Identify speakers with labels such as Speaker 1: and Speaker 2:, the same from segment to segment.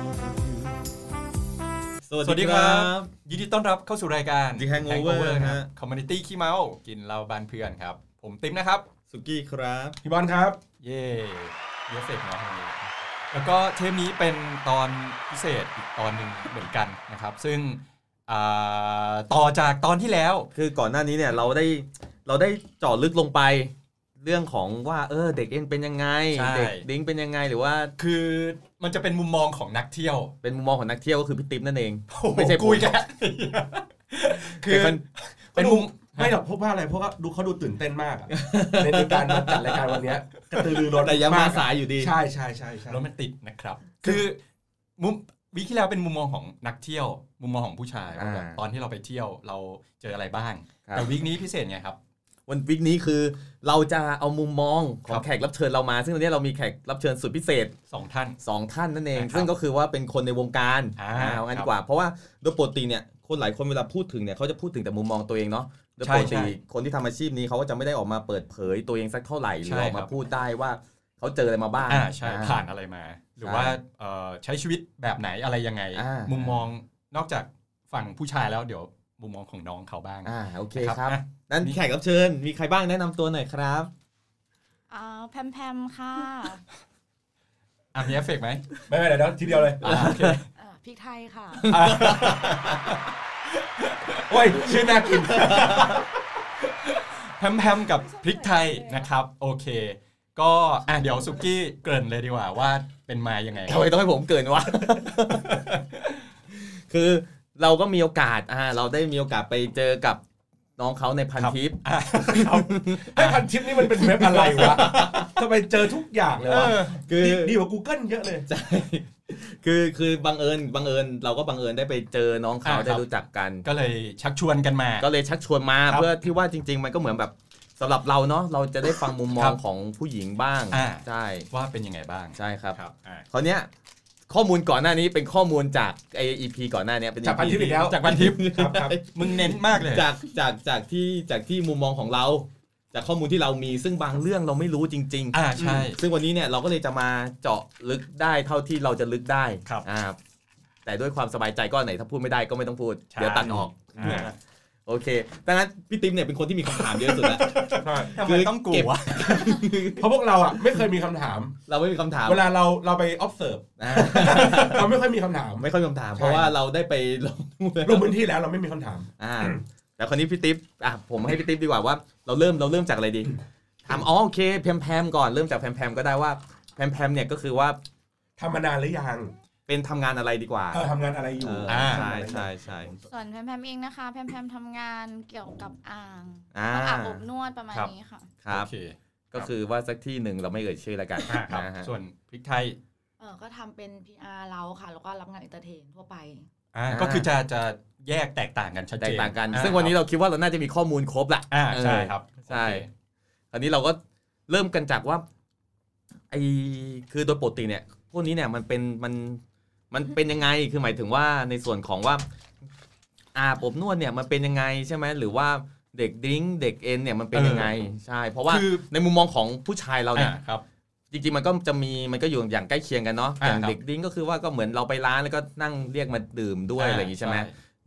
Speaker 1: off of you.
Speaker 2: สวัสดีครับ ยินดีต้อนรับเข้าสู่รายการ
Speaker 3: The Hangover นะฮะ
Speaker 2: คอมมูนิตี้ขี้เมา กินเหล้าบ้านเพื่อนครับ ผมติ๊มนะครับ
Speaker 3: สุกี้ครับ
Speaker 4: พี่บอลครับ
Speaker 2: เย่เยอะเสร็จเนาะวันนี้แล้วก็เทปนี้เป็นตอนพิเศษอีกตอนหนึ่งเหมือนกันนะครับ ซึ่งอ่าต่อจากตอนที่แล้ว
Speaker 3: คือก่อนหน้านี้เนี่ยเราได้เราได้เจาะลึกลงไป เรื่องของว่าเออเด็กเอ็นเป็นยังไง
Speaker 2: ใช่
Speaker 3: เด็กดิ้งเป็นยังไงหรือว่า
Speaker 2: คือมันจะเป็นมุมมองของนักเที่ยว
Speaker 3: เป็นมุมมองของนักเที่ยวก็คือพี่ติ๊บนั่นเอง
Speaker 2: โอ้โห
Speaker 3: ไม่ใช่ผม
Speaker 2: กูอีกันคือ
Speaker 3: เป็น
Speaker 2: เป็นมุม
Speaker 4: ไม่หรอกเพราะว่าอะไรเพราะว่าดูเขาดูตื่นเต้น มากอะ ในในการมาจัดรายการวันเนี้ยกระตือรือร้น
Speaker 3: แต่ยังมา
Speaker 4: อะ
Speaker 3: สายอยู่ดี
Speaker 4: ใช่ใช่ใช่ใช่
Speaker 2: โรแมนติกนะครับ คือมุมวิที่แล้วเป็นมุมมองของนักเที่ยว มุมมองของผู้ชายว่าแบบตอนที่เราไปเที่ยวเราเจออะไรบ้าง
Speaker 3: ครับ
Speaker 2: แต่วิกนี้พิเศษไงครับ
Speaker 3: วันวิกนี้คือเราจะเอามุมมองขอ
Speaker 2: ครั
Speaker 3: ง
Speaker 2: บ
Speaker 3: แขกรับเชิญเรามา ซึ่งวันนี้เรามีแขกรับเชิญสุดพิเศษ
Speaker 2: สองท่าน
Speaker 3: สองท่านนั่นเอง
Speaker 2: นะครับ
Speaker 3: ซึ่งก็คือว่าเป็นคนในวงการ
Speaker 2: อ่า
Speaker 3: เอางั้น
Speaker 2: ครั
Speaker 3: ดี
Speaker 2: บ
Speaker 3: กว่า เพราะว่าโดยปกติเนี่ยคนหลายคนเวลาพูดถึงเนี่ยเขาจะพูดถึงแต่มุมมองตัวเองเนาะโดยปก
Speaker 2: ใช่
Speaker 3: ติ
Speaker 2: ใช่
Speaker 3: คนที่ทำอาชีพนี้เขาก็จะไม่ได้ออกมาเปิดเผยตัวเองสักเท่าไหร่หรือ
Speaker 2: ใช่
Speaker 3: ออก
Speaker 2: ครั
Speaker 3: มา
Speaker 2: บ
Speaker 3: พูดได้ว่าเขาเจออะไรมาบ้าง
Speaker 2: อ่าใช่ผ่านอะไรมา หรือ
Speaker 3: ใช่
Speaker 2: ว่าเอ่อใช้ชีวิตแบบไหนอะไรยังไง
Speaker 3: อ่ามุ
Speaker 2: มุมมองนอกจากฝั่งผู้ชายแล้วเดี๋ยวมุมมองของน้องเขาบ้าง
Speaker 3: อ่าโอเค
Speaker 2: นะค
Speaker 3: ค
Speaker 2: รั
Speaker 3: รั
Speaker 2: บบ อ่ะ
Speaker 3: นั้นแขกรับเชิญมีใครบ้างแนะนำตัวหน่อยครับ
Speaker 5: อ่าแพมแพมค่ะ
Speaker 2: อ่ะมีเอฟเฟกต์ไหม
Speaker 4: ไม่ไม่เดี๋ยวทีเดียวเลย
Speaker 2: อ่าโอเค
Speaker 5: อ่าพริกไทย ค่ะ
Speaker 4: โอ้ยชื่อน่ากิน
Speaker 2: แพมแพมกับพริกไทยนะครับ โอเค ก็อ่ะเดี๋ยวสุกี้เกริ่นเลยดีกว่าว่าเป็นมายังไง
Speaker 3: ทำไมต้องให้ผมเกินวะ คือเราก็มีโอกาสอ่าเราได้มีโอกาสไปเจอกับน้องเขาในพันทิป
Speaker 2: อ่ะ
Speaker 4: ไอ้พันทิปนี่มันเป็นเว็บอะไรวะ ทำไมเจอทุกอย่างเลยวะ
Speaker 3: คือ
Speaker 4: ดีดีกว่า Google เยอะเลย
Speaker 3: คือคือบังเอิญบังเอิญเราก็บังเอิญได้ไปเจอน้องเขา
Speaker 2: อ่าครับ
Speaker 3: ได้รู้จักกัน
Speaker 2: ก็เลยชักชวนกันมา
Speaker 3: ก็เลยชักชวนมา
Speaker 2: ครับ
Speaker 3: เพื่อที่ว่าจริง ๆ มันก็เหมือนแบบสำหรับเราเนาะเราจะได้ฟังมุมมอ
Speaker 2: ครั
Speaker 3: ง
Speaker 2: บ
Speaker 3: ของผู้หญิงบ้าง
Speaker 2: อ่า
Speaker 3: ใช่
Speaker 2: ว่าเป็นยังไงบ้าง
Speaker 3: ใช่ครับ
Speaker 2: ครับอ่ะ
Speaker 3: คราวเนี้ยข้อมูลก่อนหน้านี้เป็นข้อมูลจากไอเอพีก่อนหน้าเนี้ยเป็น
Speaker 4: จากพัน
Speaker 3: EP
Speaker 4: ทิปอีกแล้ว
Speaker 2: จากวันทิพย์
Speaker 4: ครับครับ
Speaker 2: มึงเน้นมากเลย
Speaker 3: จากจากจากที่จากที่มุมมองของเรา จากข้อมูลที่เรามีซึ่งบางเรื่องเราไม่รู้จริง ๆ
Speaker 2: อ่าใช่
Speaker 3: ซึ่งวันนี้เนี่ยเราก็เลยจะมาเจาะลึกได้เท่าที่เราจะลึกได้
Speaker 2: ครับ
Speaker 3: อ่าแต่ด้วยความสบายใจก็ไหนถ้าพูดไม่ได้ก็ไม่ต้องพูด
Speaker 2: ใช่
Speaker 3: เดี๋ยวตัดออก
Speaker 2: อ่า
Speaker 3: โอเคดังนั้นพี่ติ๊มเนี่ยเป็นคนที่มีคำถามเยอะสุดแล้ว
Speaker 2: ทำไมต้องกู
Speaker 3: เก็บ
Speaker 2: วะ
Speaker 4: เพราะพวกเราอ่ะไม่เคยมีคำถาม
Speaker 3: เราไม่มีคำถาม
Speaker 4: เวลาเราเราไป observe
Speaker 3: อ่า
Speaker 4: เราไม่ค่อยมีคำถาม
Speaker 3: ไม่ค่อยมีคำถาม
Speaker 4: ใช่
Speaker 3: เพราะว่าเราได้ไปลง
Speaker 4: ลงพื้นที่แล้วเราไม่มีคำถาม
Speaker 3: อ่าแต่คนนี้พี่ติ๊บอ่ะผมให้พี่ติ๊บดีกว่าว่า เราเริ่มเราเริ่มจากอะไรดีถามอ๋อโอเคแพมแพมก่อนเริ่มจากแพมแพมก็ได้ว่าแพมแพมเนี่ยก็คือว่า
Speaker 4: ทำมานานหรือยัง
Speaker 3: เป็นทำงานอะไรดีกว่า
Speaker 4: เธอทำงานอะไรอยู่
Speaker 3: เออ
Speaker 2: อ่า
Speaker 3: ใช่ใช่ใช่
Speaker 5: ส่วนแพมแพมเองนะคะ แพมแพมทำงานเกี่ยวกับอ่าง
Speaker 3: อ่า
Speaker 5: อาบอบนวดประมาณ
Speaker 2: ครับ
Speaker 5: นี้ค่ะ
Speaker 3: ครับ
Speaker 2: โอเค
Speaker 3: ก็คือว่าสักที่หนึ่งเราไม่เอ่ยชื่อแล้วกัน
Speaker 2: อ่าครับ
Speaker 3: นะฮะ
Speaker 2: ส่วนพริกไทย
Speaker 5: เออก็ทำเป็น PR เราค่ะ แล้วก็รับงานอินเตอร์เทนทั่วไป
Speaker 2: อ่าก็คือจะจะแยกแตกต่างกันชัด
Speaker 3: แต
Speaker 2: เจ
Speaker 3: ก
Speaker 2: น
Speaker 3: ต่างกัน
Speaker 2: อ่
Speaker 3: ซึ่งวันนี้เราคิดว่าเราน่าจะมีข้อมูลครบละ
Speaker 2: อ่า
Speaker 3: เออ
Speaker 2: ใช่ครับ
Speaker 3: ใช่
Speaker 2: โอเค
Speaker 3: คราวนี้เราก็เริ่มกันจากว่าไอคือโดยปกติเนี่ย พวกนี้เนี่ยมันเป็นมันมันเป็นยังไงคือหมายถึงว่าในส่วนของว่าอาบอบนวดเนี่ยมันเป็นยังไงใช่ไหมหรือว่าเด็กดริ้งเด็กเอ็นเนี่ยมันเป็นยังไงใช่ เพราะว่า
Speaker 2: คือ
Speaker 3: ในมุมมองของผู้ชายเราเนี่ย
Speaker 2: อ่าครับ
Speaker 3: จริงๆมันก็จะมีมันก็อยู่อย่างใกล้เคียงกันเนาะ
Speaker 2: อ่า
Speaker 3: อย่าง
Speaker 2: ครับ
Speaker 3: เด็กดริ้งก็คือว่าก็เหมือนเราไปร้านแล้วก็นั่งเรียกมาดื่มด้วยอะไรอย่างงี้ใช่ไหม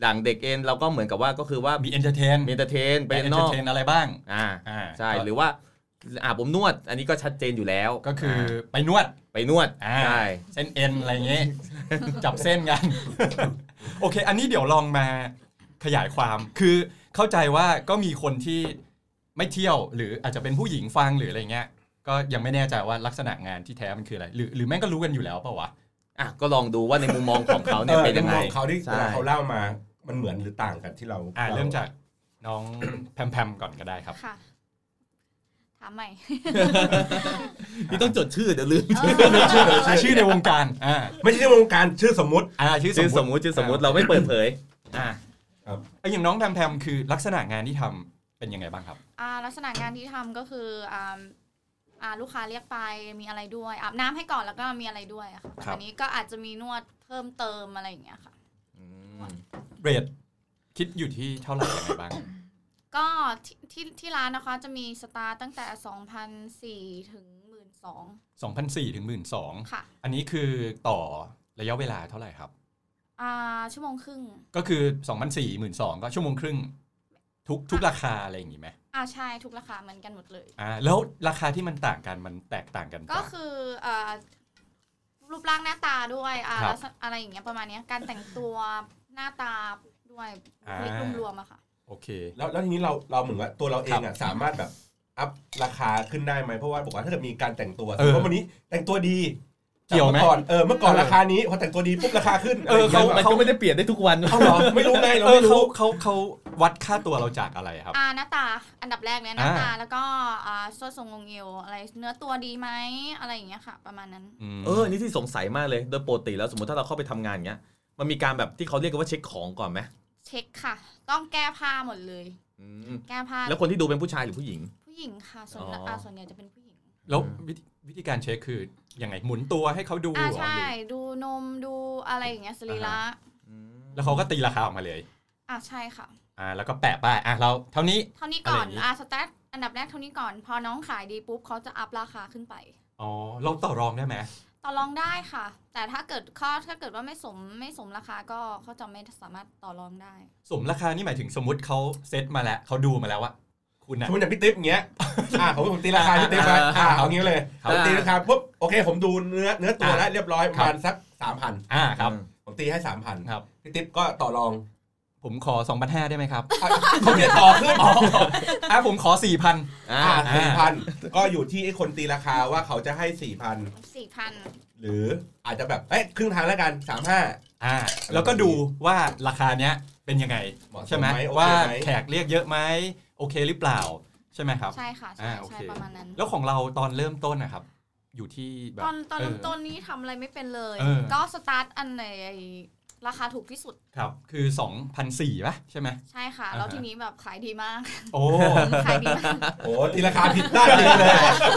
Speaker 3: ดังเด็กเอ็นเราก็เหมือนกับว่าก็คือว่า
Speaker 2: มีเอนเตอร์เทน
Speaker 3: มีเอนเตอร์เทนไป
Speaker 2: เอน
Speaker 3: น
Speaker 2: เตอ
Speaker 3: อ
Speaker 2: ร์
Speaker 3: ก
Speaker 2: เทนอะไรบ้าง
Speaker 3: อ่า
Speaker 2: อ่า
Speaker 3: ใช่
Speaker 2: ก็
Speaker 3: หรือว่าอาบผมนวด อันนี้ก็ชัดเจนอยู่แล้ว
Speaker 2: ก็คือา ไปนวด
Speaker 3: ไปนวด
Speaker 2: อ่า
Speaker 3: ใช่
Speaker 2: เส้นเอ็นอะไรเงี้ย จับเส้นกัน โอเค อันนี้เดี๋ยวลองมาขยายความ คือเข้าใจว่าก็มีคนที่ไม่เที่ยวหรืออาจจะเป็นผู้หญิงฟังหรืออะไรเงี้ย ก็ยังไม่แน่ใจว่าลักษณะงานที่แท้มันคืออะไร หรือหรือแม่งก็รู้กันอยู่แล้วเปล่าวะ
Speaker 3: อ่ะก็ลองดูว่าในมุมมองของเขาเนี่ยเป็นยังไง
Speaker 4: ออใมุมมอเขาที่
Speaker 3: ใช่
Speaker 4: เวลาเขาเล่ามา มันเหมือนหรือต่างกันที่เรา
Speaker 2: อ่าเริ่มจากน้อง แพมแพมก่อนก็ได้ครับ
Speaker 5: ค่ะ
Speaker 6: ถามใหม่
Speaker 7: พี่ต้องจดชื่อเดี๋ยวลืม
Speaker 2: ชื่อชื่อในวงการอ่า
Speaker 4: ไม่ใช่ในวงการชื่อสมมุติ
Speaker 2: อ่าชื่อ
Speaker 7: ชื่อส
Speaker 2: ส
Speaker 7: ม
Speaker 2: ม
Speaker 7: มุ
Speaker 2: มุ
Speaker 7: ติ
Speaker 2: ติ
Speaker 7: ชื่อสมมุติเราไม่เปิดเผย อ่า
Speaker 2: ไอ้อย่างน้องแพมแพมคือลักษณะงานที่ทำเป็นยังไงบ้างครับ
Speaker 6: อ่าลักษณะงานที่ทำก็คืออ่าอ่าลูกค้าเรียกไปมีอะไรด้วยอาบน้ำให้ก่อนแล้วก็มีอะไรด้วยอะค่ะ
Speaker 2: ครับ
Speaker 6: อันนี้ก็อาจจะมีนวดเพิ่มเติมอะไรอย่างเงี้ยค่ะ
Speaker 2: เรทคิดอยู่ที่เท่าไหร่ยังไงบ้าง
Speaker 6: ก็ที่ที่ที่ร้านนะคะจะมีสตาร์ตั้งแต่ 2,004ถึง12,000
Speaker 2: 2,400ถึง12,000
Speaker 6: ค่ะ
Speaker 2: อันนี้คือต่อระยะเวลาเท่าไหร่ครับ
Speaker 6: อ่าชั่วโมงครึ่ง
Speaker 2: ก็คือ 2,400 12,000 ก็ชั่วโมงครึ่ง ทุกทุกราคาอะไรอย่างงี้ไหม
Speaker 6: อ่าใช่ทุกราคาเหมือนกันหมดเลย
Speaker 2: อ่าแล้วราคาที่มันต่างกันมันแตกต่างกัน
Speaker 6: ก็
Speaker 2: จาก
Speaker 6: คืออ่ารูปร่างหน้าตาด้วยอ่า
Speaker 2: ครับ
Speaker 6: ลักษณะอะไรอย่างเงี้ยประมาณเนี้ยการแต่งตัวหน้าตาด้วย
Speaker 2: อ่า
Speaker 6: คลิกรวมๆอะค่ะ
Speaker 2: โอเค
Speaker 4: แล้วแล้วทีนี้เราเราเหมือนว่าตัวเราเองอ่ะสามารถแบบอัพราคาขึ้นได้ไหมเพราะว่าบอกว่าถ้าเกิดมีการแต่งตัว
Speaker 2: เออ
Speaker 4: เพราะวันนี้แต่งตัวดี
Speaker 2: เกี่ยวไหม
Speaker 4: จากมื่อก่อนเออเมื่อก่อนราคานี้พอแต่งตัวดีปุ๊บราคาขึ้น
Speaker 2: เออ
Speaker 4: เขา
Speaker 7: มันก็ไม่ได้เปลี่ยนได้ทุกวัน
Speaker 4: เขาเหรอไม่รู้ไงเรา
Speaker 2: เออ
Speaker 4: ไม่
Speaker 2: เขา
Speaker 4: รู้
Speaker 2: เขาเขาวัดค่าตัวเราจากอะไรครับ
Speaker 6: อ่าหน้าตาอันดับแรกเลยหน้า
Speaker 2: อ่า
Speaker 6: ตาแล้วก็อ่าส่วนทรงองค์เอวอะไรเนื้อตัวดีไหมอะไรอย่างเงี้ยค่ะ ประมาณนั้น
Speaker 2: ม
Speaker 7: เอออันนี่ที่สงสัยมากเลย โดยปกติแล้วสมมติถ้าเราเข้าไปทำงานอย่างเงี้ย มันมีการแบบที่เขาเรียกกันว่าเช็คของก่อนไหม
Speaker 6: เช็คค่ะ ต้องแก้ผ้าหมดเลย
Speaker 7: อืม
Speaker 6: แก้ผ้า
Speaker 7: แล้วคนที่ดูเป็นผู้ชายหรือผู้หญิง
Speaker 6: ผู้หญิงค่ะ ส่วน
Speaker 7: อ๋ออ่
Speaker 6: าส่วนใหญ่จะเป็นผู้หญิง
Speaker 2: แล้ววิธีวิธีการเช็คคือยังไงหมุนตัวให้เขาดู
Speaker 6: อ่า
Speaker 2: เหรอ
Speaker 6: ใช่
Speaker 2: หรือ
Speaker 6: ดูนมดูอะไรอย่างเงี้ยสรีระ
Speaker 2: แล้วเขาก็ตีราคาออกมาเลย
Speaker 6: อ่าใช่ค่ะ
Speaker 2: อ่า แล้วก็แปะป้ายอ่ะเราเท่านี้
Speaker 6: เท่านี้ก่อ
Speaker 2: อะ
Speaker 6: น
Speaker 2: ไรอย่างงี้
Speaker 6: อ่าสแตทอันดับแรกเท่านี้ก่อน พอน้องขายดีปุ๊บเขาจะอัพราคาขึ้นไป
Speaker 2: อ๋อเราต่อรองได้ไหม
Speaker 6: ต่อรองได้ค่ะ แต่ถ้าเกิดข้อถ้าเกิดว่าไม่สมไม่สมราคาก็เขาจะไม่สามารถต่อรองได้
Speaker 2: สมราคานี่หมายถึงสมมติเขาเซ็ตมาแล้วเขาดูมาแล้วว่าคุณ
Speaker 4: ส
Speaker 2: อ่ะ
Speaker 4: มมติอย่างพี่ติ๊บอย่างเงี้ยอ่าผมผมตีราคาพี่ติ๊บไว้อ่าเอางี้เลย
Speaker 2: ครับ
Speaker 4: ผมตีราคาปุ๊บโอเค ผมดูเนื้อเนื้อตัวแล้วเรียบร้อยประมาณสักสามพัน
Speaker 2: อ่าครับ
Speaker 4: ผมตีให้สามพัน
Speaker 2: ครับ
Speaker 4: พี่ติ๊บก็ต่อรอง
Speaker 2: ผมขอ 2,500 ได้ไหมครับ
Speaker 4: อ่ะเขาเนี่ยต่อขึ้น
Speaker 2: อ๋ออ่ะผมขอ 4,000
Speaker 7: อ่า
Speaker 4: อ่า
Speaker 2: อ่
Speaker 4: สี่
Speaker 2: า
Speaker 4: พันก็อยู่ที่ไอ้คนตีราคาว่าเขาจะให้สี่พัน
Speaker 6: สี่พัน
Speaker 4: หรืออาจจะแบบเอ๊ะครึ่งทางแล้วกันสามห้า
Speaker 2: อ่า แล้วก็ดูว่าราคาเนี้ยเป็นยังไง
Speaker 4: เหมาะสมไหม
Speaker 2: ใช่ไหม
Speaker 4: โอเคไหม
Speaker 2: ว่าแขกเรียกเยอะไหมโอเคหรือเปล่าใช่ไหมครับ
Speaker 6: ใช่ค่ะ ใช่
Speaker 2: อ่าโอ
Speaker 6: ใช่
Speaker 2: เค
Speaker 6: ประมาณนั้น
Speaker 2: แล้วของเราตอนเริ่มต้นนะครับ อยู่ที่แบบ
Speaker 6: ตอนตอนเริ่ม
Speaker 2: เออ
Speaker 6: ต้นนี้ทำอะไรไม่เป็นเลย
Speaker 2: เออ
Speaker 6: ก็สตาร์ทอันไหนราคาถูกที่สุด
Speaker 2: ครับคือ2,400ป่ะใช่ไหม
Speaker 6: ใช่ค่ะ
Speaker 2: อ่าฮะ
Speaker 6: แล้วทีนี้แบบขายดีมาก
Speaker 2: โอ้
Speaker 6: ขายดีมาก
Speaker 4: โอ้ตีราคาผิดด้านเลยเลย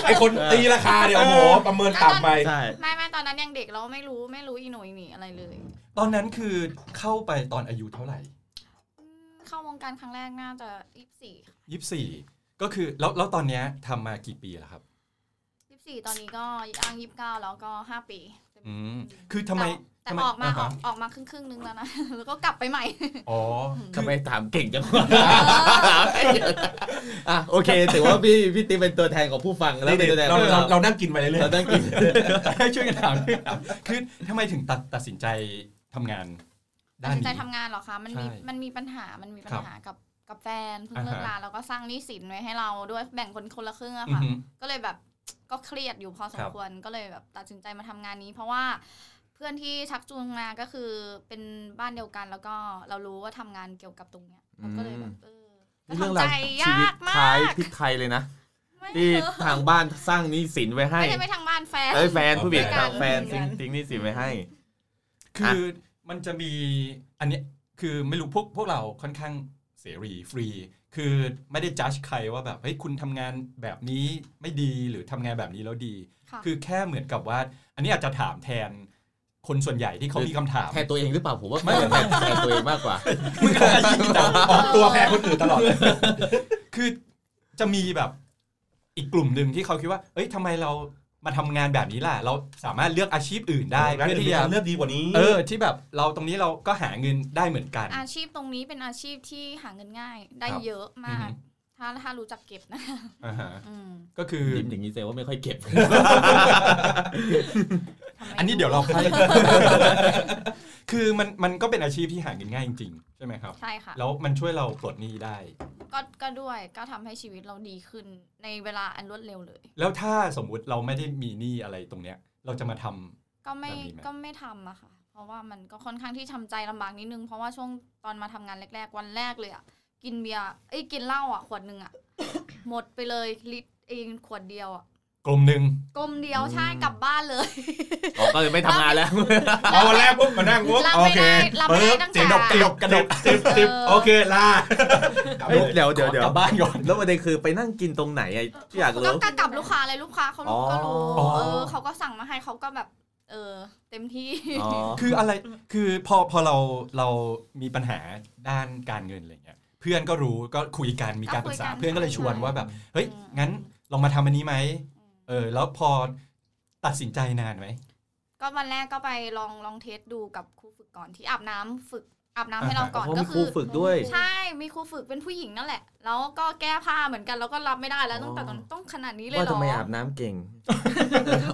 Speaker 4: ไอ้คนตีราคาเนี่ยโอ้โหประเมินต่ำไป
Speaker 7: ใช่
Speaker 6: ไม่ไม่ตอนนั้นยังเด็กเราไม่รู้ไม่รู้อีหนูอีหนีอะไรเลย
Speaker 2: ตอนนั้นคือเข้าไปตอนอายุเท่าไหร่
Speaker 6: อืมเข้าวงการครั้งแรกน่าจะยี่สี่
Speaker 2: 24 ก็คือแล้วแล้วตอนเนี้ยทำมากี่ปีแล้วครับ
Speaker 6: ยี่สี่ตอนนี้ก็ย่างยี่สิบเก้าแล้วก็ห้าปี
Speaker 2: อืม คือทำไม
Speaker 6: แต่
Speaker 2: ทำไ
Speaker 6: ออกมาอ
Speaker 2: ฮะ
Speaker 6: อกออกมาครึ่งครึ่งๆนึงแล้วนะ แล้วก็กลับไปใหม่
Speaker 2: อ๋อ
Speaker 7: ทำไมถามเก่งจังวะอ่ะโอเคถือว่าพี่พี่ติ๊กเป็นตัวแทนของผู้ฟังแล้วเป็นตัวแทนข
Speaker 4: เรา
Speaker 7: อง
Speaker 4: เรา
Speaker 7: เรา
Speaker 4: เรานั่งกินไปเรื่อย
Speaker 7: เราต้องกิน
Speaker 2: ให้ช่วยกันถามด้วยครับคือทำไมถึงตัดตัดสินใจทำงาน
Speaker 6: ตั
Speaker 2: ด้า
Speaker 6: ด
Speaker 2: น
Speaker 6: สินใจ
Speaker 2: นี้
Speaker 6: ทำงานเหรอคะ มันมี
Speaker 2: ใช่
Speaker 6: มันมีปัญหา มันมีปัญหากับกับแฟนเพิ่ง
Speaker 2: อ่าฮะ
Speaker 6: เลิกลาแล้วก็สร้างหนี้สินไว้ให้เราด้วยแบ่งคนคนละครึ่งอะ
Speaker 2: อือ
Speaker 6: ค่ะ
Speaker 2: ฮึ
Speaker 6: ก็เลยแบบก็เครียดอยู่พอส
Speaker 2: ค
Speaker 6: ม
Speaker 2: รับ
Speaker 6: ควรก็เลยแบบตัดสินใจมาทำงานนี้ เพราะว่าเพื่อนที่ชักจูงมาก็คือเป็นบ้านเดียวกันแล้วก็เรารู้ว่าทำงานเกี่ยวกับตรงเนี้ยเราก็เลยแบบเออก็
Speaker 7: นี่เรื่อง
Speaker 6: ทำ
Speaker 7: รา
Speaker 6: ใจ
Speaker 7: วชี
Speaker 6: ยา
Speaker 7: วิต
Speaker 6: กมา
Speaker 7: ท้าย
Speaker 6: ก
Speaker 7: พริกไทยเลยนะ
Speaker 6: ไม่
Speaker 7: ที่
Speaker 6: เออ
Speaker 7: ทางบ้านสร้างหนี้สินไว้ให้
Speaker 6: ไม่ได้ไปทางบ้านแฟน
Speaker 7: เอ้ยแฟนผู้บิด
Speaker 6: เอา
Speaker 7: แฟ
Speaker 6: แฟ
Speaker 7: น
Speaker 6: น
Speaker 7: ทิ้งทิ้งหนี้สินไว้ให้
Speaker 2: คือมันจะมีอันเนี้ยคือไม่รู้พวกพวกเราค่อนข้างเสรีฟรี คือไม่ได้จัดใครว่าแบบเฮ้ยคุณทำงานแบบนี้ไม่ดีหรือทำงานแบบนี้แล้วดี
Speaker 6: ค่ะ
Speaker 2: คือแค่เหมือนกับว่า อันนี้อาจจะถามแทนคนส่วนใหญ่ที่เขามีคำถาม
Speaker 7: แทนตัวเองหรือเปล่าผมว่าไม่แทนแทนตัวเองมากกว่า
Speaker 2: มึงก็อาชีพจัง
Speaker 4: ออกตัวแพ้คนอื่นตลอดเลย
Speaker 2: คือจะมีแบบอีกกลุ่มหนึ่งที่เขาคิดว่า เอ้ยทำไมเรามาทำงานแบบนี้ล่ะ เราสามารถเลือกอาชีพอื่นได้
Speaker 4: งั้น
Speaker 2: เพื่อ
Speaker 4: ที่
Speaker 2: ที่จะ
Speaker 4: จะเลือกดีกว่านี้
Speaker 2: เออที่แบบเราตรงนี้เราก็หาเงินได้เหมือนกัน
Speaker 6: อาชีพตรงนี้เป็นอาชีพที่หาเงินง่าย ได้
Speaker 2: ครับ
Speaker 6: เยอะมาก
Speaker 2: อือฮึ
Speaker 6: ถ้าถ้ารู้จักเก็บนะ
Speaker 2: อ่าฮะ
Speaker 6: อืม
Speaker 2: ก็คือ
Speaker 7: ยิ้มอย่างนี้แสดงว่าไม่ค่อยเก็บ
Speaker 6: ทำไม
Speaker 2: อันนี้เดี๋ยวเรา ค่อย คือมันมันก็เป็นอาชีพที่หาเงินง่ายจริงๆใช่ไหมครับ
Speaker 6: ใช่ค่ะ
Speaker 2: แล้วมันช่วยเราปลดหนี้ได้
Speaker 6: ก็ก็ด้วยก็ทำให้ชีวิตเราดีขึ้นในเวลาอันรวดเร็วเลย
Speaker 2: แล้วถ้าสมมุติเราไม่ได้มีหนี้อะไรตรงเนี้ย เราจะมาทำ
Speaker 6: ก็ไม่
Speaker 2: แบบนี้ไหม
Speaker 6: ก็ไม่ทำอะค่ะ เพราะว่ามันก็ค่อนข้างที่ทำใจลำบากนิดนึง เพราะว่าช่วงตอนมาทำงาน แรก ๆ วันแรกเลยอะกินเบียร์เอ้ยกินเหล้าอะขวดหนึ่งอะ หมดไปเลยลิตรไอ อีกขวดเดียวอะ
Speaker 2: กลุ่มหนึ่ง
Speaker 6: กลมเดียวใช่กลับบ้านเลย
Speaker 3: อ๋อก็เลยไม่ทำงานแล้ว
Speaker 2: เอาวันแรกปุ๊บมานั่งปุ๊บ
Speaker 6: รับ
Speaker 2: โอ
Speaker 6: ไม่
Speaker 2: เค
Speaker 6: ได้รับไม่ได้ตั้ง
Speaker 2: เสียงด
Speaker 6: แต่
Speaker 2: อกกระดกกระดก
Speaker 4: สิบสิบ
Speaker 6: เออ
Speaker 4: โอเคลา
Speaker 3: เฮ้ยเดี๋ยวเดี๋ยวเดี๋ยว
Speaker 2: กลับบ้านก่อน
Speaker 3: แล้วประเด็นคือไปนั่งกินตรงไหนไอ้ที่อยากรู้
Speaker 6: ก็กลับลูกค้าเลยลูกค้าเขา
Speaker 3: อ๋อ
Speaker 6: ก็รู้
Speaker 2: อ๋อ
Speaker 6: เออเขาก็สั่งมาให้เขาก็แบบ เออ เต็มที่
Speaker 3: อ๋อ
Speaker 2: คืออะไร คือพอพอเราเรามีปัญหาด้านการเงินอะไรเงี้ย เพื่อนก็รู้ก็คุยกันมีการปรึกษา
Speaker 6: ก็คุยกัน
Speaker 2: เพื่อนก็เลยชวนว่าแบบ เฮ้ย
Speaker 6: อืม
Speaker 2: งั้นลองมาทำอันนี้ไหม
Speaker 6: อืม
Speaker 2: เออ แล้วพอตัดสินใจนานไหม
Speaker 6: ก็วันแรกก็ไปลองลองเทสดูกับครูฝึกก่อนที่อาบน้ำฝึกอาบน้ำให้
Speaker 2: อ่า
Speaker 6: เราก่อน
Speaker 3: อ๋อ
Speaker 6: ก็
Speaker 3: มี
Speaker 6: คื
Speaker 3: ครู
Speaker 6: อ
Speaker 3: ฝึกด้วย
Speaker 6: ใช่มีครูฝึกเป็นผู้หญิงนั่นแหละ แล้วก็แก้ผ้าเหมือนกันแล้วก็รับไม่ได้แล้วตั้งแต่ตอนต้องขนาดนี้เลย
Speaker 3: ว่า
Speaker 6: เหร
Speaker 3: ทำ
Speaker 6: อ
Speaker 3: ไมอาบน้ำเก่ง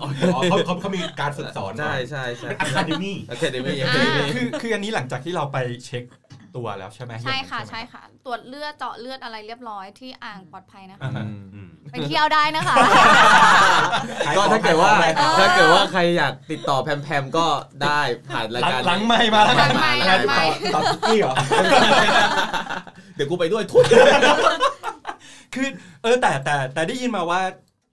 Speaker 4: อ๋อเขาเขาเขามีการฝึกสอน
Speaker 3: ใช่ใช่ใช่
Speaker 4: อะคาเดมี่
Speaker 3: โอเคเดี๋ยวมี
Speaker 6: อ่า
Speaker 2: คือคืออันนี้หลังจากที่เราไปเช็คตัวแล้วใช่ไหม
Speaker 6: ใช่ค่ะ
Speaker 2: ไหม
Speaker 6: ใช่ค่ะ ตรวจเลือดเจาะเลือดอะไรเรียบร้อยที่อ่างปลอดภัยนะคะ
Speaker 2: อ่าฮะ
Speaker 6: ไปเที่ยวได้นะคะ
Speaker 3: ก็ถ้าเกิดว่า
Speaker 6: เออ
Speaker 3: ถ้าเกิดว่าใครอยากติดต่อแพมแพมก็ได้ผ่านราย
Speaker 2: หลัง
Speaker 3: การ
Speaker 2: หลังไม่มาแล้ว
Speaker 6: หลั
Speaker 2: กัน
Speaker 6: งไมค์หลังไมค์
Speaker 2: ตอบกี้เหรอ
Speaker 3: เดี๋ยวกูไปด้วยทุก
Speaker 2: คือเออแต่แต่แต่ได้ยินมาว่า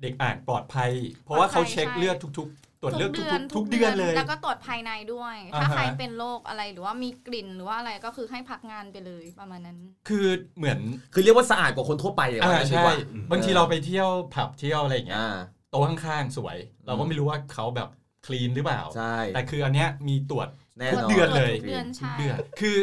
Speaker 2: เด็กอ่านปลอดภัย เพราะว่าเขา
Speaker 6: ปลอดภัย
Speaker 2: เช็ค
Speaker 6: ใช่
Speaker 2: เลือดทุก ๆ ตรวจเลือดทุกๆทุกเดือนเลย
Speaker 6: แล้วก็ตรวจภายในด้วย
Speaker 2: อ่าฮะ
Speaker 6: ถ้าใครเป็นโรคอะไรหรือว่ามีกลิ่นหรือว่าอะไรก็คือให้พักงานไปเลยประมาณนั้น
Speaker 2: คือเหมือน
Speaker 3: คือเรียกว่าสะอาดกว่าคนทั่วไปอย่าง
Speaker 2: อ่า
Speaker 3: นั้นดี
Speaker 2: ใช่
Speaker 3: กว่า
Speaker 4: อืม
Speaker 2: บางทีเราไปเที่ยวผับเที่ยวอะไรอย่างเงี้ย
Speaker 3: อ่า
Speaker 2: โต๊ะข้างๆสวย เราก็ไม่รู้ว่าเขาแบบคลีนหรือเปล่า
Speaker 3: ใช่
Speaker 2: แต่คืออันเนี้ยมีตรวจ
Speaker 3: แน่น
Speaker 2: ทุ
Speaker 3: อก น
Speaker 2: เดือนเลย
Speaker 6: ทุกเดือนใช่
Speaker 2: เดือนคือ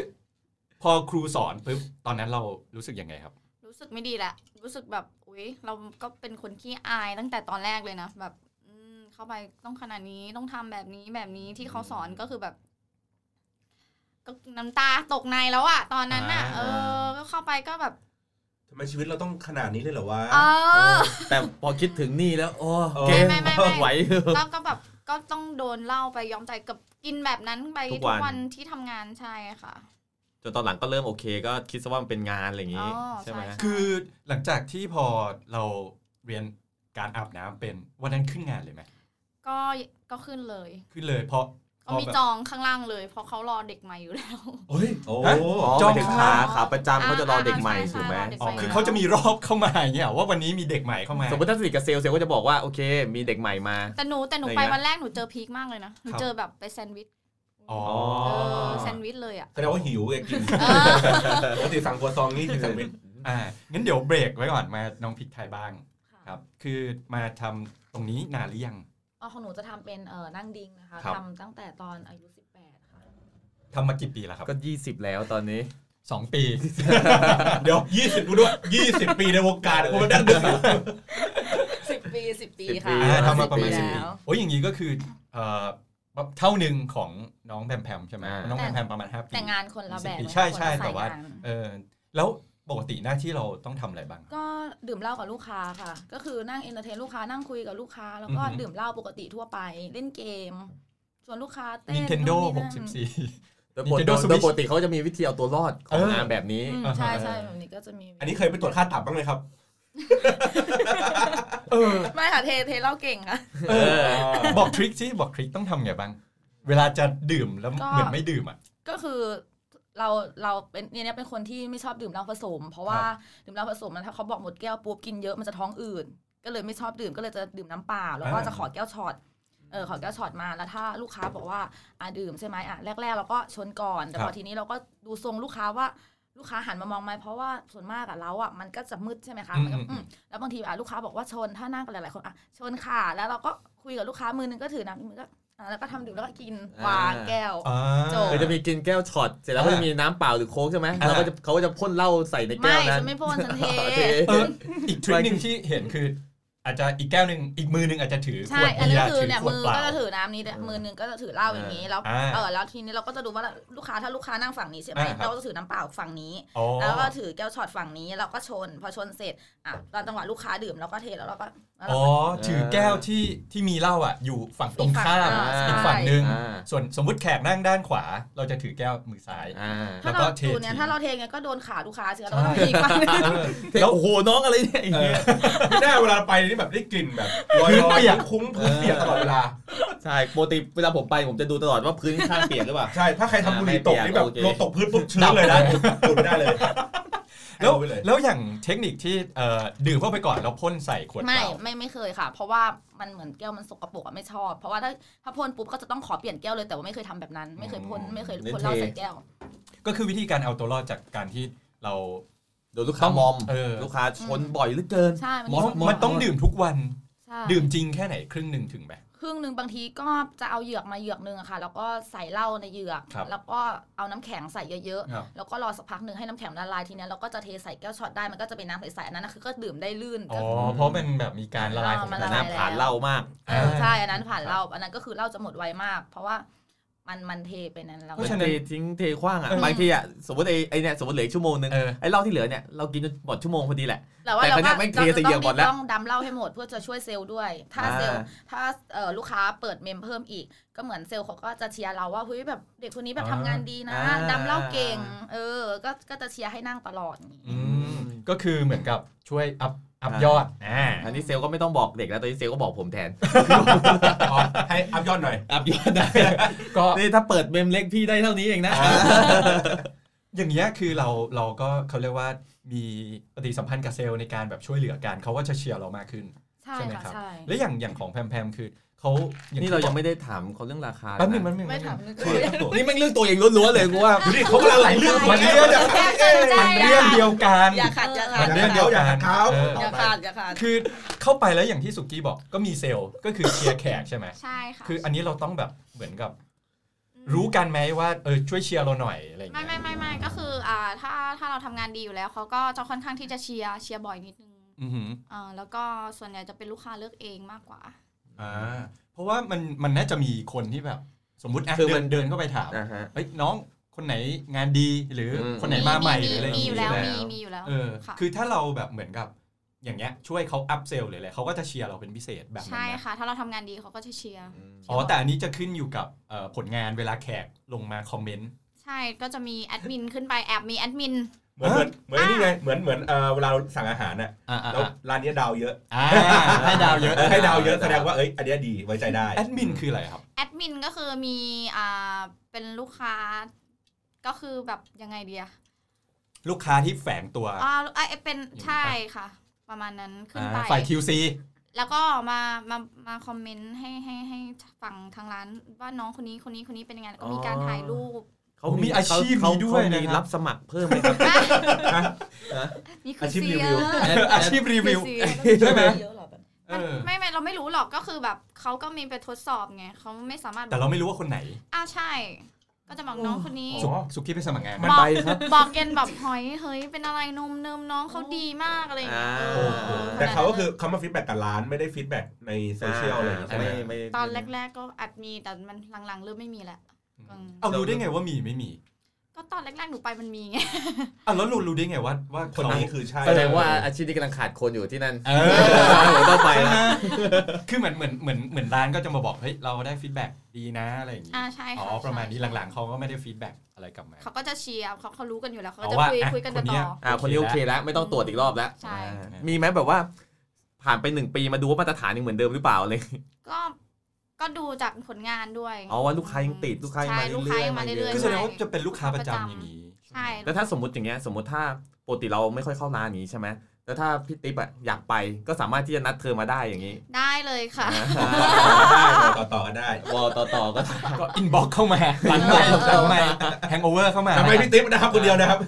Speaker 2: พอครูสอนปุ๊บตอนนั้นเรารู้สึกยังไงครับ
Speaker 6: รู้สึกไม่ดีแหละ รู้สึกแบบอุ๊ยเราก็เป็นคนขี้อายตั้งแต่ตอนแรกเลยนะแบบอืมเข้าไปต้องขนาดนี้ต้องทำแบบนี้แบบนี้ที่เขาสอนก็คือแบบ ก็น้ำตาตกในแล้วอะตอนนั้นน่ะ
Speaker 2: อ่า
Speaker 6: เออ ก็เข้าไปก็แบบ
Speaker 4: ทำไมชีวิตเราต้องขนาดนี้เลยเหรอวะ
Speaker 6: เออ
Speaker 3: แต่พอคิดถึงนี่แล้วโอ้
Speaker 4: เออ
Speaker 3: เก่ง
Speaker 6: ไม่ไม่ไม่ไม่
Speaker 3: ไหว
Speaker 6: แล้วก็แบบก็ต้องโดนเหล่าไปยอมใจกับกินแบบนั้นไป
Speaker 3: ทุก
Speaker 6: ทุก
Speaker 3: วัน
Speaker 6: วันที่ทำงานใช่ค่ะ
Speaker 3: จนตอนหลังก็เริ่มโอเค ก็คิดซะว่ามันเป็นงานอะไรอย่าง
Speaker 6: อ๋
Speaker 3: นี้
Speaker 6: อ
Speaker 3: ใช่ไหม
Speaker 6: ใช่
Speaker 2: คือหลังจากที่พอเราเรียนการอาบน้ำเป็นวันนั้นขึ้นงานเลยไหม
Speaker 6: ก็ก็ขึ้นเลย
Speaker 2: ขึ้นเลยเพราะ
Speaker 6: ก็มีจองข้างล่างเลย เพราะเขารอเด็กมาอยู่แล้ว
Speaker 2: เฮ้ย
Speaker 4: โอ้
Speaker 2: ฮะ
Speaker 3: อ๋อจ
Speaker 2: จ้อ
Speaker 3: อง งขาขาประจำเขาจะรอเด็กใหม่
Speaker 6: อ่าใช่
Speaker 3: ถูกไหม
Speaker 6: รอเด็ก
Speaker 2: อ๋
Speaker 6: ให
Speaker 2: อ
Speaker 6: ม่
Speaker 2: คือเขาจะมีรอบเข้ามาอย่างเงี้ยเหรอว่าวันนี้มีเด็กใหม่เข้ามา
Speaker 3: สมมติถ้าสนิทกับเซลล์เซลล์ก็จะบอกว่าโอเค มีเด็กใหม่มา
Speaker 6: แต่หนูแต่หนู
Speaker 3: อะไร
Speaker 6: ไป
Speaker 3: เงี้ย
Speaker 6: วันแรกหนูเจอพีคมากเลยนะหนู
Speaker 2: ครับ
Speaker 6: เจอแบบไปแซนด์วิช
Speaker 2: อ๋อ
Speaker 6: เอ
Speaker 3: อ๋อ
Speaker 6: อแซนด์วิชเลยอ่ะ
Speaker 4: แสดงว่าหิวไงกิน
Speaker 6: เออ
Speaker 4: ปกติสั่งครัวซองนี่กินแซนด์วิช
Speaker 2: อ่างั้นเดี๋ยวเบรกไว้ก่อนมาน้องพริกไทยบ้างครับ คือมาทำตรงนี้นานหรือยัง
Speaker 5: อ๋อของหนูจะทำเป็นเออนั่งดิ้งนะคะ
Speaker 2: ครับ
Speaker 5: ทำตั้งแต่ตอนอายุ 18 ค่ะ
Speaker 2: ทำมากี่ปีแล้วครับ
Speaker 3: ก็ 20 แล้วตอนนี้
Speaker 2: สองปี
Speaker 4: เดี๋ยวยี่สิบกูด้วยยี่สิบปีในวงการกูมานั่งดู
Speaker 5: 10 ปี 10 ปี
Speaker 3: ปี
Speaker 5: ค่ะ
Speaker 2: อ่าทำมาประมาณ
Speaker 5: 10
Speaker 2: สิบปี
Speaker 5: แล้ว
Speaker 2: โอ้ยอย่างนี้ก็คือเอ่อเท่าหนึ่งของน้องแพมแพมใช่ไหม
Speaker 3: อ่า
Speaker 2: น้องแพมแพมประมาณห้าปี
Speaker 5: แต่งานคนละแบบ
Speaker 2: สิบปีใช่ใช่แต่ว่า
Speaker 5: คนละสยงน
Speaker 2: เออแล้วปกติหน้าที่เราต้องทำอะไรบ้าง
Speaker 5: ก็ดื่มเหล้ากับลูกค้าค่ะ ก็คือนั่งเอนเตอร์เทนลูกค้านั่งคุยกับลูกค้า แล้วก็
Speaker 2: อือหือ
Speaker 5: ดื่มเหล้าปกติทั่วไป เล่นเกม ชวนลูกค้าเต้น
Speaker 2: Nintendo
Speaker 5: นู่นนี่นั่น
Speaker 2: 64
Speaker 3: โดยปกติ
Speaker 2: Nintendo Switch
Speaker 3: โดยปกติเขาจะมีวิธีเอาตัวรอดขอ
Speaker 2: เอง อ
Speaker 3: งานแบบนี้
Speaker 5: อืมใช่ใช่แบบนี้ก็จะมี
Speaker 4: อันนี้เคยไปตรวจค่าตับบ้างไหมครับ
Speaker 2: เออ
Speaker 5: ไม่ค่ะเทเทเหล้าเก่งค่ะ
Speaker 2: เออ บอกทริคสิบอกทริคต้องทำไงบ้าง เวลาจะดื่มแล้ว
Speaker 5: ก็
Speaker 2: เหมือนไม่ดื่มอ่ะ
Speaker 5: ก็คือเราเราเป็นเนี่ยเนี่ยเป็นคนที่ไม่ชอบดื่มเหล้าผสม เพราะว่าดื่มเหล้าผสมมันถ้าเขาบอกหมดแก้วปุ๊บกินเยอะมันจะท้องอืดก็เลยไม่ชอบดื่มก็เลยจะดื่มน้ำเปล่าแล้วก็
Speaker 2: อ่า
Speaker 5: จะขอแก้วช็อตเออขอแก้วช็อตมาแล้วถ้าลูกค้าบอกว่าอ่ะดื่มใช่ไหมอ่ะแรก ๆ เราก็ชนก่อนแต่พอทีนี้เราก็ดูทรงลูกค้าว่าลูกค้าหันมามองไหมเพราะว่าส่วนมากอะเราอะมันก็จะมืดใช่ไหมคะมันก็อืมแล้วบางทีอ่ะลูกค้าบอกว่าชนถ้านั่งกันหลายๆคนอ่ะชนค่ะแล้วเราก็คุยกับลูกค้ามือนึงก็ถือน้ำอีกมือก็อ่ะแล้วก็ทำดื่มแล้วก็กินวางแก้ว
Speaker 2: อ่า
Speaker 5: จบ
Speaker 3: คือจะมีกินแก้วช็อตเสร็จแล้วก็
Speaker 2: อ่า
Speaker 3: จะมีน้ำเปล่าหรือโค้กใช่ไหม
Speaker 2: อ่า
Speaker 3: แล้วก็จะเขาก็จะพ่นเหล้าใส่ในแก้
Speaker 5: ไม่
Speaker 3: วนั้
Speaker 5: ฉั
Speaker 3: น
Speaker 5: นไม่พ่นฉันเท
Speaker 3: โอเค
Speaker 2: เอออีกทริคหนึ่งที่เห็นคืออาจจะอีกแก้วหนึ่งอีกมือหนึ่งอาจจะถือข
Speaker 5: ใช่
Speaker 2: วด
Speaker 5: อัน
Speaker 2: เบี
Speaker 5: นี้
Speaker 2: ยร์
Speaker 5: ก็คือ
Speaker 2: ถือ
Speaker 5: เนี่ย
Speaker 2: ขวด
Speaker 5: มือ
Speaker 2: เปล่า
Speaker 5: ก็จะถือน้ำนี้เนี่ยมือหนึงก็จะถือเหล้าอย่างนี้แล้ว
Speaker 2: อ่า
Speaker 5: เออแล้วทีนี้เราก็จะดูว่าลูกค้าถ้าลูกค้านั่งฝั่งนี้ใช่ไหม
Speaker 2: อ่าครับ
Speaker 5: เราก็จะถือน้ำเปล่าฝั่งนี้
Speaker 2: อ๋อ
Speaker 5: แล้วก็ถือแก้วช็อตฝั่งนี้เราก็ชน พอชนเสร็จอ่ะตอนจังหวะลูกค้าดื่มเราก็เทแล้วเราก็แล้วเรา
Speaker 2: อ๋อ
Speaker 5: ก็
Speaker 2: ถือแก้วที่ที่มีเหล้าอ่ะ อยู่ฝั่งตรงข้าม
Speaker 5: อี
Speaker 2: อีก
Speaker 5: กฝั่
Speaker 2: ฝั่ง
Speaker 5: ง
Speaker 2: หนึ่ง
Speaker 3: อ่า
Speaker 2: ส่วนสมมุติแขกนั่งด้านขวา เราจะถือแก้วมือซ้าย
Speaker 3: อ่า
Speaker 2: แล้
Speaker 5: ถ้าว
Speaker 2: ก็
Speaker 5: เรา
Speaker 2: เท
Speaker 5: ดูเนี่ย
Speaker 2: ทิ้ง
Speaker 5: ถ้าเราเทไงก็โดนขาลูกค้าเชื้อเราก็ต้องอีกฝั่งหนึ่ง
Speaker 2: เออ
Speaker 3: แล้วโอ้โหน้องอะไรเนี่ยอย่างเงี้ย
Speaker 4: ไม่ได้เวลาไปนี่แบบได้กลิ่นแบบลอย
Speaker 2: พื้น
Speaker 4: ๆ
Speaker 2: เปียก
Speaker 4: คุ้งพื้นเปียกตลอดเวลา
Speaker 3: ใช่ปกติเวลาผมไปผมจะดูตลอดว่าพื้นข้างเปียกหรือเปล่า
Speaker 4: ใช่ ถ้าใครทำบุหรี่ตกนี่แบบ
Speaker 3: ไม่เปียกโอเค
Speaker 4: ลงตกพื้นปุ๊บชื้นเลยนะตุ่นได้เลย
Speaker 2: แล้ว
Speaker 4: รู้ไปเลย
Speaker 2: แล้วอย่างเทคนิคที่เอ่อดื่มเข้าไปก่อนแล้วพ่นใส่ขวดเป
Speaker 5: ไม่
Speaker 2: ล่า
Speaker 5: ไม่ไม่เคยค่ะ เพราะว่ามันเหมือนแก้วมันสกปรกอะไม่ชอบ เพราะว่าถ้าถ้าพ่นปุ๊บก็จะต้องขอเปลี่ยนแก้วเลยแต่ว่าไม่เคยทำแบบนั้น ไม่เคยพ่น
Speaker 2: อืม
Speaker 5: ไม่เคย
Speaker 3: เน้น
Speaker 5: พ่นเหล้า
Speaker 3: เท
Speaker 5: ใส่แก้ว
Speaker 2: ก็คือวิธีการเอาตัวรอดจากการที่เรา
Speaker 3: โดนลูกค้ามอม
Speaker 2: เออ
Speaker 3: ลูกค้าชนบ่อยเหลือเกิน
Speaker 5: ใช่
Speaker 3: มอส
Speaker 5: สกปรก
Speaker 2: มันต้องดื่มทุกวัน
Speaker 5: ใช่
Speaker 2: ดื่มจริงแค่ไหนครึ่งหนึ่งถึงไหม
Speaker 5: ครึ่งหนึ่งบางทีก็จะเอาเหยือกมาเหยือกหนึ่งอะค่ะ แล้วก็ใส่เหล้าในเหยือก
Speaker 2: ครับ
Speaker 5: แล้วก็เอาน้ำแข็งใส่เยอะ
Speaker 2: ครับ
Speaker 5: ๆแล้วก็รอสักพักหนึ่งให้น้ำแข็งละลายทีเนี้ยเราก็จะเทใส่แก้วช็อตได้มันก็จะเป็นน้ำใสๆอันนั้นนะคือก็ดื่มได้ลื่น
Speaker 2: อ๋
Speaker 5: ก็
Speaker 2: อ เพราะมันแบบมีการละลายของ
Speaker 5: อ่ามัน
Speaker 2: มั
Speaker 5: ละ
Speaker 2: นนะ
Speaker 5: ลาย
Speaker 3: น้ำผ่านเหล้ามาก
Speaker 5: เออ
Speaker 2: อ่า
Speaker 5: ใช่ อันนั้นผ่าน
Speaker 2: ครับ
Speaker 5: เหล้าอันนั้นก็คือเหล้าจะหมดไวมาก เพราะว่ามันมันเทไปนั้นแล้ว
Speaker 2: เพราะ
Speaker 3: เท
Speaker 2: ฉะนั้น
Speaker 3: ทิ้งเทคว้างอ่ะ
Speaker 2: เออ
Speaker 3: บางทีอ่ะสมมติไอ้ไอ้เนี่ยสมมติเหลืออกชั่วโมงนึง
Speaker 2: เออ
Speaker 3: ไอ้เหล้าที่เหลือเนี่ยเรากินจนหมดชั่วโมงพอดีแหละ
Speaker 5: แต่ว่า
Speaker 3: แต่ค
Speaker 5: เรา
Speaker 3: นเนี้ย
Speaker 5: ก็
Speaker 3: ไม่เท
Speaker 5: เรา
Speaker 3: ใส่
Speaker 5: จะ
Speaker 3: เหยื
Speaker 5: ต้
Speaker 3: อ
Speaker 5: อก ง
Speaker 3: หมดแล้ว
Speaker 5: ต้องดำเหล้าให้หมดเพื่อจะช่วยเซลล์ด้วย ถ้า
Speaker 3: อ่า
Speaker 5: เซลล์ถ้าเอ่อลูกค้าเปิดเมมเพิ่มอีก ก็เหมือนเซลล์เขาก็จะเชียร์เราว่าเฮ้ยแบบเด็กคนนี้แบบทำงานดีนะดำเหล้าเก่ง เออ ก็ก็จะเชียร์ให้นั่งตลอดอย่างงี้
Speaker 2: อืมก็คือเหมือนกับช่วยอัพอัพยอดอ่า
Speaker 3: อันนี้เซลล์ก็ไม่ต้องบอกเด็กแล้วตอนนี้เซลล์ก็บอกผมแทน
Speaker 4: อ๋อให้อัพยอดหน่อย
Speaker 3: อัพยอดได้
Speaker 2: ก็
Speaker 3: นี่ถ้าเปิดเมมเล็กพี่ได้เท่านี้เองนะ
Speaker 2: อย่างเงี้ยคือเราเราก็เขาเรียกว่ามีปฏิสัมพันธ์กับเซลล์ในการแบบช่วยเหลือกันเขาก็จะเชียร์เรามากขึ้น
Speaker 5: ใช่
Speaker 2: ใช่ไหม
Speaker 5: ค่ะ
Speaker 2: ครับ
Speaker 5: ใช่
Speaker 2: และอย่างอย่างของแพมแพมคือเขาอย่
Speaker 3: นี่
Speaker 2: ที่
Speaker 3: เรายัง
Speaker 2: บอ
Speaker 3: ไม่ได้ถามเขาเรื่องราคาก เลยะ
Speaker 2: แป๊บหนึงแป๊บหนึง
Speaker 5: ไม่ถาม
Speaker 2: แป๊บหนึ่ง
Speaker 5: นึก
Speaker 4: คือตัว
Speaker 3: นี่แม่งเรื่องตัวเองล้วนๆเลยกูว่า
Speaker 4: ดูดิเขากำลังไหลเรื่อง
Speaker 2: มันเรื่องเดียว
Speaker 5: แค่สนใจ
Speaker 2: มันเรื่องเดียวกัน
Speaker 5: อย่าขัดอย่าขั
Speaker 2: มั
Speaker 5: ด
Speaker 2: นเรื่องเดียวกันเออ
Speaker 5: อย่าขัดอย่าขัด
Speaker 2: คือเข้าไปแล้วอย่างที่สุกี้บอกก็มีเซลล์ก็คือเชียร์แขกใช่ไหม
Speaker 6: ใช่ค่ะ
Speaker 2: คืออันนี้เราต้องแบบเหมือนกับ
Speaker 6: อืม
Speaker 2: รู้กันไหมว่าเออช่วยเชียร์เราหน่อยอะไรอย่าง
Speaker 6: ไม่
Speaker 2: เงี้ย
Speaker 6: ไม่ไม่ไม่ก็คืออ่าถ้าถ้าเราทำงานดีอยู่แล้วเขาก็จะค่อนข้างที่จะเชียร์เชียร์บ่อยนิดนึง
Speaker 2: อือหือ
Speaker 6: อ่าแล้วก็ส่วนใหญ่จะเป็นลูกค้าเลือกเองมากกว่า
Speaker 2: อ่าเพราะว่ามันมันน่าจะมีคนที่แบบ สมมติะ
Speaker 3: คือมั
Speaker 2: เดิ
Speaker 3: น
Speaker 2: นเดินเข้าไปถาม
Speaker 3: อ่าฮะ
Speaker 2: เฮ้ยน้องคนไหนงานดีหรืออ
Speaker 3: ม
Speaker 2: คนไหนมาใหม่หรืออะไร
Speaker 6: มีอยู่แล้ว
Speaker 2: ใช่
Speaker 6: มี
Speaker 2: ไห
Speaker 6: มีอยู่แล้ว
Speaker 2: เออ
Speaker 6: ค่ะ
Speaker 2: คือถ้าเราแบบเหมือนกับอย่างเงี้ยช่วยเขาอัพเซลหรืออะไรเขาก็จะเชียร์เราเป็นพิเศษแบบนั้
Speaker 6: ใช่
Speaker 2: นนะ
Speaker 6: ค่ะ ถ้าเราทำงานดีเขาก็จะเชียร์
Speaker 2: อ๋อแต่อันนี้จะขึ้นอยู่กับเอ่อผลงานเวลาแขกลงมาคอมเมนต์
Speaker 6: ใช่ก็จะมีแอดมินขึ้นไปแอบมีแอดมิน
Speaker 4: เหมือนเหมือนเหมือนนี่ไงเหมือนเหมือนเอ่อเวลาเราสั่งอาหารน่ะ
Speaker 2: อ่าอ่า
Speaker 4: แล้วร้านเนี้ยดาวเยอะ
Speaker 2: อ่าให้ดาวเยอะ
Speaker 4: ให้ดาวเยอะแสดงว่าเอ้ยอันเนี้ยดีไว้ใจได้
Speaker 2: แอดมินคืออะไรครับ
Speaker 6: แอดมินก็คือมีอ่าเป็นลูกค้า ก็คือแบบยังไงเดีย
Speaker 2: ลูกค้าที่แฝงตัว
Speaker 6: อ่าเอ้ยเป็นใช่ค่ะ ประมาณนั้นขึ้นไป
Speaker 2: อ่าฝ่าย QC
Speaker 6: แล้วก็มา มา มาคอมเมนต์ให้ให้ให้ฝั่งทางร้าน ว่าน้องคนนี้คนนี้คนนี้เป็นยังไงแล้วก็มีการถ่ายรูป
Speaker 3: เขา
Speaker 2: มีอาชีพ
Speaker 3: เขา
Speaker 2: นี้ด้วย
Speaker 3: เขา
Speaker 2: นะ
Speaker 3: มี
Speaker 2: ครับ
Speaker 3: รับสมัครเพิ่มไหมครับ
Speaker 6: มีคือ
Speaker 4: ชีพ
Speaker 6: เซี
Speaker 4: รี
Speaker 6: ย
Speaker 4: วิว
Speaker 2: อาชีพรีวิว ใช่ไหม เอ
Speaker 6: มัน
Speaker 2: อ
Speaker 6: ไม่ไม่เราไม่รู้หรอกก็คือแบบเขาก็มีไปทดสอบไงเขาไม่สามารถ
Speaker 2: แต่เราไม่รู้ว่าคนไหน
Speaker 6: อ้าวใช่ ก็จะบอกน้องคนนี้
Speaker 2: สุสุกี้ไปสมัครงาน
Speaker 6: มันไปครับ บอกเกนแบบหอยเฮ้ยเป็นอะไรนมเนิมน้องเขาดีมากอะไรอย่างเงี้ย
Speaker 3: อ่า
Speaker 6: เออเออ
Speaker 4: แต่เขาก็คือเขามาฟีดแบ็กกับร้านไม่ได้ฟีดแบ็กในโซเชียลอะไรอย่างเงี้ยใช่ไหม
Speaker 3: ไม่ไม่
Speaker 6: ตอนแรก ๆ ก็อัดมีแต่มันหลังๆเริ่มไม่มีแล้วอืม
Speaker 2: เอารู้ได้ไงว่ามีไม่มี
Speaker 6: ก็ตอนแรกๆหนูไปมันมีไง
Speaker 2: อ่ะแล้วรู้รู้ได้ไงว่าว่า
Speaker 4: คน
Speaker 2: เขา
Speaker 4: นี้คือใช่
Speaker 3: แสดงว่าอาชีพที่กำลังขาดคนอยู่ที่นั่น
Speaker 2: เออ
Speaker 3: ผมต้องไป
Speaker 2: ใช่ไหม
Speaker 3: ละ
Speaker 2: คือเหมือนเหมือนเหมือนเหมือนร้านก็จะมาบอกเฮ้ยเราได้ฟีดแบ็กดีนะอะไรอย่างงี้
Speaker 6: อ่าใช่
Speaker 2: อ๋อ
Speaker 6: ค่ะ
Speaker 2: ประมาณนี้
Speaker 6: ใช่
Speaker 2: หลังๆเขาก็ไม่ได้ฟีดแบ็กอะไรกลับมา
Speaker 6: เขาก็จะเชียร์เขาเขารู้กันอยู่แล้วเขาก็
Speaker 2: เอา
Speaker 6: จะ
Speaker 2: ว่า
Speaker 6: คุย
Speaker 2: อ่ะ
Speaker 6: คุยกัน
Speaker 2: คนเนี้
Speaker 6: ต่
Speaker 2: ย
Speaker 6: อ
Speaker 3: อ่าคนนี้โอเคแล้ว ไม่ต้องตรวจอีกรอบแล้ว
Speaker 6: ใช่
Speaker 3: อ่ามีไหมแบบว่า ผ่านไปหนึ่งปีมาดูว่ามาตรฐานยังเหมือนเดิมหรือเปล่าเลย
Speaker 6: ก็ก็ดูจากผลงานด้วย
Speaker 3: อ๋อว่าลูกค้ายังติดลูกค้ายัง
Speaker 6: ใช่
Speaker 3: มาเรื่อยๆ
Speaker 6: ลูกค้ายังมา
Speaker 3: มาเยอะ
Speaker 6: เรื่อยๆ
Speaker 2: คือแสดงว่าจะ
Speaker 6: ใช่
Speaker 2: เป็นลูกค้าประจำ
Speaker 6: ประจำ
Speaker 2: อย่างงี้
Speaker 6: ใช่
Speaker 3: แล้วถ้าสมมติอย่างเงี้ยสมมติถ้าปกติเราไม่ค่อยเข้าร้านอย่างนี้ใช่ไหมแล้วถ้าพี่ติ๊บอะอยากไปก็สามารถที่จะนัดเธอมาได้อย่างนี้
Speaker 6: ได้เลยค่ะ
Speaker 4: ต่อต่อกันได้
Speaker 3: วอลต่อต่อก็
Speaker 2: ก็อินบ็อกเข้ามาหลังใหม่หลังใหม่แฮงโอเวอร์เข้ามา
Speaker 4: ทำไมพี่ติ๊บนะครับคนเดียวนะครับ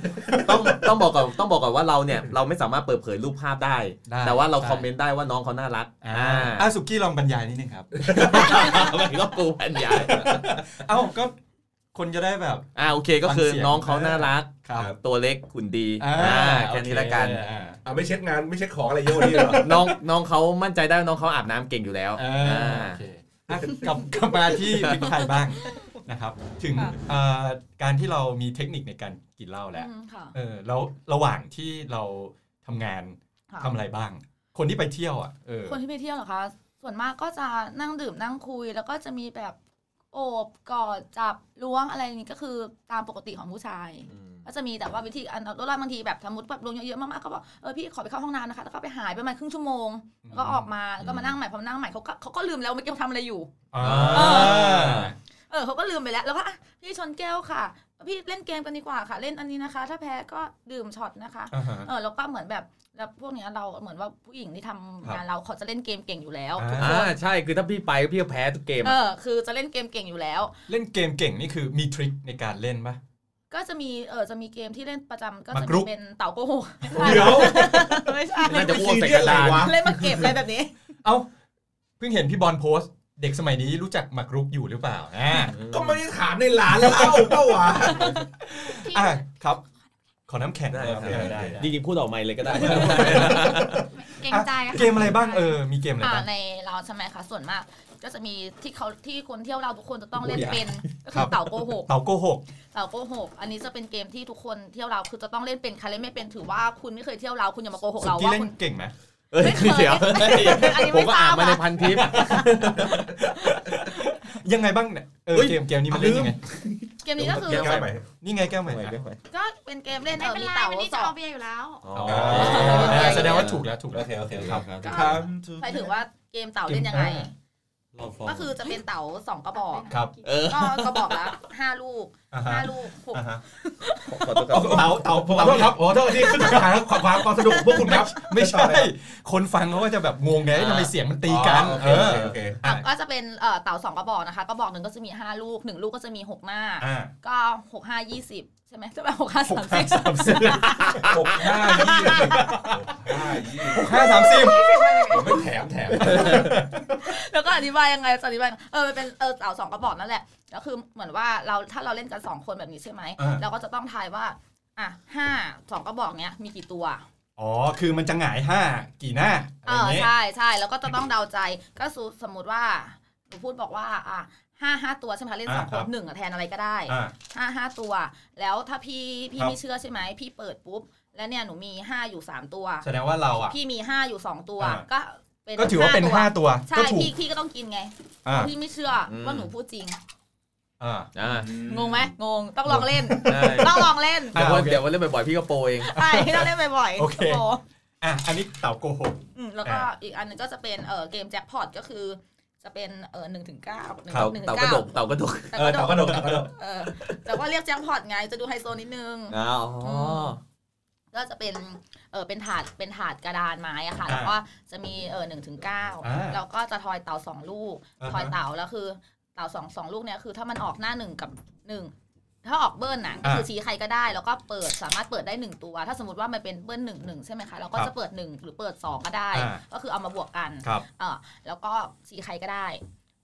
Speaker 3: ต้อง ต้องบอกก่อนต้องบอกก่อนว่าเราเนี่ยเราไม่สามารถเปิดเผยรูปภาพได้
Speaker 2: ได้
Speaker 3: แต่ว่าเราคอมเมนต์ได้ว่าน้องเขาน่ารัก
Speaker 2: อ่าอ่ะสุกี้ลองบรรยายนิดนึงครับ
Speaker 3: มันก็ปูแผ่นใหญ่
Speaker 2: เอ้าก็คนจะได้แบบ
Speaker 3: อ่าโอเคก็คือ
Speaker 2: ฟังเสียง
Speaker 3: น้องเขาน่ารัก
Speaker 2: ครับ
Speaker 4: ครับ
Speaker 3: ตัวเล็กขุนดี
Speaker 2: อ่า
Speaker 3: อ่า
Speaker 2: โอ
Speaker 3: แค่นี้ละกัน
Speaker 2: เอ่า
Speaker 4: อ่ะไม่เช็คงานไม่เช็คของอะไรเยอะกว่านี่หรอ
Speaker 3: น้องน้องเขามั่นใจได้ว่าน้องเขาอาบน้ำเก่งอยู่แล้ว
Speaker 2: เออ
Speaker 3: อ่า
Speaker 2: โอเคอ่ะกลับกลับมาที่พริกไทยบ้างนะครับ ถึง
Speaker 5: ค่ะ
Speaker 2: เอ่อการที่เรามีเทคนิคในการกินเหล้าแล้ว
Speaker 5: อืมค่ะ
Speaker 2: เออแล้วระหว่างที่เราทำงาน
Speaker 5: ค่ะ
Speaker 2: ทำอะไรบ้าง คนที่ไปเที่ยวอ่ะเออ
Speaker 5: คนที่ไปเที่ยวเหรอคะ ส่วนมากก็จะนั่งดื่มนั่งคุย แล้วก็จะมีแบบโอบกอดจับล้วงอะไรนี้ก็คือตามปกติของผู้ชาย
Speaker 3: อืม
Speaker 5: ก็จะมีแต่ว่าวิธีอันเอาตัวรอดบางทีแบบสมมติแบบลงเยอะๆมากๆก็บอกเออพี่ขอไปเข้าห้องน้ำนะคะแล้วก็ไปหายไปประมาณครึ่งชั่วโมงแล้วก็ออกมาแล้วก็มานั่งใหม่พอมานั่งใหม่เขาก็เขาก็ลืมแล้วเมื่อกี้เขาทำอะไรอยู่
Speaker 2: อ่า
Speaker 5: เออ เออเขาก็ลืมไปแล้วแล้วก็อ่ะพี่ชนแก้วค่ะ พี่เล่นเกมกันดีกว่าค่ะ เล่นอันนี้นะคะ ถ้าแพ้ก็ดื่มช็อตนะคะ
Speaker 2: อ่าฮะ
Speaker 5: เออแล้วก็เหมือนแบบแล้วพวกเนี้ยเราเหมือนว่าผู้หญิงที่ทำงานเราเขาจะเล่นเกมเก่งอยู่แล้ว
Speaker 2: อ่า
Speaker 7: อ่าใช่คือถ้าพี่ไปพี่ก็แพ้ทุกเกม
Speaker 5: เอ
Speaker 7: อะ
Speaker 5: อคือจะเล่นเกมเก่งอยู่แล้ว
Speaker 2: เล่นเกมเก่งนี่คือมีทริคในการเล่นปะ
Speaker 5: ก็จะมีเออจะมีเกมที่เล่นประจำก็จะ
Speaker 2: มากรุ
Speaker 5: มี
Speaker 2: ก
Speaker 5: เป็นเต่าโกหก
Speaker 2: เดี๋ยว
Speaker 5: ไม่ใช่
Speaker 7: น่าจะอ้วกใส่กระดาน
Speaker 4: วะ
Speaker 5: เล่นมาเก็บอะไรแบบนี้
Speaker 2: เอ้า เพิ่งเห็นพี่บอลโพสต์ เด็กสมัยนี้รู้จักหมากรุกอยู่หรือเปล่าอ่า
Speaker 4: ก็ไม่ได้ถามในร้านเล่าเปล่าวะ
Speaker 6: ที่
Speaker 2: อ่ะครับ ขอน้ำแข็ง
Speaker 7: ได้
Speaker 2: นะครับ
Speaker 7: ได้ได้จริงๆพูดออกไมค์เลยก็ได้
Speaker 6: เกรงใจค่ะ
Speaker 2: เกมอะไรบ้างเออ มีเกมอะไร
Speaker 5: อ่า
Speaker 2: บ้าง
Speaker 5: ในเราใช่ไหมคะส่วนมาก ก็จะมีที่เขาที่คนเที่ยวเราทุกคนจะต้องเล่น
Speaker 2: โอ้ยอ่ะ
Speaker 5: เป็นก็
Speaker 2: ครั
Speaker 5: คื
Speaker 2: บ
Speaker 5: อเต่าโกหก
Speaker 2: เต่าโกหก
Speaker 5: เต่าโกหกอันนี้จะเป็นเกมที่ทุกคนเที่ยวเราคือจะต้องเล่นเป็นใครเล่นไม่เป็นถือว่าคุณไม่เคยเที่ยวเราคุณอย่ามาโกหก
Speaker 2: สุ
Speaker 5: เรา
Speaker 2: กี้
Speaker 5: ว่า
Speaker 2: เล่น
Speaker 5: คุณ
Speaker 2: เก่งไหม
Speaker 7: เอ้ย
Speaker 5: ไม่เคย
Speaker 7: เดี๋ยว
Speaker 5: อันนี้
Speaker 7: ผ
Speaker 5: ไม่
Speaker 7: มก็อ่าน
Speaker 5: ทราบ
Speaker 7: มาใน
Speaker 5: อะ
Speaker 7: พันทิป
Speaker 2: ยังไงบ้างเนี่ยเออ
Speaker 7: เฮ้ย
Speaker 2: เกมเกมนี้มันเล่นยังไง
Speaker 5: เกมนี้ก็คือ
Speaker 7: แก้ว
Speaker 2: นี่ไงแก้วใหม่อ่ะ
Speaker 5: ก็เป็นเกมเล่น
Speaker 6: ไม่
Speaker 5: เออ
Speaker 6: เป็น
Speaker 5: มี
Speaker 6: ไร
Speaker 5: เต่า
Speaker 6: วันนี้
Speaker 5: ส
Speaker 6: จะ
Speaker 5: อ
Speaker 6: เอา
Speaker 5: ง
Speaker 6: เบียร์อยู่แล้ว
Speaker 7: อ๋อ
Speaker 2: อ๋อ
Speaker 5: เออ
Speaker 2: แสดงว่าถูกแล้วถูก
Speaker 4: โอ
Speaker 2: แล้ว
Speaker 4: เค โอเค ครับ
Speaker 5: ก็
Speaker 4: ถาม
Speaker 5: ใครถือว่าเกมเต่าเล่นยังไง
Speaker 2: เกมเต่า
Speaker 5: ก็คือจะเป็นเต่าสองกระบอก
Speaker 2: ครับ
Speaker 7: เออ
Speaker 5: ก็กระบอกละห้าลูก
Speaker 2: อ่าฮะ
Speaker 5: ห้าลูกหก
Speaker 2: อ่าฮะ
Speaker 7: ขอโทษครับ
Speaker 4: เต่าเต่าผมขอโทษครับขอโทษที่ขึ้นทางความความความสนุกของพวกคุณครับ
Speaker 2: ไม่ใช่ คนฟังเขาก็จะแบบงงไง
Speaker 7: อ่า
Speaker 2: ทำไมเสียงมันตีกัน
Speaker 4: อ๋อ
Speaker 2: เออ
Speaker 4: โอเค
Speaker 2: อ่ะ
Speaker 5: ก็จะเป็นเอ่อเต่าสองกระบอกนะคะกระบอกหนึ่งก็จะมีห้าลูกหนึ่งลูกก็จะมีหกหน้า
Speaker 2: อ่า
Speaker 5: ก็หกห้ายี่สิบใช่ไหมจะไปหกห้า
Speaker 2: หก
Speaker 5: สาม
Speaker 2: ห้า
Speaker 5: สิบ
Speaker 2: สามสิบ
Speaker 4: หกห้ายี่
Speaker 2: หกห้าสามสิบ
Speaker 4: ผมไม่แถมแถม
Speaker 5: แล้วก็อธิบายยังไงจะอธิบายยังไงเออมันเป็นเออเต่าสองกระบอกนั่นแหละก็คือเหมือนว่าเราถ้าเราเล่นกันสองคนแบบนี้ใช่ไหม
Speaker 2: อ่า
Speaker 5: เราก็จะต้องทายว่าอ่ะห้าสองกระบอกเนี้ยมีกี่ตัว
Speaker 2: อ๋อ คือมันจะหงายห้ากี่หน้าอะ
Speaker 5: เอ
Speaker 2: ไร
Speaker 5: อ
Speaker 2: เงี้ย
Speaker 5: ใช่ใช่แล้วก็จะต้องเดาใจก็สูสมมติว่าหนูพูดบอกว่าอ่ะห้าห้าตัวใช่ไหมคะเล่นสองคนหนึ่งอะแทนอะไรก็ได้
Speaker 2: อ่า
Speaker 5: ห้าห้าตัว แล้วถ้าพี่พี่
Speaker 2: ครับ
Speaker 5: ไม่เชื่อใช่ไหมพี่เปิดปุ๊บ แล้วเนี่ยหนูมีห้าอยู่สามตัว
Speaker 2: แสดงว่าเราอ่ะ
Speaker 5: พี่มีห้าอยู่สองตัว
Speaker 2: อ่า
Speaker 5: ก็
Speaker 2: ก็ถือว่าเป็นห้าตัว
Speaker 5: ใช่
Speaker 2: ก็ถูก
Speaker 5: พี่พี่ก็ต้องกินไง
Speaker 2: อ่า
Speaker 5: พี่ไม่เชื่ออ
Speaker 7: ม
Speaker 5: ว่าหนูพูดจริง
Speaker 2: อ่า
Speaker 7: อ่าง
Speaker 5: งไหมงงต้องลองเล่น
Speaker 7: ได้
Speaker 5: ต้องลองเล่น
Speaker 2: อ่ะ
Speaker 7: เดี๋ยววัน
Speaker 2: โอเค
Speaker 7: เดี๋ยววันเล่นบ่อยๆพี่ก็โปรเอง
Speaker 5: ใช่ต้องเล่นบ่อยๆ
Speaker 2: โอเค
Speaker 5: ห
Speaker 2: อ่ะ อันนี้เต่าโกหก
Speaker 5: อืมแล้วก็
Speaker 2: อ่า
Speaker 5: อีกอันหนึงก็จะเป็นเออเกมแจ็คพอตก็คือ จะเป็นเออหนึ่งถึงเก้าหนึ่ง
Speaker 7: เต่า
Speaker 5: หนึ่ง
Speaker 7: เต่า
Speaker 5: ถึง
Speaker 7: กระด
Speaker 5: เก้า
Speaker 7: กเต่ากระดก
Speaker 5: แต่
Speaker 4: เออ
Speaker 5: ก็
Speaker 4: เต่ากระดกเต่ากระดก
Speaker 5: เออแต่ว่าเรียกแจ็คพอตไงจะดูไฮโซนิดนึง
Speaker 7: อ๋ออ๋อ
Speaker 5: ก็จะเป็น เออเป็นถาด เป็นถาดกระดานไม้อะค่ะ
Speaker 2: อ่า
Speaker 5: แล้วก็จะมี เออหนึ่งถึงเก้า
Speaker 2: อ่า
Speaker 5: แล้วก็จะทอยเต่าสองลูก
Speaker 2: อ่าฮะ
Speaker 5: ทอยเต่าแล้วคือ เต่าสองสองลูกเนี่ยคือถ้ามันออกหน้าหนึ่งกับหนึ่ง ถ้าออกเบิ้ลน่ะก็คือชี้ใครก็ได้ แล้วก็เปิด สามารถเปิดได้หนึ่งตัว ถ้าสมมติว่ามันเป็นเบิ้ลหนึ่งหนึ่งใช่ไหมคะ เราก็
Speaker 2: ครับ
Speaker 5: จะเปิดหนึ่งหรือเปิดสองก็ได้
Speaker 2: อ่า
Speaker 5: ก็คือเอามาบวกกัน
Speaker 2: ครับ
Speaker 5: เออแล้วก็สีใครก็ได้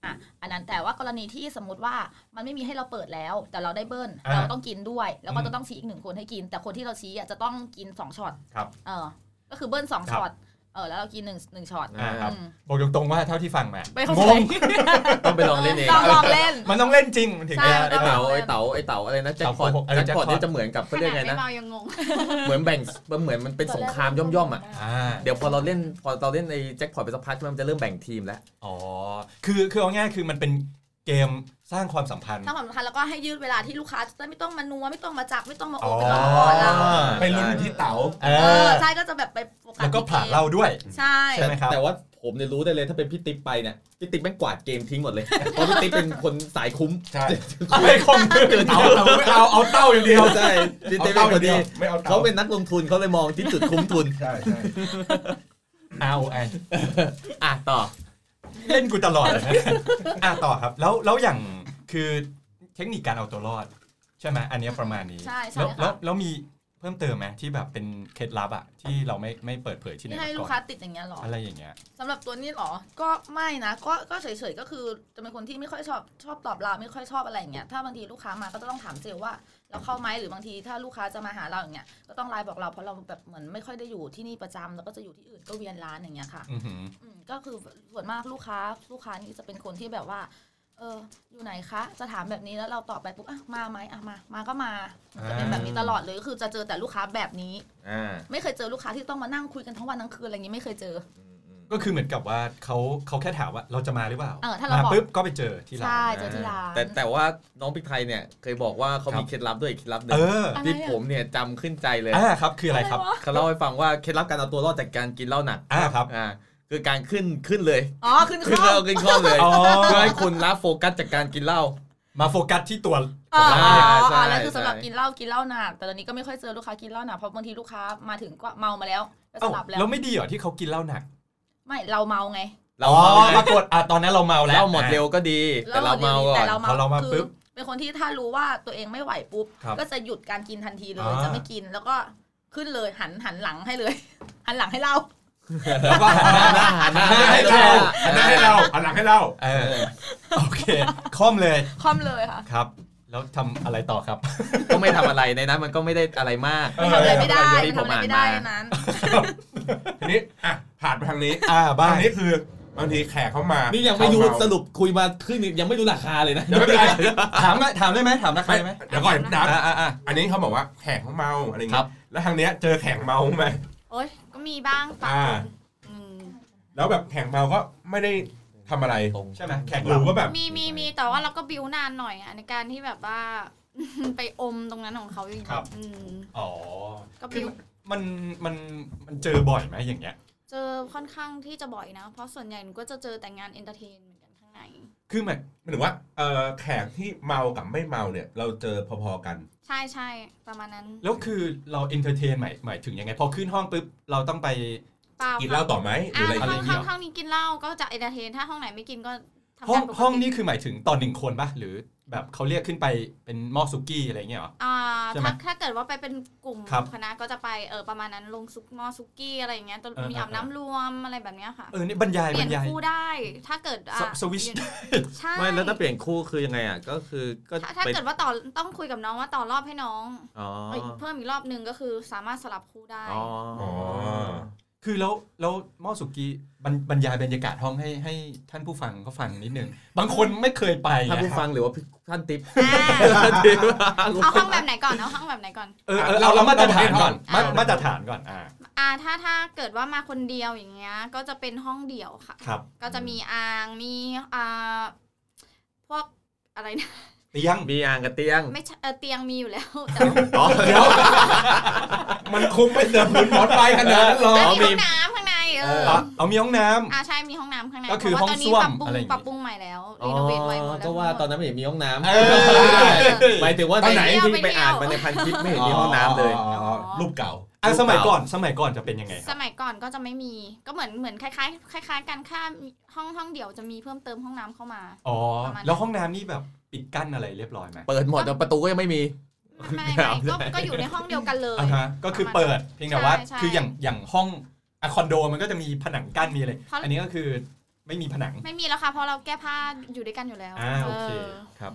Speaker 5: อ่ะอันนั้นแต่ว่ากรณีที่สมมติว่ามันไม่มีให้เราเปิดแล้ว แต่เราได้เบิ้ล
Speaker 2: อ่า
Speaker 5: เราต้องกินด้วย แล้วก็
Speaker 2: อืม
Speaker 5: จะต้องชี้อีกหนึ่งคนให้กิน แต่คนที่เราชี้อ่ะจะต้องกินสองช็อต
Speaker 2: ครับ
Speaker 5: เออก็คือเบิ้ลสอง
Speaker 2: ครับ
Speaker 5: ช็อตเออแล้วเรากินหนึ่งหนึ่งช็อต
Speaker 2: อ่าครับ
Speaker 5: อืม
Speaker 2: บอกตรงๆว่าเท่าที่ฟังมา
Speaker 5: ไม่เข้าง ใจ
Speaker 2: ง
Speaker 7: ต้องไปลองเล่นเอง
Speaker 5: ต้องลองเล่น
Speaker 2: มันต้องเล่นจริงมันถึง
Speaker 5: ใช่
Speaker 2: จะ
Speaker 7: ไอ
Speaker 2: ได้
Speaker 7: เต๋า
Speaker 2: เต่า
Speaker 7: ไอเต๋าไอเต๋าอะไรนะแจ็คพอต
Speaker 2: เต๋าโกหกเออ
Speaker 7: แจ็คพอต
Speaker 2: jackpot
Speaker 7: เนี่ยจะเหมือนกับ
Speaker 6: ข
Speaker 7: เขาเรี
Speaker 6: นา
Speaker 7: ก
Speaker 6: ย ด
Speaker 7: ไง
Speaker 6: ไม่
Speaker 7: นะ
Speaker 6: เมายังงง
Speaker 7: เหมือนแบ่งมันเหมือนมันเป็นสงครามย่อมย่อมๆอ่ะ
Speaker 2: อ่า
Speaker 7: เดี๋ยวพอเราเล่นพอเราเล่นไอแจ็คพอตไปสักพักมันจะเริ่มแบ่งทีมแล้ว
Speaker 2: อ๋อ คือ คือเอาง่ายๆคือมันเป็นเกมสร้างความสัมพันธ์
Speaker 5: ถ้าความสำคัญแล้วก็ให้ยืดเวลาที่ลูกค้าจะได้ไม่ต้องมานัวไม่ต้องมาจับไม่ต้องมาโอ
Speaker 2: อ๋อ
Speaker 5: ไม่ต้องมาก่อนเรา
Speaker 4: ไปลุ้นอยู่ที่เต๋า
Speaker 2: เอ
Speaker 5: เอ
Speaker 2: อ
Speaker 5: อใช่ก็จะแบบไปโฟกัส
Speaker 2: แล้วก็
Speaker 5: ที่
Speaker 2: ผ่าเราด้วย
Speaker 5: ใช่
Speaker 2: ใช่ไหมครับ
Speaker 7: แต่ว่าผมเนี่ยรู้ได้เลยถ้าเป็นพี่ติ๊บไปเนี่ยพี่ติ๊บแม่งกวาดเกมทิ้งหมดเลย เพราะพี่ติ๊บเป็นคนสายคุ้ม
Speaker 4: ใช่
Speaker 2: ไม่คงเกิน
Speaker 4: เอาเอาไม่เอาเอาเต้าอย่างเดียว
Speaker 7: ใช่พี่
Speaker 4: เอา
Speaker 7: ติ๊บเป็
Speaker 4: เต้าน อ
Speaker 7: ค
Speaker 4: ย่าน งเดีย
Speaker 7: ดี
Speaker 4: วไม่เอาเต๋า
Speaker 7: เขาเป็นนักลงทุนเขาเลยมองที่จุดคุ้มทุน
Speaker 4: ใช่ใช่
Speaker 2: เอาแอน
Speaker 7: อ่ะต่อ
Speaker 2: เล่นกูตลอด เลยนะอ่ะต่อครับ แล้ว แล้วอย่าง คือ เทคนิคการเอาตัวรอด ใช่ไหมอันเนี้ยประมาณนี้
Speaker 5: ใช่ใช่
Speaker 2: แล้ว
Speaker 5: ค่ะ
Speaker 2: แล้วแล้วมีเพิ่มเติมไหมที่แบบเป็นเคล็ดลับอะที่เราไม่ไม่เปิดเผยที่ไหน
Speaker 5: ที่
Speaker 2: มา
Speaker 5: ให้ลู
Speaker 2: ก่
Speaker 5: ก
Speaker 2: อน
Speaker 5: ค้าติดอย่างเงี้ยเหรอ
Speaker 2: อะไรอย่างเงี้ย
Speaker 5: สำหรับตัวนี้เหรอ ก็ไม่นะก็ก็เฉยๆก็คือจะเป็นคนที่ไม่ค่อยชอบชอบตอบเราไม่ค่อยชอบอะไรอย่างเงี้ยถ้าบางทีลูกค้ามาก็จะต้องถามเซลล์ว่าเราเข้าไหมหรือบางทีถ้าลูกค้าจะมาหาเราอย่างเงี้ยก็ต้องไลน์บอกเราเพราะเราแบบเหมือนไม่ค่อยได้อยู่ที่นี่ประจำแล้วก็จะอยู่ที่อื่นก็เวียนร้านอย่างเงี้ยค่ะ
Speaker 2: อือหือ
Speaker 5: อืมก็คือส่วนมากลูกค้าลูกค้านี่จะเป็นคนที่แบบว่า เอออยู่ไหนคะ จะถามแบบนี้แล้วเราตอบไปปุ๊บอ่ะมาไหมอ่ะมา มาก็มาจะเป็นแบบนี้ตลอดเลยก็คือจะเจอแต่ลูกค้าแบบนี้
Speaker 7: อ่า
Speaker 5: ไม่เคยเจอลูกค้าที่ต้องมานั่งคุยกันทั้งวันทั้งคืนอะไรอย่างงี้ไม่เคยเจอ
Speaker 2: ก็คือเหมือนกับว่าเขาเขาแค่ถามว่าเราจะมาหรือเปล่า
Speaker 5: เออถ้าเราบอก
Speaker 2: ปุ๊บก็ไปเจอที่ร้าน
Speaker 5: ใช่เจอที่ร้าน
Speaker 7: แต่แต่ว่าน้องพริกไทยเนี่ยเคยบอกว่าเขามีเคล็ดลับด้วยอีกเคล็ดลับหนึ่
Speaker 2: เอง อ
Speaker 5: อะไร
Speaker 7: ที่
Speaker 5: อะ
Speaker 7: ผมเนี่ยจำขึ้นใจเลย
Speaker 2: อ่าครับคืออะไรครับ
Speaker 7: เขาเล่าให้ฟังว่าเคล็ดลับการเอาตัวรอดจากการกินเหล้าหนัก
Speaker 2: อ่าครับ
Speaker 7: อ่าคือการขึ้นขึ้นเลย
Speaker 5: อ๋อขึ้น
Speaker 7: ขึ้น
Speaker 5: ข้อ
Speaker 7: เหล้าขึ้นข้อเลย
Speaker 2: อ๋อ
Speaker 7: เพื่อให้คุณละโฟกัสจากการกินเหล้า
Speaker 2: มาโฟกัสที่ตัว
Speaker 5: อ๋ออ๋อ
Speaker 7: ใช่
Speaker 5: อ๋อนั่นคือ
Speaker 7: ใช่
Speaker 5: สำหรับกินเหล้ากินเหล้าหนักแต่ตอนนี้ก็ไม่ค่อยเจอลูกค้ากินเหล้าหนักเพราะบางทีลูกค้ามาถึงก็เมามาแล้วก็ส
Speaker 2: เอ้า
Speaker 5: ลับแล้ว
Speaker 2: แล้วไม่ดีเหรอที่เขากินเหล้าหนัก
Speaker 5: ไม่เราเมาไง
Speaker 7: เรา
Speaker 2: อ๋อ
Speaker 7: เมา
Speaker 2: ปรากฏอ่ะตอนนั้นเราเมาแล้ว
Speaker 7: เราหมดเร็วก็ดี แต่เราเมาก่อ
Speaker 5: แต่
Speaker 7: น
Speaker 5: เรา
Speaker 2: พอเรา
Speaker 5: เมา
Speaker 2: มา
Speaker 5: คื
Speaker 2: ปุ๊บ
Speaker 5: เป็นคนที่ถ้ารู้ว่าตัวเองไม่ไหวปุ๊บ
Speaker 2: ครับ
Speaker 5: ก็จะหยุดการกินทันทีเลย
Speaker 2: อ่า
Speaker 5: จะไม่กินแล้วก็ขึ้นเลยหันหันหลังให้เลย หันหลังให้เรา
Speaker 2: แล้วก็หันหน้า
Speaker 7: หันหน้า
Speaker 2: หันหน้าให้เราหันหน้าให้เรา
Speaker 4: อันหลังให้เล่า
Speaker 2: เออโอเคคล่อมเลย
Speaker 5: คล่อมเลยค่ะ
Speaker 2: ครับ แล้วทำอะไรต่อครับ
Speaker 7: ก็ไม่ทำอะไรในนั้นมันก็ไม่ได้อะไรมาก
Speaker 2: เอ
Speaker 5: มันทำอะไรไม่ได้
Speaker 7: ที่
Speaker 5: มัน
Speaker 7: ผ
Speaker 5: ทำ
Speaker 7: ม
Speaker 5: อะ
Speaker 7: อ่า
Speaker 5: ไร
Speaker 7: น
Speaker 5: ไม่ได้
Speaker 7: มา
Speaker 5: นั้น
Speaker 4: ทีนี้อ่ะผ่านไปทางนี้
Speaker 2: อ่าบ้า
Speaker 4: ทาง งนี้คือบางทีแขกเข้ามา
Speaker 3: นี่
Speaker 4: นี่
Speaker 3: ยังไม่รู้สรุปคุยมาครึ่งหนึงยังไม่รู้ราคาเลยนะ
Speaker 4: เดี๋ยวไม่เป็นไร
Speaker 2: ถามหน่อยถามได้ไหมถามราคาได้ไหม
Speaker 4: เดี๋ยวก่อนนะ
Speaker 2: อ่าอ่าอ่า
Speaker 4: อันนี้เขาบอกว่าแขกเขาเมาอะไร
Speaker 2: ครั
Speaker 4: เงี้
Speaker 2: บ
Speaker 4: ยแล้วทางเนี้ยเจอแขกเมาไหม
Speaker 6: โอ๊ยก็มีบ้างปะ
Speaker 4: อ่า
Speaker 6: อืม
Speaker 4: แล้วแบบแขกเมาก็ไม่ได้ทำอะไร
Speaker 2: ใช่ไหมแขก
Speaker 4: หรื
Speaker 2: เรา
Speaker 4: อ
Speaker 2: ก็
Speaker 4: ว่าแบบ
Speaker 6: มีมีมีแต่ว่าเราก็บิวนานหน่อยอะในการที่แบบว่า ไปอมตรงนั้นของเขาอยู่
Speaker 2: ครับ
Speaker 6: อืม
Speaker 2: อ๋อ
Speaker 6: ก็
Speaker 2: คื
Speaker 6: บิ
Speaker 2: อ
Speaker 6: ว
Speaker 2: มันมันมันเจอบ่อยไหมอย่างเงี้ย
Speaker 6: เจอค่อนข้างที่จะบ่อยนะ เพราะส่วนใหญ่หนูก็จะเจอแต่งานเอนเตอร์เทนเหมือนกันข้างใน
Speaker 2: คือแบบ
Speaker 4: หมายถึงว่าเออแขกที่เมากับไม่เมาเนี่ย เราเจอพอๆกัน
Speaker 6: ใช่ใช่ประมาณนั้น
Speaker 2: แล้วคือเราเอนเตอร์เทนหมายหมายถึงยังไง พอขึ้นห้องปุ๊บ เราต้องไป
Speaker 6: เปล่า
Speaker 4: กินเหล้าต่อไหมหรือ
Speaker 6: อ่า
Speaker 4: อะไร
Speaker 6: ห้
Speaker 4: เงี้
Speaker 6: อย งห้องห้องนี้กินเหล้าก็จะเอนเตอร์เทน ถ้าห้องไหนไม่กินก็ทำ
Speaker 2: ห้อง
Speaker 6: งานปกติ
Speaker 2: ห้องนี้คือหมายถึงตอนหนึ่งคนปะหรือแบบเขาเรียกขึ้นไปเป็นหม้อซุกี้อะไรเงี้ยเหรอ
Speaker 6: อ่า
Speaker 2: ใช่ไหม
Speaker 6: ถ้าถ้าเกิดว่าไปเป็นกลุ่ม
Speaker 2: ครับ
Speaker 6: คณะก็จะไปเออประมาณนั้นลงซุกหมอซุกี้อะไรอย่างเงี้ยตอน
Speaker 2: เออ
Speaker 6: มี
Speaker 2: เอออ
Speaker 6: อาบน้ำรวมอะไรแบบเนี้ยค่ะ
Speaker 2: เออนี่บรรยาย
Speaker 6: เป
Speaker 2: บ
Speaker 6: ลี่
Speaker 2: ร
Speaker 6: ยน
Speaker 2: รยาย
Speaker 6: คู่ได้ ถ้าเกิดอ่ะ
Speaker 2: สสวิช
Speaker 6: ใช่
Speaker 7: ไม่แล้วถ้าเปลี่ยนคู่คือยังไงอ่ะก็คือก็
Speaker 6: ถ้าถ้า
Speaker 7: เป็น
Speaker 6: เกิดว่าต่อต้องคุยกับน้องว่าต่อรอบให้น้อง
Speaker 7: อ๋อ
Speaker 6: เอ้ยเพิ่มอีกรอบหนึ่งก็คือสามารถสลับคู่ได้
Speaker 7: อ๋อ
Speaker 4: อ๋อ
Speaker 2: คือแล้วแล้วหม้อสุกี้บรรบรรยายบรรยากาศห้องให้ให้ท่านผู้ฟังเขาฟังนิดนึง บางคนไม่เคยไป
Speaker 7: ท่าน
Speaker 2: ไง
Speaker 7: ผู้ฟังหรือว่าท่านติ๊บ
Speaker 6: อ่า
Speaker 7: ท่านติ๊บ
Speaker 6: เอาห้องแบบไหนก่อนเอาห้องแบบไหนก่อน
Speaker 2: เออเออเราเรามาตรฐานก่อน
Speaker 6: อ่ะ
Speaker 2: มามาตรฐานก่อนอ่า
Speaker 6: อ่าถ้าถ้าเกิดว่ามาคนเดียวอย่างเงี้ยก็จะเป็นห้องเดี่ยวค่ะ
Speaker 2: ครับ
Speaker 6: ก็จะมีอ่างมีอ่าพวกอะไรนะ
Speaker 2: เตียง
Speaker 7: มีอ่างกับเตียง
Speaker 6: ไม่ใช่เอ่อเตียงมีอยู่แล้วแต่
Speaker 7: อ๋อเดี๋ยว
Speaker 4: มันคุ้มไปเติมพื้นหมอนไปขนาดนั้นหรอ
Speaker 6: ว่ามี
Speaker 7: มี
Speaker 6: ห้องน้ำข้างในเออ
Speaker 2: เอาเอามีห้องน้ำ
Speaker 6: อ่าใช่มีห้องน้ำข้างใน
Speaker 2: ก็คือ
Speaker 6: เพราะว่าตอนนี้
Speaker 2: ห้องส้วม
Speaker 6: ป
Speaker 2: อะ
Speaker 6: รับปรุง
Speaker 2: ไรอย่างงี้
Speaker 6: ปรับปรุงใหม่แล้ว
Speaker 3: อ๋อ
Speaker 6: รีโนเวทใหม่หมดแล้ว
Speaker 3: ก็ว่าตอนนั้นไม่เห็นมีห้องน้
Speaker 2: เออ
Speaker 3: ำหมายถึงว่า
Speaker 6: ป
Speaker 3: ใน
Speaker 6: เยว
Speaker 7: ที่ไปอ่านมา
Speaker 6: เที่ยว
Speaker 7: ในพันทิปไม่เห็นมีห้องน้ำเลย
Speaker 4: อ๋อรูปเก่า
Speaker 2: อ่ะสมัยก่อนสมัยก่อนจะเป็นยังไงค
Speaker 6: ส
Speaker 2: รับ
Speaker 6: มัยก่อนก็จะไม่มีก็เหมือนเหมือนคล้ายๆคล้าย ๆกันค่าห้องห้องเดี่ยวจะมีเพิ่มเติมห้องน้ำเข้ามา
Speaker 2: อ๋อ
Speaker 6: ประมาณ
Speaker 2: แล้วห้องน้ำนี่แบบปิดกั้นอะไรเรียบร้อยไหม
Speaker 7: เปิดหมดแต่ประตูก็ยังไม่มี
Speaker 6: ไม่ไม่ไม่ก็ก็อยู่ในห้องเดียวกันเลย
Speaker 2: อ่ะฮะก็คือเปิดเพียงแต่ว่า
Speaker 6: ใช่ใช่
Speaker 2: คืออย่างอย่างห้องอะคอนโดมันก็จะมีผนังกั้นมีอะไร
Speaker 6: เพราะ
Speaker 2: อันนี้ก็คือไม่มีผนัง
Speaker 6: ไม่มีแล้วค่ะเพราะเราแก้ผ้าอยู่ด้วยกันอยู่แล้ว
Speaker 2: อ่าโอเค
Speaker 6: อ
Speaker 2: ครับ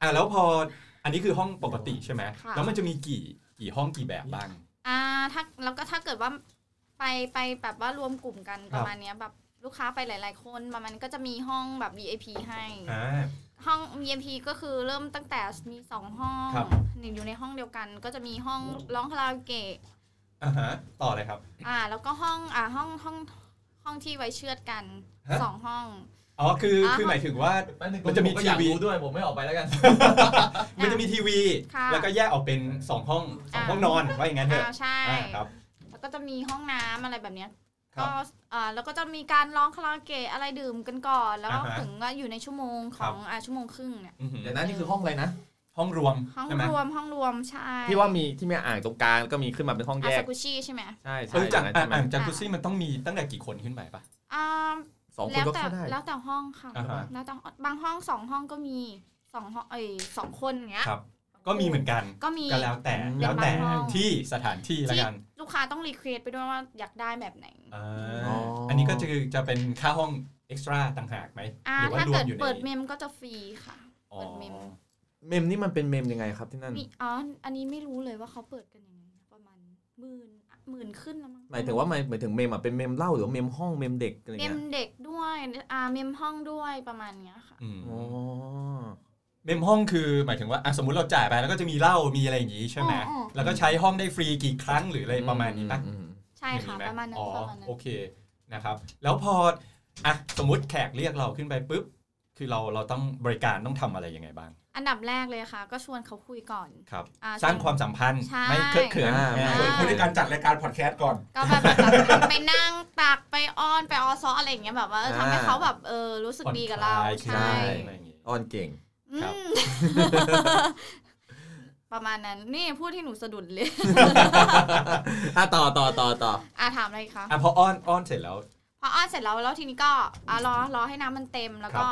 Speaker 2: อ่ะแล้วพออันนี้คือห้องปกติใช่ไหม
Speaker 6: ค่ะ
Speaker 2: แล้วมันจะมีกี่กี่ห้องกี่แบบบ้าง
Speaker 6: อ่าถ้าแล้วก็ถ้าเกิดว่าไปไปแบบว่ารวมกลุ่มกันประมาณเนี้ยแบบลูกค้าไปหลาย ๆ คนประมาณนั้นก็จะมีห้องแบบ VIP ให้
Speaker 2: อ่า
Speaker 6: ห้อง VIP ก็คือเริ่มตั้งแต่มีสองห้อง
Speaker 2: ครับ
Speaker 6: เนี่ยอยู่ในห้องเดียวกัน ก็จะมีห้องร้องคาราโอเกะ
Speaker 2: อ่าฮะต่อเลยครับ
Speaker 6: อ่า แล้วก็ห้องอ่าห้องห้องห้องที่ไว้เชือดกัน
Speaker 2: ฮะ
Speaker 6: สองห้อง
Speaker 2: อ๋อคือ
Speaker 6: อ่า
Speaker 2: คือหมายถึงว่า มันจะมี
Speaker 3: ผ
Speaker 2: ที
Speaker 3: อยาก
Speaker 2: วี
Speaker 3: รู้ด้วย ผมไม่ออกไปแล้วกัน
Speaker 2: มันจะมีทีวี
Speaker 6: ค่ะ
Speaker 2: แล้วก็แยกออกเป็นสองห้องสองห้อง
Speaker 6: อ่าน น
Speaker 2: อนว่าอย่างนั้นเถอะ
Speaker 6: อ่าใช่
Speaker 2: อ่าครับ
Speaker 6: แล้วก็จะมีห้องน้ำอะไรแบบเนี้ย
Speaker 2: ครั
Speaker 6: ก็
Speaker 2: บ
Speaker 6: อ่าแล้วก็จะมีการร้องคาราโอเกะอะไรดื่มกันก่อน แล้วก็
Speaker 2: อ่าฮะ
Speaker 6: ถึงก็อยู่ในชั่วโมงข
Speaker 2: ครั
Speaker 6: อบ งอ่าชั่วโมงครึ่งเนี่ย
Speaker 2: อื้อหือ
Speaker 3: เดี๋ยวนะนี่คือห้องอะไรนะ
Speaker 2: ห้องรวม
Speaker 6: ห้อง
Speaker 2: ใช่ไหม
Speaker 6: รวมห้องรวมใช่
Speaker 7: ที่ว่ามีที่มีอ่างตรงกลางแล้วก็มีขึ้นมาเป็นห้อง
Speaker 6: อา
Speaker 7: แย
Speaker 6: ซาก กุชิใช่ไหม
Speaker 7: ใช่ใช่
Speaker 2: เออจาก
Speaker 7: อย่างนั้น
Speaker 2: อ่า
Speaker 7: ใช่ไหม
Speaker 2: อ่างจากุซี่มันต้องมีตั้งแต่กี่คนขึ้นไปปะ
Speaker 6: อ่า
Speaker 7: สองคน
Speaker 6: แล้ว
Speaker 7: ก็
Speaker 6: แต่
Speaker 7: เข้าได้
Speaker 6: แล้วแต่ห้องค่ะ
Speaker 2: อ่าฮะ
Speaker 6: แล้วแต่ห้องบางห้องสองห้องก็มีสองห้องเอ้ยสองคนอย่างเงี้ย
Speaker 2: ครับ ก็มีเหมือนกัน
Speaker 6: ก็มี
Speaker 2: ก็แล้วแต่
Speaker 6: เป็น
Speaker 2: แล้วแต่
Speaker 6: บางห้อง
Speaker 2: ที่สถานที่ละกัน
Speaker 6: ลูกค้าต้องรีเควสไปด้วยว่าอยากได้แบบไหน
Speaker 2: อ่า
Speaker 7: อ๋ออั
Speaker 2: อันนี้ก็จะคือจะเป็นค่าห้องเอ็กซ์ตร้าต่างหากไหม
Speaker 6: อ่า
Speaker 2: หรือว่าว
Speaker 6: ถ้ารเกิ
Speaker 2: ม
Speaker 6: ด
Speaker 2: อยู่ใน
Speaker 6: เปิดเมมก็จะฟรีค่ะ
Speaker 2: อ๋อ
Speaker 6: เปิดเมม
Speaker 7: เมมนี่มันเป็นเมมยังไงครับที่นั่น
Speaker 6: มีอ๋ออันนี้ไม่รู้เลยว่าเขาเปิดกันยังไงประมาณหมื่นหมื่นขึ้นแล้วมั้ง
Speaker 7: หมายถึงว่าหมายหมายถึงเมมอ่ะเป็นเมมเหล้าหรือว่าเมมห้องเมมเด็กอะไร
Speaker 6: เม
Speaker 7: เงี้
Speaker 6: ม
Speaker 7: ย
Speaker 6: เด็กด้วยอ่าเมมห้องด้วยประมาณเนี้ยค่ะ
Speaker 2: อืม
Speaker 7: อ๋อ
Speaker 2: เมมห้องคือหมายถึงว่าอ่ะสมมติเราจ่ายไปแล้วก็จะมีเหล้ามีอะไรอย่างงี้ใช่ไหม
Speaker 6: อ๋ออ๋อ
Speaker 2: แล้วก็ใช้ห้องได้ฟรีกี่ครั้งหรืออะไรประมาณนี้ปะ
Speaker 7: อืม
Speaker 6: ใช่ค่ะ
Speaker 2: มีไห
Speaker 6: ประมาณนั้
Speaker 2: อ๋
Speaker 6: น
Speaker 2: อ
Speaker 6: ประมาณนั้น
Speaker 2: โอเคนะครับ แล้วพออ่ะสมมติแขกเรียกเราขึ้นไปปุ๊บ คือเราเราต้องบริการต้องทำอะไรยังไงบ้าง
Speaker 6: อันดับแรกเลยค่ะ ก็ชวนเขาคุยก่อน
Speaker 2: ครับ
Speaker 6: อ่
Speaker 2: สร้าง
Speaker 6: ชน
Speaker 2: ความสัมพันธ์
Speaker 6: ใช่
Speaker 2: ไม่เคอะเขิน
Speaker 7: อ่า
Speaker 2: อ่า
Speaker 4: คุยด้วยการจัดรายการพอดแคสต์ก่อน
Speaker 6: ก็แบบไปนั่งตักไปอ้อนไปออซออะไรอย่างเงี้ยแบบว่าเออทำให้เขาแบบเออรู้สึกดีกับเรา
Speaker 2: ผ่อนคลย
Speaker 6: ใช่
Speaker 2: คิดอะไรอย่างงี้
Speaker 7: อ้อนเก่ง
Speaker 6: อื
Speaker 2: ครับ
Speaker 6: ม ประมาณนั้น นี่พูดที่หนูสะดุดเลย
Speaker 7: อ่ะต่อต่อต่อต่อ
Speaker 6: อ่ะถามอะไรอีกคะ
Speaker 2: อ่ะพออ้อนอ้อนเสร็จแล้ว
Speaker 6: พออ้อนเสร็จแล้วแล้วทีนี้ก็อ่ะรอรอให้น้ำมันเต็มแล้วก็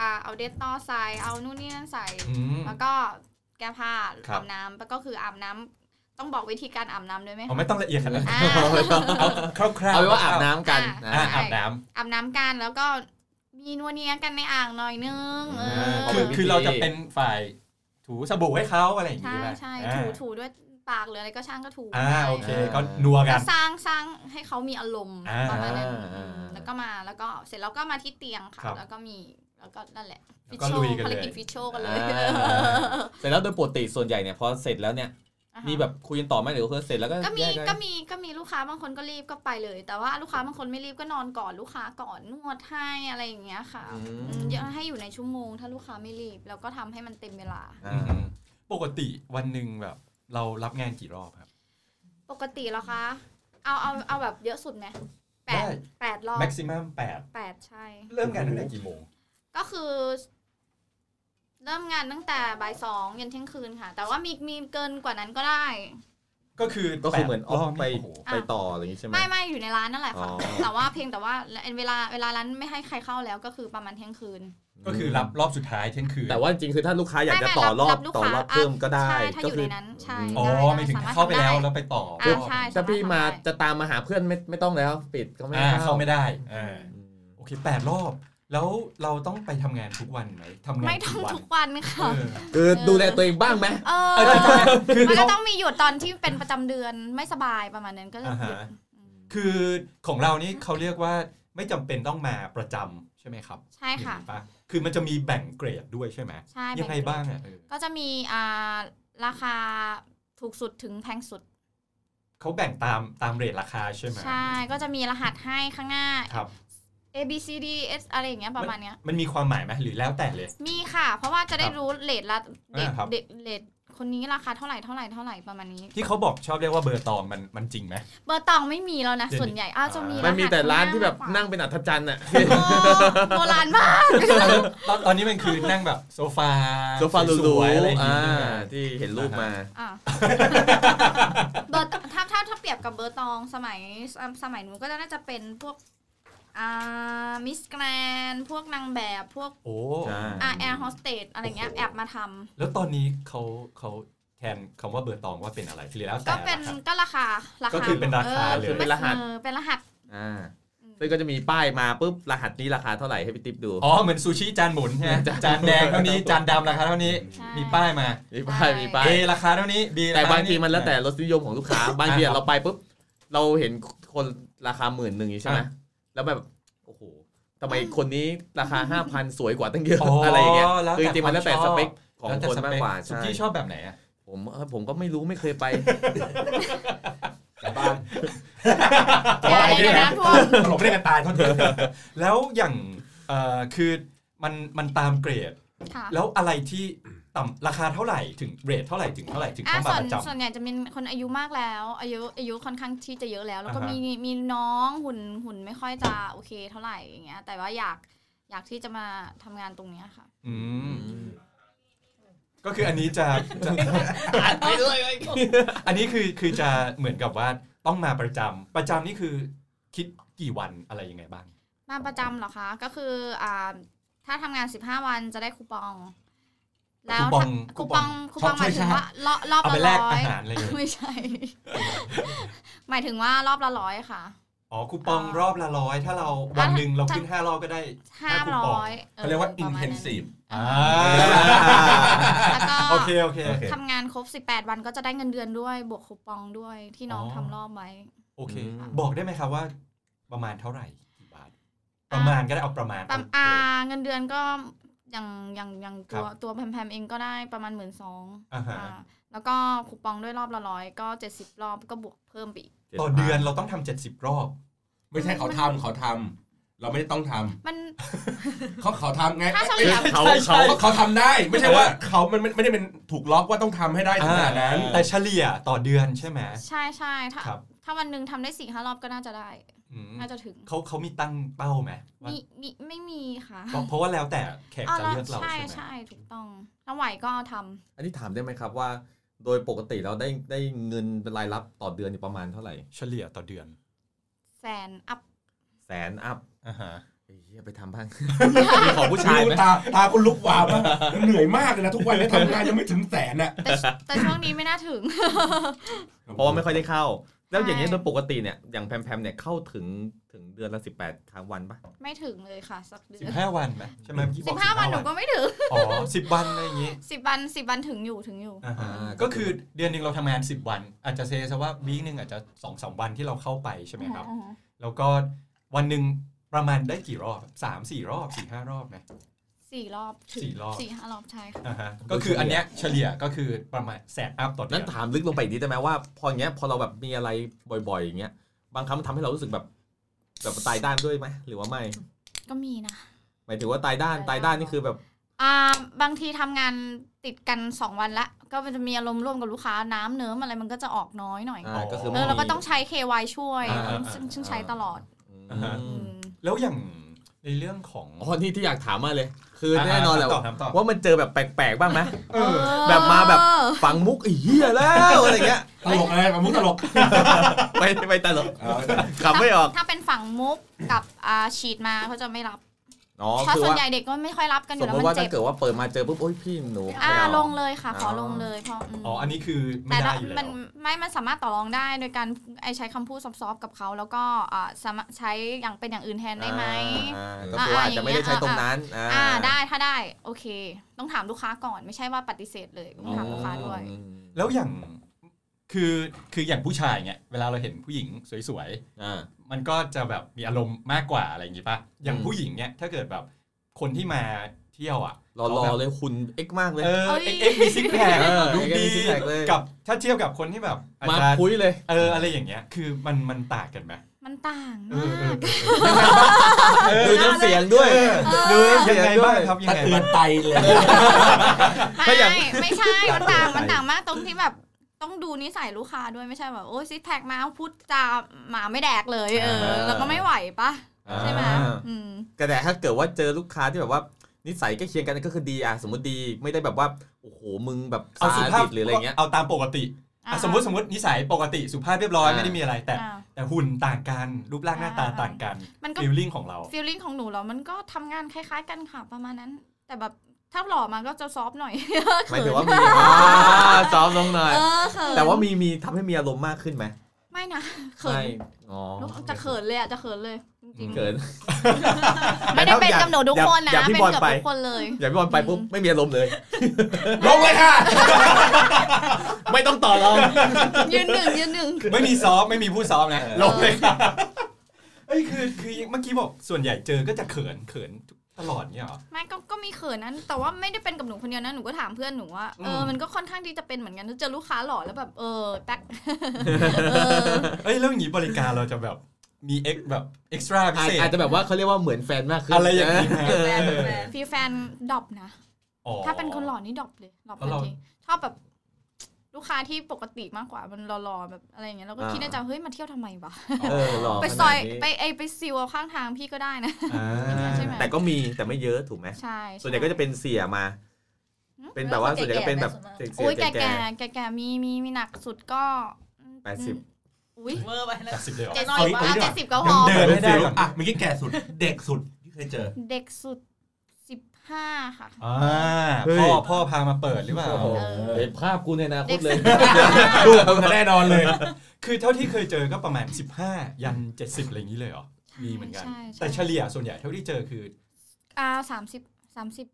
Speaker 6: อ่ะเอาเดตตอใส่เอานู่นนี่นั่นใส่
Speaker 2: อืม
Speaker 6: แล้วก็แก้ผ้า
Speaker 2: ครับ
Speaker 6: อาบน้ำแล้วก็คืออาบน้ำต้องบอกวิธีการอาบน้ำด้วยไหม
Speaker 2: เอา
Speaker 6: คะ
Speaker 2: ไม่ต้องละเอียดขนาดนั้น
Speaker 6: อ่า
Speaker 2: เอาคร่าวๆ
Speaker 7: เอาไว้ว่าอาบน้ำกัน
Speaker 6: อ่ะ
Speaker 2: อ่ะ
Speaker 7: นะ
Speaker 2: อาบน้ำ
Speaker 6: อาบน้ำกันแล้วก็มีนัวเนียกันในอ่างหน่อยนึงเออ
Speaker 7: เา
Speaker 2: คื
Speaker 7: แบ
Speaker 2: อบ
Speaker 7: นี้
Speaker 2: คือเราจะเป็นฝ่ายถูสบู่ให้เขาอะไรอย่าง
Speaker 6: ใช่
Speaker 2: งี้ไหม
Speaker 6: ใช่
Speaker 2: อ่า
Speaker 6: ถูถูด้วยปากหรืออะไรก็ช่างก็ถู
Speaker 2: อ่า
Speaker 6: ได้
Speaker 2: โอเค
Speaker 7: อ่า
Speaker 2: ก็นัวกั
Speaker 6: ก็
Speaker 2: น
Speaker 6: สร้างสร้างให้เขามีอารมณ์
Speaker 2: อ่า
Speaker 6: ประมาณนั้น
Speaker 7: อ่าอ่าอ่า
Speaker 6: แล้วก็มาแล้วก็เสร็จแล้วก็มาที่เตียงค่ะ
Speaker 2: ครับ
Speaker 6: แล้วก็มีแล้วก็นั่นแหละ
Speaker 2: แล้ว
Speaker 6: ฟิช
Speaker 2: ก็
Speaker 6: โช
Speaker 2: ลุย
Speaker 6: ว์
Speaker 2: กัน
Speaker 6: ภาร
Speaker 2: เลย
Speaker 6: กิจฟิชโชว์กันเล
Speaker 7: อ่าย เสร็จแล้วโดยปกติส่วนใหญ่เนี่ยพอเสร็จแล้วเนี่ย
Speaker 6: อ่า
Speaker 7: มีแบบคุยกันต่อไหมหรือว่าเสร็จแล้วก็
Speaker 6: ก็มี
Speaker 7: แยย้าย
Speaker 6: ก็มีก็มีลูกค้าบางคนก็รีบก็ไปเลย แต่ว่าลูกค้าบางคนไม่รีบก็นอนก่อนลูกค้าก่อนนวดให้อะไรอย่างเงี้ยค่ะ
Speaker 7: อืม
Speaker 6: อืมให้อยู่ในชั่วโมง ถ้าลูกค้าไม่รีบแล้วก็ทำให้มันเต็มเวลา
Speaker 7: อ่า
Speaker 2: อืมปกติวันหนึ่งแบบ เรารับงานกี่รอบครับ
Speaker 6: ปกติเหรอคะ เอาเอาเอาแบบเยอะสุดไหมแปด
Speaker 2: ได้
Speaker 6: แปดรอบ
Speaker 2: แม็กซิมัมแปด
Speaker 6: แปดใช่
Speaker 2: เริ่มงานตั้งแต่กี่โมง
Speaker 6: ก็คือ เริ่มงานตั้งแต่บ่ายสองยันเที่ยงคืนค่ะ แต่ว่ามีมีเกินกว่านั้นก็ได้
Speaker 2: ก็คือ
Speaker 7: ก็คือเหมือนอ
Speaker 2: แปดร
Speaker 7: อ
Speaker 2: อบ
Speaker 7: กไป
Speaker 2: นี่โอ้โห
Speaker 7: ไปต่ออะไรอย่างนี้ใช่ไหม
Speaker 6: ไม่ไม่อยู่ในร้านนั่นแหละค่ะ
Speaker 7: อ๋อ
Speaker 6: แต่ว่าเพียงแต่ว่าเวลาเวลาร้านไม่ให้ใครเข้าแล้วก็คือประมาณเที่ยงคืน
Speaker 2: ก็คือรับรอบสุดท้ายเช่นคืน
Speaker 7: แต่ว่าจริงๆคือถ้าลูกค้าอยากจะ
Speaker 6: ไม่
Speaker 7: ต่อรอบ
Speaker 6: รับลูก
Speaker 7: ต่อ
Speaker 6: ค้าร
Speaker 7: อบ
Speaker 6: อ่ะ
Speaker 7: เพิ่มก็ได้
Speaker 6: ใช่ถ้า
Speaker 7: ก็
Speaker 6: อยู่
Speaker 7: คื
Speaker 6: ใน
Speaker 7: อ
Speaker 6: นั้นใช่
Speaker 2: อ๋อ
Speaker 6: ด้ด้
Speaker 2: ไม่ถึง
Speaker 6: สรถ
Speaker 2: เข้าไปแล้ว
Speaker 6: ทำด้
Speaker 2: แล้วไปต่ออ
Speaker 6: อ่าใช่
Speaker 3: ถ้าพี่มา
Speaker 6: สรถทำได้
Speaker 3: จะตามมาหาเพื่อนไม่ไม่ต้องแล้วปิดก็ไม่
Speaker 2: อ่า
Speaker 3: ให้
Speaker 2: เข้าไม่ได้อ่า
Speaker 7: อืม
Speaker 2: โอเคแปดรอบ แล้วเราต้องไปทำงานทุกวันไหมทำงาน
Speaker 6: ไม่ต้อง
Speaker 2: กี่วัน
Speaker 6: ทุกวันค่ะ
Speaker 2: เออ
Speaker 3: คือดูแลตัวเองบ้างไหม
Speaker 6: เอ
Speaker 2: เออ
Speaker 6: อ
Speaker 2: ใช่ใช่คือ
Speaker 6: มันก็
Speaker 2: เขา
Speaker 6: ต้องมีหยุดตอนที่เป็นประจำเดือนไม่สบายประมาณนั้นก็จะ
Speaker 2: อ่า
Speaker 6: หยุด
Speaker 2: ฮะ คือของเรานี่เขาเรียกว่าไม่จำเป็นต้องมาประจำใช่ไหมครับ
Speaker 6: ใช่ค่ะ
Speaker 2: อย่างนี้ปคือมันจะมีแบ่งเกรดด้วยใช่ไหม
Speaker 6: ใช่
Speaker 2: ยังไง
Speaker 6: แเกรด
Speaker 2: บ้างอ่ะเออ
Speaker 6: ก็จะมีอ่าราคาถูกสุดถึงแพงสุด
Speaker 2: เขาแบ่งตามตามเรทราคาใช่ไหม
Speaker 6: ใช่ ก็จะมีรหัสให้ข้างหน้า
Speaker 2: ครับ
Speaker 6: A B C D S อะไรอย่างเงี้ยประมาณเนี้ย
Speaker 2: มันมีความหมายไหมหรือแล้วแต่เลย
Speaker 6: มีค่ะ เพราะว่าจะได้รู้เลทละเด็ก
Speaker 2: อ่าครับ
Speaker 6: เด็กเลทคนนี้ราคาเท่าไหร่เท่าไหร่เท่าไหร่ประมาณนี้
Speaker 2: ที่เขาบอกชอบเรียกว่าเบอร์ตองมันมันจริง ไหม
Speaker 6: เบอร์ตองไม่มีแล้วนะ
Speaker 2: เดี๋ยวนี้
Speaker 6: ส่วนใหญ่อ้าวจะมี
Speaker 3: มันมีแต่ร้านที่แบบ
Speaker 6: ข้งห
Speaker 3: นั่งเป็นอัศจรรย์น่ะ
Speaker 6: โอ้โบราณมาก
Speaker 2: ตอนตอนนี้มันคือนั่งแบบโซฟา
Speaker 7: โซฟาหรู
Speaker 2: สวยๆอะไรอย่าง
Speaker 7: ๆ
Speaker 2: งี้
Speaker 7: อ่า
Speaker 2: ใช่ไหม
Speaker 7: ที่เห็นรูปมา
Speaker 6: อ่ะเบอร์ตถ้าถ้าถ้าเปรียบกับเบอร์ตองสมัยสมัยนู้นก็น่าจะเป็นพวกอ่ามิสแกรนพวกนางแบบพวก
Speaker 2: โอ้
Speaker 7: ใช่
Speaker 6: อ่าแอร์โฮสเตสอะไรเงี้ยแอบมาทำ
Speaker 2: แล้วตอนนี้เขาเขาแทนคำว่าเบอร์ตองว่าเป็นอะไรคือแล้วแต่
Speaker 6: ก็เป็น
Speaker 2: ละครับ
Speaker 6: ก็ราคาราคา
Speaker 2: ก็คือเป็นราคาเลย
Speaker 6: ออ
Speaker 3: เป็นรหัส
Speaker 6: ออเป็นรหัส
Speaker 7: อ่า
Speaker 6: อืม
Speaker 7: ซึ่งก็จะมีป้ายมาปุ๊บรหัสนี้ราคาเท่าไหร่ให้พี่ติ๊บดู
Speaker 2: อ๋อเหมือนซูชิจานหมุนใช่ไหมจานแดงเท่านี้จานดำราคาเท่านี้
Speaker 6: ใช่
Speaker 2: มีป้ายมา
Speaker 7: มีป้ายมีป้าย
Speaker 2: A ราคาเท่านี้ B
Speaker 7: แต่
Speaker 2: รค
Speaker 7: บาง
Speaker 2: เท่
Speaker 7: ทีมันแล้วแต่รสนิยมของลูกค้า บางทีอะเราไปปุ๊บเราเห็นคนราคาหมื่นหนึ่งอย่างงี้ใช่ไหมแล้วแบบโอ้โหทำไมคนนี้ราคาห้าพันสวยกว่าตั้งเยอะอะไรอย่างเงี้ย
Speaker 2: แล้ว
Speaker 7: คือจริงๆมันแล้วแต่สเปคของ
Speaker 2: แล้วแต่
Speaker 7: คน
Speaker 2: ส
Speaker 7: มา
Speaker 2: เป
Speaker 7: ก
Speaker 2: ค
Speaker 7: กว่า
Speaker 2: สุ
Speaker 7: ใช่
Speaker 2: กี้ชอบแบบไหนอะ
Speaker 7: ผมเอ้ยผมก็ไม่รู้ไม่เคยไป
Speaker 4: กลับบ้าน
Speaker 6: อย่าเลยนะพวก
Speaker 2: ตลกเล่นกันตายเท่าเถอะ แล้วอย่างเอ่อคือมันมันตามเกรด
Speaker 6: ค่ะ
Speaker 2: แล้วอะไรที่ต่ำราคาเท่าไหร่ถึงเรทเท่าไหร่ถึงเท่าไหร่ถึง
Speaker 6: อ่ะ
Speaker 2: เข้ามา
Speaker 6: ส่ว
Speaker 2: ป
Speaker 6: น
Speaker 2: ระจ
Speaker 6: ส่วนใหญ่จะเป็นคนอายุมากแล้ว อายุอายุค่อนข้างที่จะเยอะแล้ว แล้วก็
Speaker 2: อ่าฮะ
Speaker 6: มีมีน้องหุ่นหุ่นไม่ค่อยจะโอเคเท่าไหร่อย่างเงี้ย แต่ว่าอยากอยากที่จะมาทำงานตรงเนี้ยค่ะ
Speaker 2: ำอืมก็คืออันนี้จะ จะ อันนี้คือคือจะเหมือนกับว่าต้องมาประจำประจำนี่คือคิดกี่วันอะไรยังไงบ้าง
Speaker 6: มาประจำเหรอคะ ก็คืออ่าถ้าทำงาน 15 วันจะได้คูปอง แล้ว
Speaker 2: คูปอง
Speaker 6: ถ้าคูปอง
Speaker 2: คู
Speaker 6: คู
Speaker 2: ป
Speaker 6: ป
Speaker 2: อ
Speaker 6: อง งหมายถึงว่ารอบรอบ
Speaker 2: เอาไปแล
Speaker 6: ละ
Speaker 2: ก
Speaker 6: ร้อ
Speaker 2: อาย หารอะไรอย่างเงี้ย
Speaker 6: ไม่ใช่ หมายถึงว่ารอบละร้อยค่ะ
Speaker 2: อ๋อคูปองรอบละร้อยถ้าเรา
Speaker 6: อ่ะ
Speaker 2: วันหนึ่งเราขึ้น 5 รอบก็ได้
Speaker 6: ห้า
Speaker 2: คูป
Speaker 6: ร้
Speaker 2: อง
Speaker 6: อย
Speaker 4: เขาเรียกว่า
Speaker 6: ประมณ
Speaker 4: intensive
Speaker 2: อ่า
Speaker 6: แล้วก็
Speaker 2: โอเคโอเค
Speaker 4: โอเค
Speaker 6: ทำงานครบ 18 วันก็จะได้เงินเดือนด้วย บวกคูปองด้วยที่น้องทำรอบไว้
Speaker 2: โอเค
Speaker 7: อืม
Speaker 2: บอกได้ไหมครับว่า ประมาณเท่าไหร่กี่บาทประมาณก็ได้เอาประมาณ
Speaker 6: ตาม
Speaker 2: โอเค
Speaker 6: อาเงินเดือนก็อย่างอย่างอย่างตัวตัวแพมๆเองก็ได้ประมาณหมื่นสอง
Speaker 2: อ่าฮะ
Speaker 6: แล้วก็คูปองด้วยรอบละร้อยก็ 70 รอบก็บวกเพิ่มไปอีก
Speaker 2: ต่อเดือนเราต้องทำ70 รอบ
Speaker 4: ไม่ใช่เขาทำเขาทำเราไม่ได้ต้องทำ
Speaker 6: มัน
Speaker 4: เขาเขาทำไง
Speaker 6: ค่าเฉลี่ย
Speaker 7: เขา
Speaker 2: ใช่ใช่
Speaker 7: เขา
Speaker 4: เขาเขาทำได้ ไม่ใช่ว่าเขามันมันไม่ได้เป็นถูกล็อกว่าต้องทำให้ได้ขนาดนั้น
Speaker 2: แต่เฉลี่ยต่อเดือนใช่ไหม
Speaker 6: ใช่ใช่ถ้า
Speaker 2: ครับ
Speaker 6: ถ้าวันหนึ่งทำได้สี่ห้ารอบก็น่าจะได้
Speaker 2: อืม
Speaker 6: น่าจะถึง
Speaker 2: เขาเขามีตั้งเป้าไหมว่า
Speaker 6: มีมีไม่มีค่ะ
Speaker 2: เพราะเพราะว่าแล้วแต่แขก
Speaker 6: อ๋อ
Speaker 2: จะ
Speaker 6: แล้ว
Speaker 2: เลือกเรา
Speaker 6: ใช่
Speaker 2: ใช่ไหม
Speaker 6: ใช่ถูกต้องถ้าไหวก็ทำ
Speaker 3: อันนี้ถามได้ไหมครับว่า โดยปกติเราได้ได้เงินเป็นรายรับต่อเดือนอยู่ประมาณเท่าไหร่
Speaker 2: เฉลี่ยต่อเดือน
Speaker 6: แสน อัพ
Speaker 3: แสนอัพ
Speaker 2: อ่าฮะ
Speaker 3: เฮ้ยไปทำบ้าง
Speaker 7: มี ของผู้ชายไหม
Speaker 4: ตาตาคุณลุกวาวมากเหนื่อยมากเลยนะทุกวันนี้ทำงานยังไม่ถึงแสนอ่ะ
Speaker 6: แต่ แต่ช่วงนี้ไม่น่าถึง
Speaker 7: เพราะว่าไม่ค่อยได้เข้า แล้วอย่างนี้ย
Speaker 6: ใช่
Speaker 7: โดยปกติเนี่ย อย่างแพมแพมเนี่ยเข้าถึงถึงเดือนละ 18 ครั้งวันปะ
Speaker 6: ไม่ถึงเลยค่ะ สักเดื
Speaker 2: สิ
Speaker 6: อบ น
Speaker 2: ห้าวันไหมใช่ไหมเมื่อกี้บ
Speaker 6: สิ
Speaker 2: อก
Speaker 6: บห้าวันหนูก็ไม่ถึง
Speaker 2: อ๋อสิบวันอะไรอย่างงี้
Speaker 6: สิบวันสิบวันถึงอยู่ถึงอยู่
Speaker 2: อ่าฮะ
Speaker 3: อ่า
Speaker 2: ก็คือเดือนหนึ่งเราทำงานสิบวัน อาจจะเซซะว่าวีคหนึ่งอาจจะสองสามวันที่เราเข้าไปใช่ไหมครับ แล้วก็วันหนึ่งประมาณได้กี่รอบสามสี่รอบสี่ห้ารอบไหม
Speaker 6: สี่รอบถึง
Speaker 2: สี่รอบ
Speaker 6: สี่ห้ารอบใช่ค่ะ
Speaker 2: อ่าฮะก็คืออันเนี้ยเฉลี่ยก็คือประมาณแสนอัพต่อเดื
Speaker 3: นั้น
Speaker 2: อน
Speaker 3: ถามลึกลงไปอีกนิดได้ไหมว่าพออย่างเงี้ยพอเราแบบมีอะไรบ่อยๆ อย่างเงี้ยบางครั้งมันทำให้เรารู้สึกแบบแบบตายด้านด้วยไหมหรือว่าไม่
Speaker 6: ก็มีนะ
Speaker 3: หมายถึงว่าตายด้านตายด้านนี่คือแบบ
Speaker 6: อ่าบางทีทำงานติดกันสองวันละ ก็จะมีอารมณ์ร่วมกับลูกค้าน้ำเนิ้มอะไรมันก็จะออกน้อยหน่อย
Speaker 3: อ่าก็คือ
Speaker 6: เอ
Speaker 3: ไม่
Speaker 6: อเราก็
Speaker 3: มี
Speaker 6: ต้องใช้ KY ช่วย
Speaker 3: อ่าอ่า
Speaker 6: ซึ่ง
Speaker 3: อ่า
Speaker 6: ซึ่งใช้ตลอด
Speaker 3: อืม
Speaker 6: อืม
Speaker 2: แล้วอย่างในเรื่องของ
Speaker 3: อ๋อนี่ที่อยากถามมาเลย คือแน่นอนแหละ
Speaker 2: ต่อถามต่อ
Speaker 3: ว่ามันเจอแบบแปลกๆบ้างไหม
Speaker 2: เออ
Speaker 3: แบบมาแบบ ฟังมุกไอ้เหี้ยแล้วอะไรเงี้ย
Speaker 4: ตลกอะไรกับมุกตลก
Speaker 3: ไปไปตลกขำไม่ออก
Speaker 6: ถ้าเป็นฝั่งมุกกับอ่าฉีดมาเขาจะไม่รับ
Speaker 3: อ๋อ
Speaker 6: เพราะ
Speaker 3: คือ
Speaker 6: ส่วน
Speaker 3: ว่า
Speaker 6: ใหญ่เด็กก็ไม่ค่อยรับกันอ
Speaker 3: ส
Speaker 6: ยู่
Speaker 3: ม
Speaker 6: แล้
Speaker 3: ม
Speaker 6: ว
Speaker 3: ติ
Speaker 6: มั
Speaker 3: ว่าน ถ้า
Speaker 6: เจ็บ
Speaker 3: เกิดว่าเปิดมาเจอปุ๊บโอ๊ยพี่หนู
Speaker 6: อ่า
Speaker 3: ไม่เ
Speaker 6: ลงเลยค่ะ ขอ
Speaker 3: เอา
Speaker 6: ลงเลยเพราะม
Speaker 2: อ๋ออันนี้คือไม่
Speaker 6: แต่
Speaker 2: ได้
Speaker 6: ละ
Speaker 2: อยู่แล้
Speaker 6: มัน
Speaker 2: ว
Speaker 6: ไม่มันสามารถต่อรองได้โดยการไอใช้คำพูดซอฟๆกับเขา แล้วก็อ่าสามารถใช้อย่างเป็นอย่างอื่นแทนได้ไหม
Speaker 3: อ่าก็คือว่าอาจจะไม่ได้ใช้ตรงนั้นอ่า
Speaker 6: อ่าได้ถ้าได้โอเค ต้องถามลูกค้าก่อนไม่ใช่ว่าปฏิเสธเลยต้องถามลูกค้าด้วย
Speaker 3: อืม
Speaker 2: แล้วอย่างคือคืออย่างผู้ชายเนี่ยเวลาเราเห็นผู้หญิงสวย
Speaker 3: อ่า
Speaker 2: ๆ มันก็จะแบบมีอารมณ์มากกว่าอะไรอย่างงี้ป่ะอย่าง
Speaker 3: อืม
Speaker 2: ผู้หญิงเนี่ยถ้าเกิดแบบคนที่มาเที่ยวอ่ะ
Speaker 3: รอรอๆเลยคุณเอ็กมากเลย
Speaker 2: เออ
Speaker 6: เอ้ย
Speaker 2: เอ็กเอ็กมีซิกแพค
Speaker 3: เออ
Speaker 2: ดู
Speaker 3: เอ็กเอ็กมี
Speaker 2: ดี
Speaker 3: ซิกแพคเลย
Speaker 2: กับถ้าเทียบกับคนที่แบบอาจ
Speaker 3: มา
Speaker 2: จะ
Speaker 3: คุยเลย
Speaker 2: เอออะไรอย่างเงี้ย คือมันมันต่างกันไหม
Speaker 6: มันต่าง
Speaker 2: เอ
Speaker 6: มา
Speaker 2: อเออก
Speaker 3: ดูน้ำเสียงด้วย
Speaker 2: เออยังไงบ้างครับยัง
Speaker 4: ตะ
Speaker 2: ไง
Speaker 4: เตือ
Speaker 2: บ้าง
Speaker 4: นไตเลย
Speaker 6: ไม่ไม่ ใช่มันต่างมันต่างมากตรงที่แบบต้องดูนิสัยลูกค้าด้วยไม่ใช่แบบโอ้ยซิกแพคมาพูดจาหมาไม่แดกเลยเออ
Speaker 3: อ่า
Speaker 6: แล้วก็ไม่ไหวปะ
Speaker 3: อ่า
Speaker 6: ใช่ไหมอืม
Speaker 3: ก็แต่ถ้าเกิดว่าเจอลูกค้าที่แบบว่า นิสัยใกล้เคียงกันก็คือดีอ่ะสมมติดีไม่ได้แบบว่าโอ้โหมึงแบบ
Speaker 2: เอาสุภาพ
Speaker 3: ติดหรืออะไรเงี้ย
Speaker 2: เอาตามปกติ
Speaker 6: อ่า
Speaker 2: อ่ะสมมติสมมตินิสัยปกติสุภาพเรียบร้อย
Speaker 3: อ่า
Speaker 2: ไม่ได้มีอะไรแต่
Speaker 6: อ่า
Speaker 2: แต่หุ่นต่างกันรูปร่างหน้าตา
Speaker 6: อ่า
Speaker 2: ต่างกัน
Speaker 6: มันก็
Speaker 2: ฟิลลิ่งของเรา
Speaker 6: ฟีลลิ่งของหนูแล้วมันก็ทำงานคล้ายๆกันค่ะประมาณนั้น แต่แบบถ้าหล่อมาก็จะซอฟต์หน่อย
Speaker 3: หมายถึงว่ามีอ่าซ้อมลงหน่อย
Speaker 6: เออเขิน
Speaker 3: แต่ว่ามีมีทำให้มีอารมณ์มากขึ้นไหม
Speaker 6: ไม่นะเขิน
Speaker 3: อ๋อ
Speaker 6: ลูกจะเขินเลยอ่ะจะเขินเลยจริง
Speaker 3: เขิน
Speaker 6: ๆไม่ได้เป็นกับหนูทุกคนนะ
Speaker 3: อย่าพี่
Speaker 6: เป็น
Speaker 3: บอล
Speaker 6: กับ
Speaker 3: ไป
Speaker 6: ทุกคนเลย
Speaker 3: อย่าพี่บอลไปปุ๊บไม่มีอารมณ์เลย
Speaker 4: ลงเลยค่ะ
Speaker 3: ไม่ต้องต่อรอง
Speaker 6: ยืนหนึ่งยืนหนึ่ง
Speaker 2: ไม่มีซ้อมไม่มีผู้ซ้อมนะ
Speaker 6: ลงเลยครับ
Speaker 2: เอ้ยคือคือเมื่อกี้บอกส่วนใหญ่เจอก็จะเขินเขินตลอดเนี่ยเหรอ
Speaker 6: ไม่ก็ก็มีเขินนั้น แต่ว่าไม่ได้เป็นกับหนูคนเดียวนะหนูก็ถามเพื่อนหนูว่าเออ
Speaker 2: อืม
Speaker 6: มันก็ค่อนข้างที่จะเป็นเหมือนกันถ้าเจอลูกค้าหล่อแล้วแบบเออแป๊ก เออ
Speaker 2: เอ้ยแล้วอย่างนี้บริการเราจะแบบมีเอ็กแบบเอ็กซ์ตร้าพิ
Speaker 3: อาจ
Speaker 2: เศษ
Speaker 3: อาจจะแบบว่าเขาเรียกว่าเหมือนแฟนมากขึ้น
Speaker 2: อะไรอย่างนี้
Speaker 3: นี้
Speaker 2: นะ
Speaker 5: แฟนแฟน
Speaker 6: ฟีแฟนดรอปนะ
Speaker 2: อ๋อ
Speaker 6: ถ้าเป็นคนหล่อนี่ดรอปเลยดรอป
Speaker 2: แล้วย
Speaker 6: เล
Speaker 2: เรา
Speaker 6: จริงชอบแบบลูกค้าที่ปกติมากกว่ามันหล่อๆแบบอะไรอย่างเงี้ยเราก็
Speaker 3: อ่า
Speaker 6: คิดในใจเฮ้ยมาเที่ยวทำไมวะ
Speaker 3: เออหล่อ
Speaker 6: ไปซอย
Speaker 3: ขนาดนี้
Speaker 6: ไปไอไปซิวเอาข้างทางพี่ก็ได้นะ
Speaker 2: อ่า
Speaker 6: ใช่ไหม
Speaker 3: แต่ก็มีแต่ไม่เยอะถูกไหม
Speaker 6: ใช่
Speaker 3: ส่วนใหญ่ก็จะเป็นเสียมา
Speaker 6: หืม
Speaker 3: เป็นแบบว่าส่วนใหญ่ก็เป็นแบบเสี
Speaker 6: โอ้ย
Speaker 3: ย
Speaker 6: แก่
Speaker 3: แก่
Speaker 6: ๆแก่ๆมีมีมีหนักสุดก็อืม
Speaker 3: แปดสิบ
Speaker 6: อุ้ย
Speaker 5: เวอร์ไปนะ
Speaker 2: แปดสิบเลยเหรอ
Speaker 6: เจ็ดสิบ
Speaker 5: เอาอีก
Speaker 6: อ่ะเจ็ดสิบก็พ
Speaker 2: ยัง
Speaker 6: อ
Speaker 2: เดิน
Speaker 4: ไม่ได้หรอกอ่ะเมื่อกี้แก่สุดเด็กสุดที่เคยเจอ
Speaker 6: เด็กสุดสิบห้าค่ะ
Speaker 2: อ่า
Speaker 3: เฮ้ย
Speaker 2: พ่อพ่อพามาเปิดหรือเปล่า
Speaker 3: โอ้โห
Speaker 6: เออ
Speaker 3: เห็นภาพกูในอนาค
Speaker 6: เด็
Speaker 3: ต
Speaker 6: ก
Speaker 3: เลย
Speaker 6: สุด
Speaker 4: ลูกมึงแน่นอนเลย
Speaker 2: คือเท่าที่เคยเจอก็ประมาณ 15 ยัน 70อะไรอย่างนี้เลยเหรอมีเหมือนกัน
Speaker 6: ใช่ใช่
Speaker 2: แต่เฉลี่ยส่วนใหญ่เท่าที่เจอคือ
Speaker 6: อ่าสามสิบสามสิบ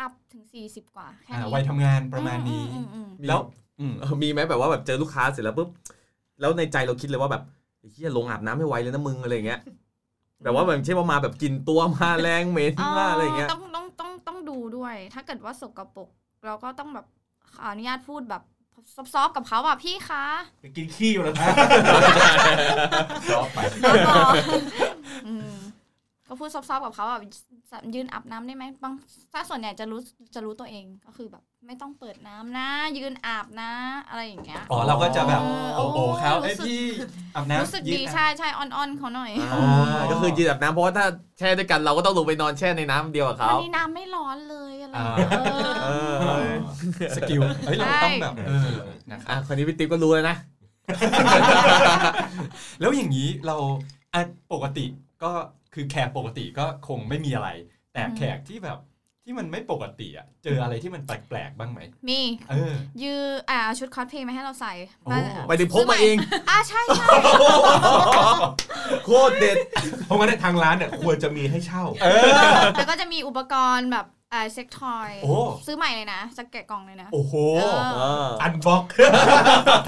Speaker 6: อัพถึงสี่สิบกว่าแค่
Speaker 2: อ่า
Speaker 6: นี้
Speaker 2: วัยทำงานประมาณนี้
Speaker 6: อืมอืมอืมอืม
Speaker 2: แล้วอืม
Speaker 3: เออมี ไหมแบบว่าแบบเจอลูกค้าเสร็จแล้วปุ๊บแล้วในใจเราคิดเลยว่าแบบไอ้เฮียลงอาบน้ำให้ไวเลยนะมึงอะไรอย่างเงี้ยแบบว่าแบบเช่นว่ามาแบบกินตัวมาแรงเหม็นมาอะไรอย่างเงี้ย
Speaker 6: ต้องต้องต้องต้องดูด้วย ถ้าเกิดว่าสกปรกเราก็ต้องแบบขออนุญาตพูดแบบซอฟๆกับเขาอ่ะพี่คะ
Speaker 4: ไปกินขี้อยู่แล้วนะ
Speaker 6: แล้วก็อืม ก็พูดซอฟๆกับเขาแบบยืนอาบน้ำได้ไหมบางถ้าส่วนใหญ่จะรู้จะรู้ตัวเองก็คือแบบ ไม่ต้องเปิดน้ำนะ ยืนอาบนะ อะไรอย่างเงี้ย
Speaker 2: อ๋อเราก็จะแบบ
Speaker 6: เอ
Speaker 2: โอ้
Speaker 6: อ
Speaker 2: โหเขาเอ้ย
Speaker 6: รู้สึก
Speaker 2: พี่อาบน้ำ
Speaker 6: รู้สึก
Speaker 2: ยื
Speaker 6: ดี
Speaker 2: นอ่ะ
Speaker 6: ใช่ใช่อ่อนๆเขาหน่อย
Speaker 2: อ๋อ
Speaker 3: ก็คือยืนอาบน้ำเพราะว่าถ้าแช่ด้วยกันเราก็ต้องลงไปนอนแช่ในน้ำเดียวกับเขา
Speaker 6: วันนี้น้ำไม่ร้อนเลยอะไรอย่างเงี้ยเออ
Speaker 2: สกิลเฮ้ยเราต้องแบบเออนะครั
Speaker 3: อ่ะ
Speaker 2: บ
Speaker 3: คนนี้พี่ติ๊บก็รู้แล้วนะ
Speaker 2: แล้วอย่างนี้เราอ่ะปกติก็คือแขกปกติก็คงไม่มีอะไร แต่
Speaker 6: อืม
Speaker 2: แขกที่แบบที่มันไม่ปกติอ่ะเจออะไรที่มันแปลกๆบ้างไหม
Speaker 6: มี
Speaker 2: เออ
Speaker 6: ยืออ่าชุดคอสเพลย์มาให้เราใส่
Speaker 2: โอ้
Speaker 3: ไปถึงพกมาเอง
Speaker 6: อ่าใช่ใช่
Speaker 3: โคตรเด็ด
Speaker 4: เพราะงั้นเนยทางร้านเนี่ยควรจะมีให้เช่า
Speaker 2: เออ
Speaker 6: แล้วก็จะมีอุปกรณ์แบบอ่าเซ็กทอย
Speaker 2: โอ้
Speaker 6: ซื้อใหม่เลยนะจะแกะกล่องเลยนะ
Speaker 2: โอ้โห
Speaker 6: เออ
Speaker 4: อันบล็อก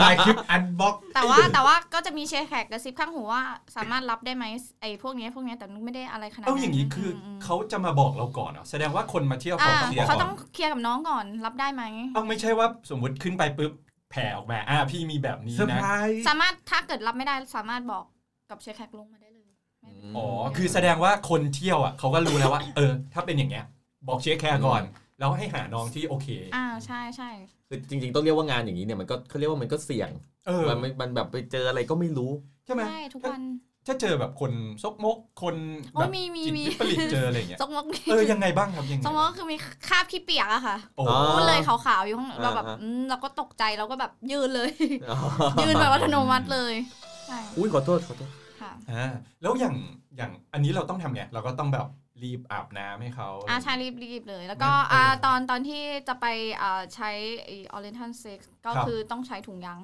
Speaker 4: ถ่ายคลิปอันบล็อก
Speaker 6: แต่ว่าแต่ว่าก็จะมีเชียร์แขกกระซิบข้างหูว่าสามารถรับได้ไหมไอ้พวกเนี้ยพวกเนี้ยแต่นุ๊กไม่ได้อะไรขนาดนั้
Speaker 2: เอา
Speaker 6: น
Speaker 2: อย่างนี้คืออ
Speaker 6: ม
Speaker 2: เขาจะมาบอกเราก่อนเหรอแสดงว่าคนมาเที่ยว
Speaker 6: อ่า
Speaker 2: เขาต้องเที่ยวก่อน
Speaker 6: เขาต้องเคลียร์กับน้องก่อนรับได้ไหม
Speaker 2: เอ้าไม่ใช่ว่าสมมติขึ้นไปปุ๊บแผ่ออกมาอ่าพี่มีแบบนี้
Speaker 4: เซอร์
Speaker 2: นะ
Speaker 4: ไพรส์
Speaker 6: สามารถถ้าเกิดรับไม่ได้สามารถบอกกับเชียร์แขกลงมาได้เลยไม่เป็นไร
Speaker 2: อ๋อคือแสดงว่าคนเที่ยวอ่ะเขาก็รู้แล้วว่า เออ ถ้าเป็นอย่างเงี้ย บอกเช็คแคร์ก่อน แล้วให้หาน้องที่โอเค
Speaker 6: อ่าใช่ใช่
Speaker 3: คือจริง ๆ ต้องเรียกว่างานอย่างนี้เนี่ยมันก็เขาเรียกว่ามันก็เสี่ยง
Speaker 2: เออ
Speaker 3: มันมันแบบไปเจออะไรก็ไม่รู้
Speaker 2: ใช่ไหม
Speaker 6: ใช่ทุกวัน
Speaker 2: ถ้าเจอแบบคนซกมกคน
Speaker 6: โอ้
Speaker 2: แบ
Speaker 6: ย
Speaker 2: บ
Speaker 6: มีมี
Speaker 2: จิตวิ
Speaker 6: มี
Speaker 2: ปริตเจออะไรอย่างเงี้ย
Speaker 6: ซกมก
Speaker 2: เออยังไงบ้างครับยังไง
Speaker 6: ซกมกก็คือมีคราบขี้เปียกอะค่ะ
Speaker 2: โอ้
Speaker 3: อ๋อ
Speaker 6: พูดเลยขาวๆอยู่ข้างเราแบบ
Speaker 3: อ่าฮะ
Speaker 6: อืมเราก็ตกใจเราก็แบบยืนเลย
Speaker 3: อ๋อ
Speaker 6: ยืนแบบอัตโนมัติเลยใช่
Speaker 3: อุ้ยขอโทษขอโทษ
Speaker 6: ค่ะ
Speaker 2: อ่าแล้วอย่างอย่างอันนี้เราต้องทำไงเราก็ต้องแบบรีบอาบน้ำให้เขา
Speaker 6: อาใชารีบรีบเลย แล้วก็
Speaker 2: เอออ่
Speaker 6: อ่าตอนตอนที่จะไปอ่าใช้ไอออเรนทันเซ็กก็
Speaker 2: ครับ
Speaker 6: คือต้องใช้ถุงยาง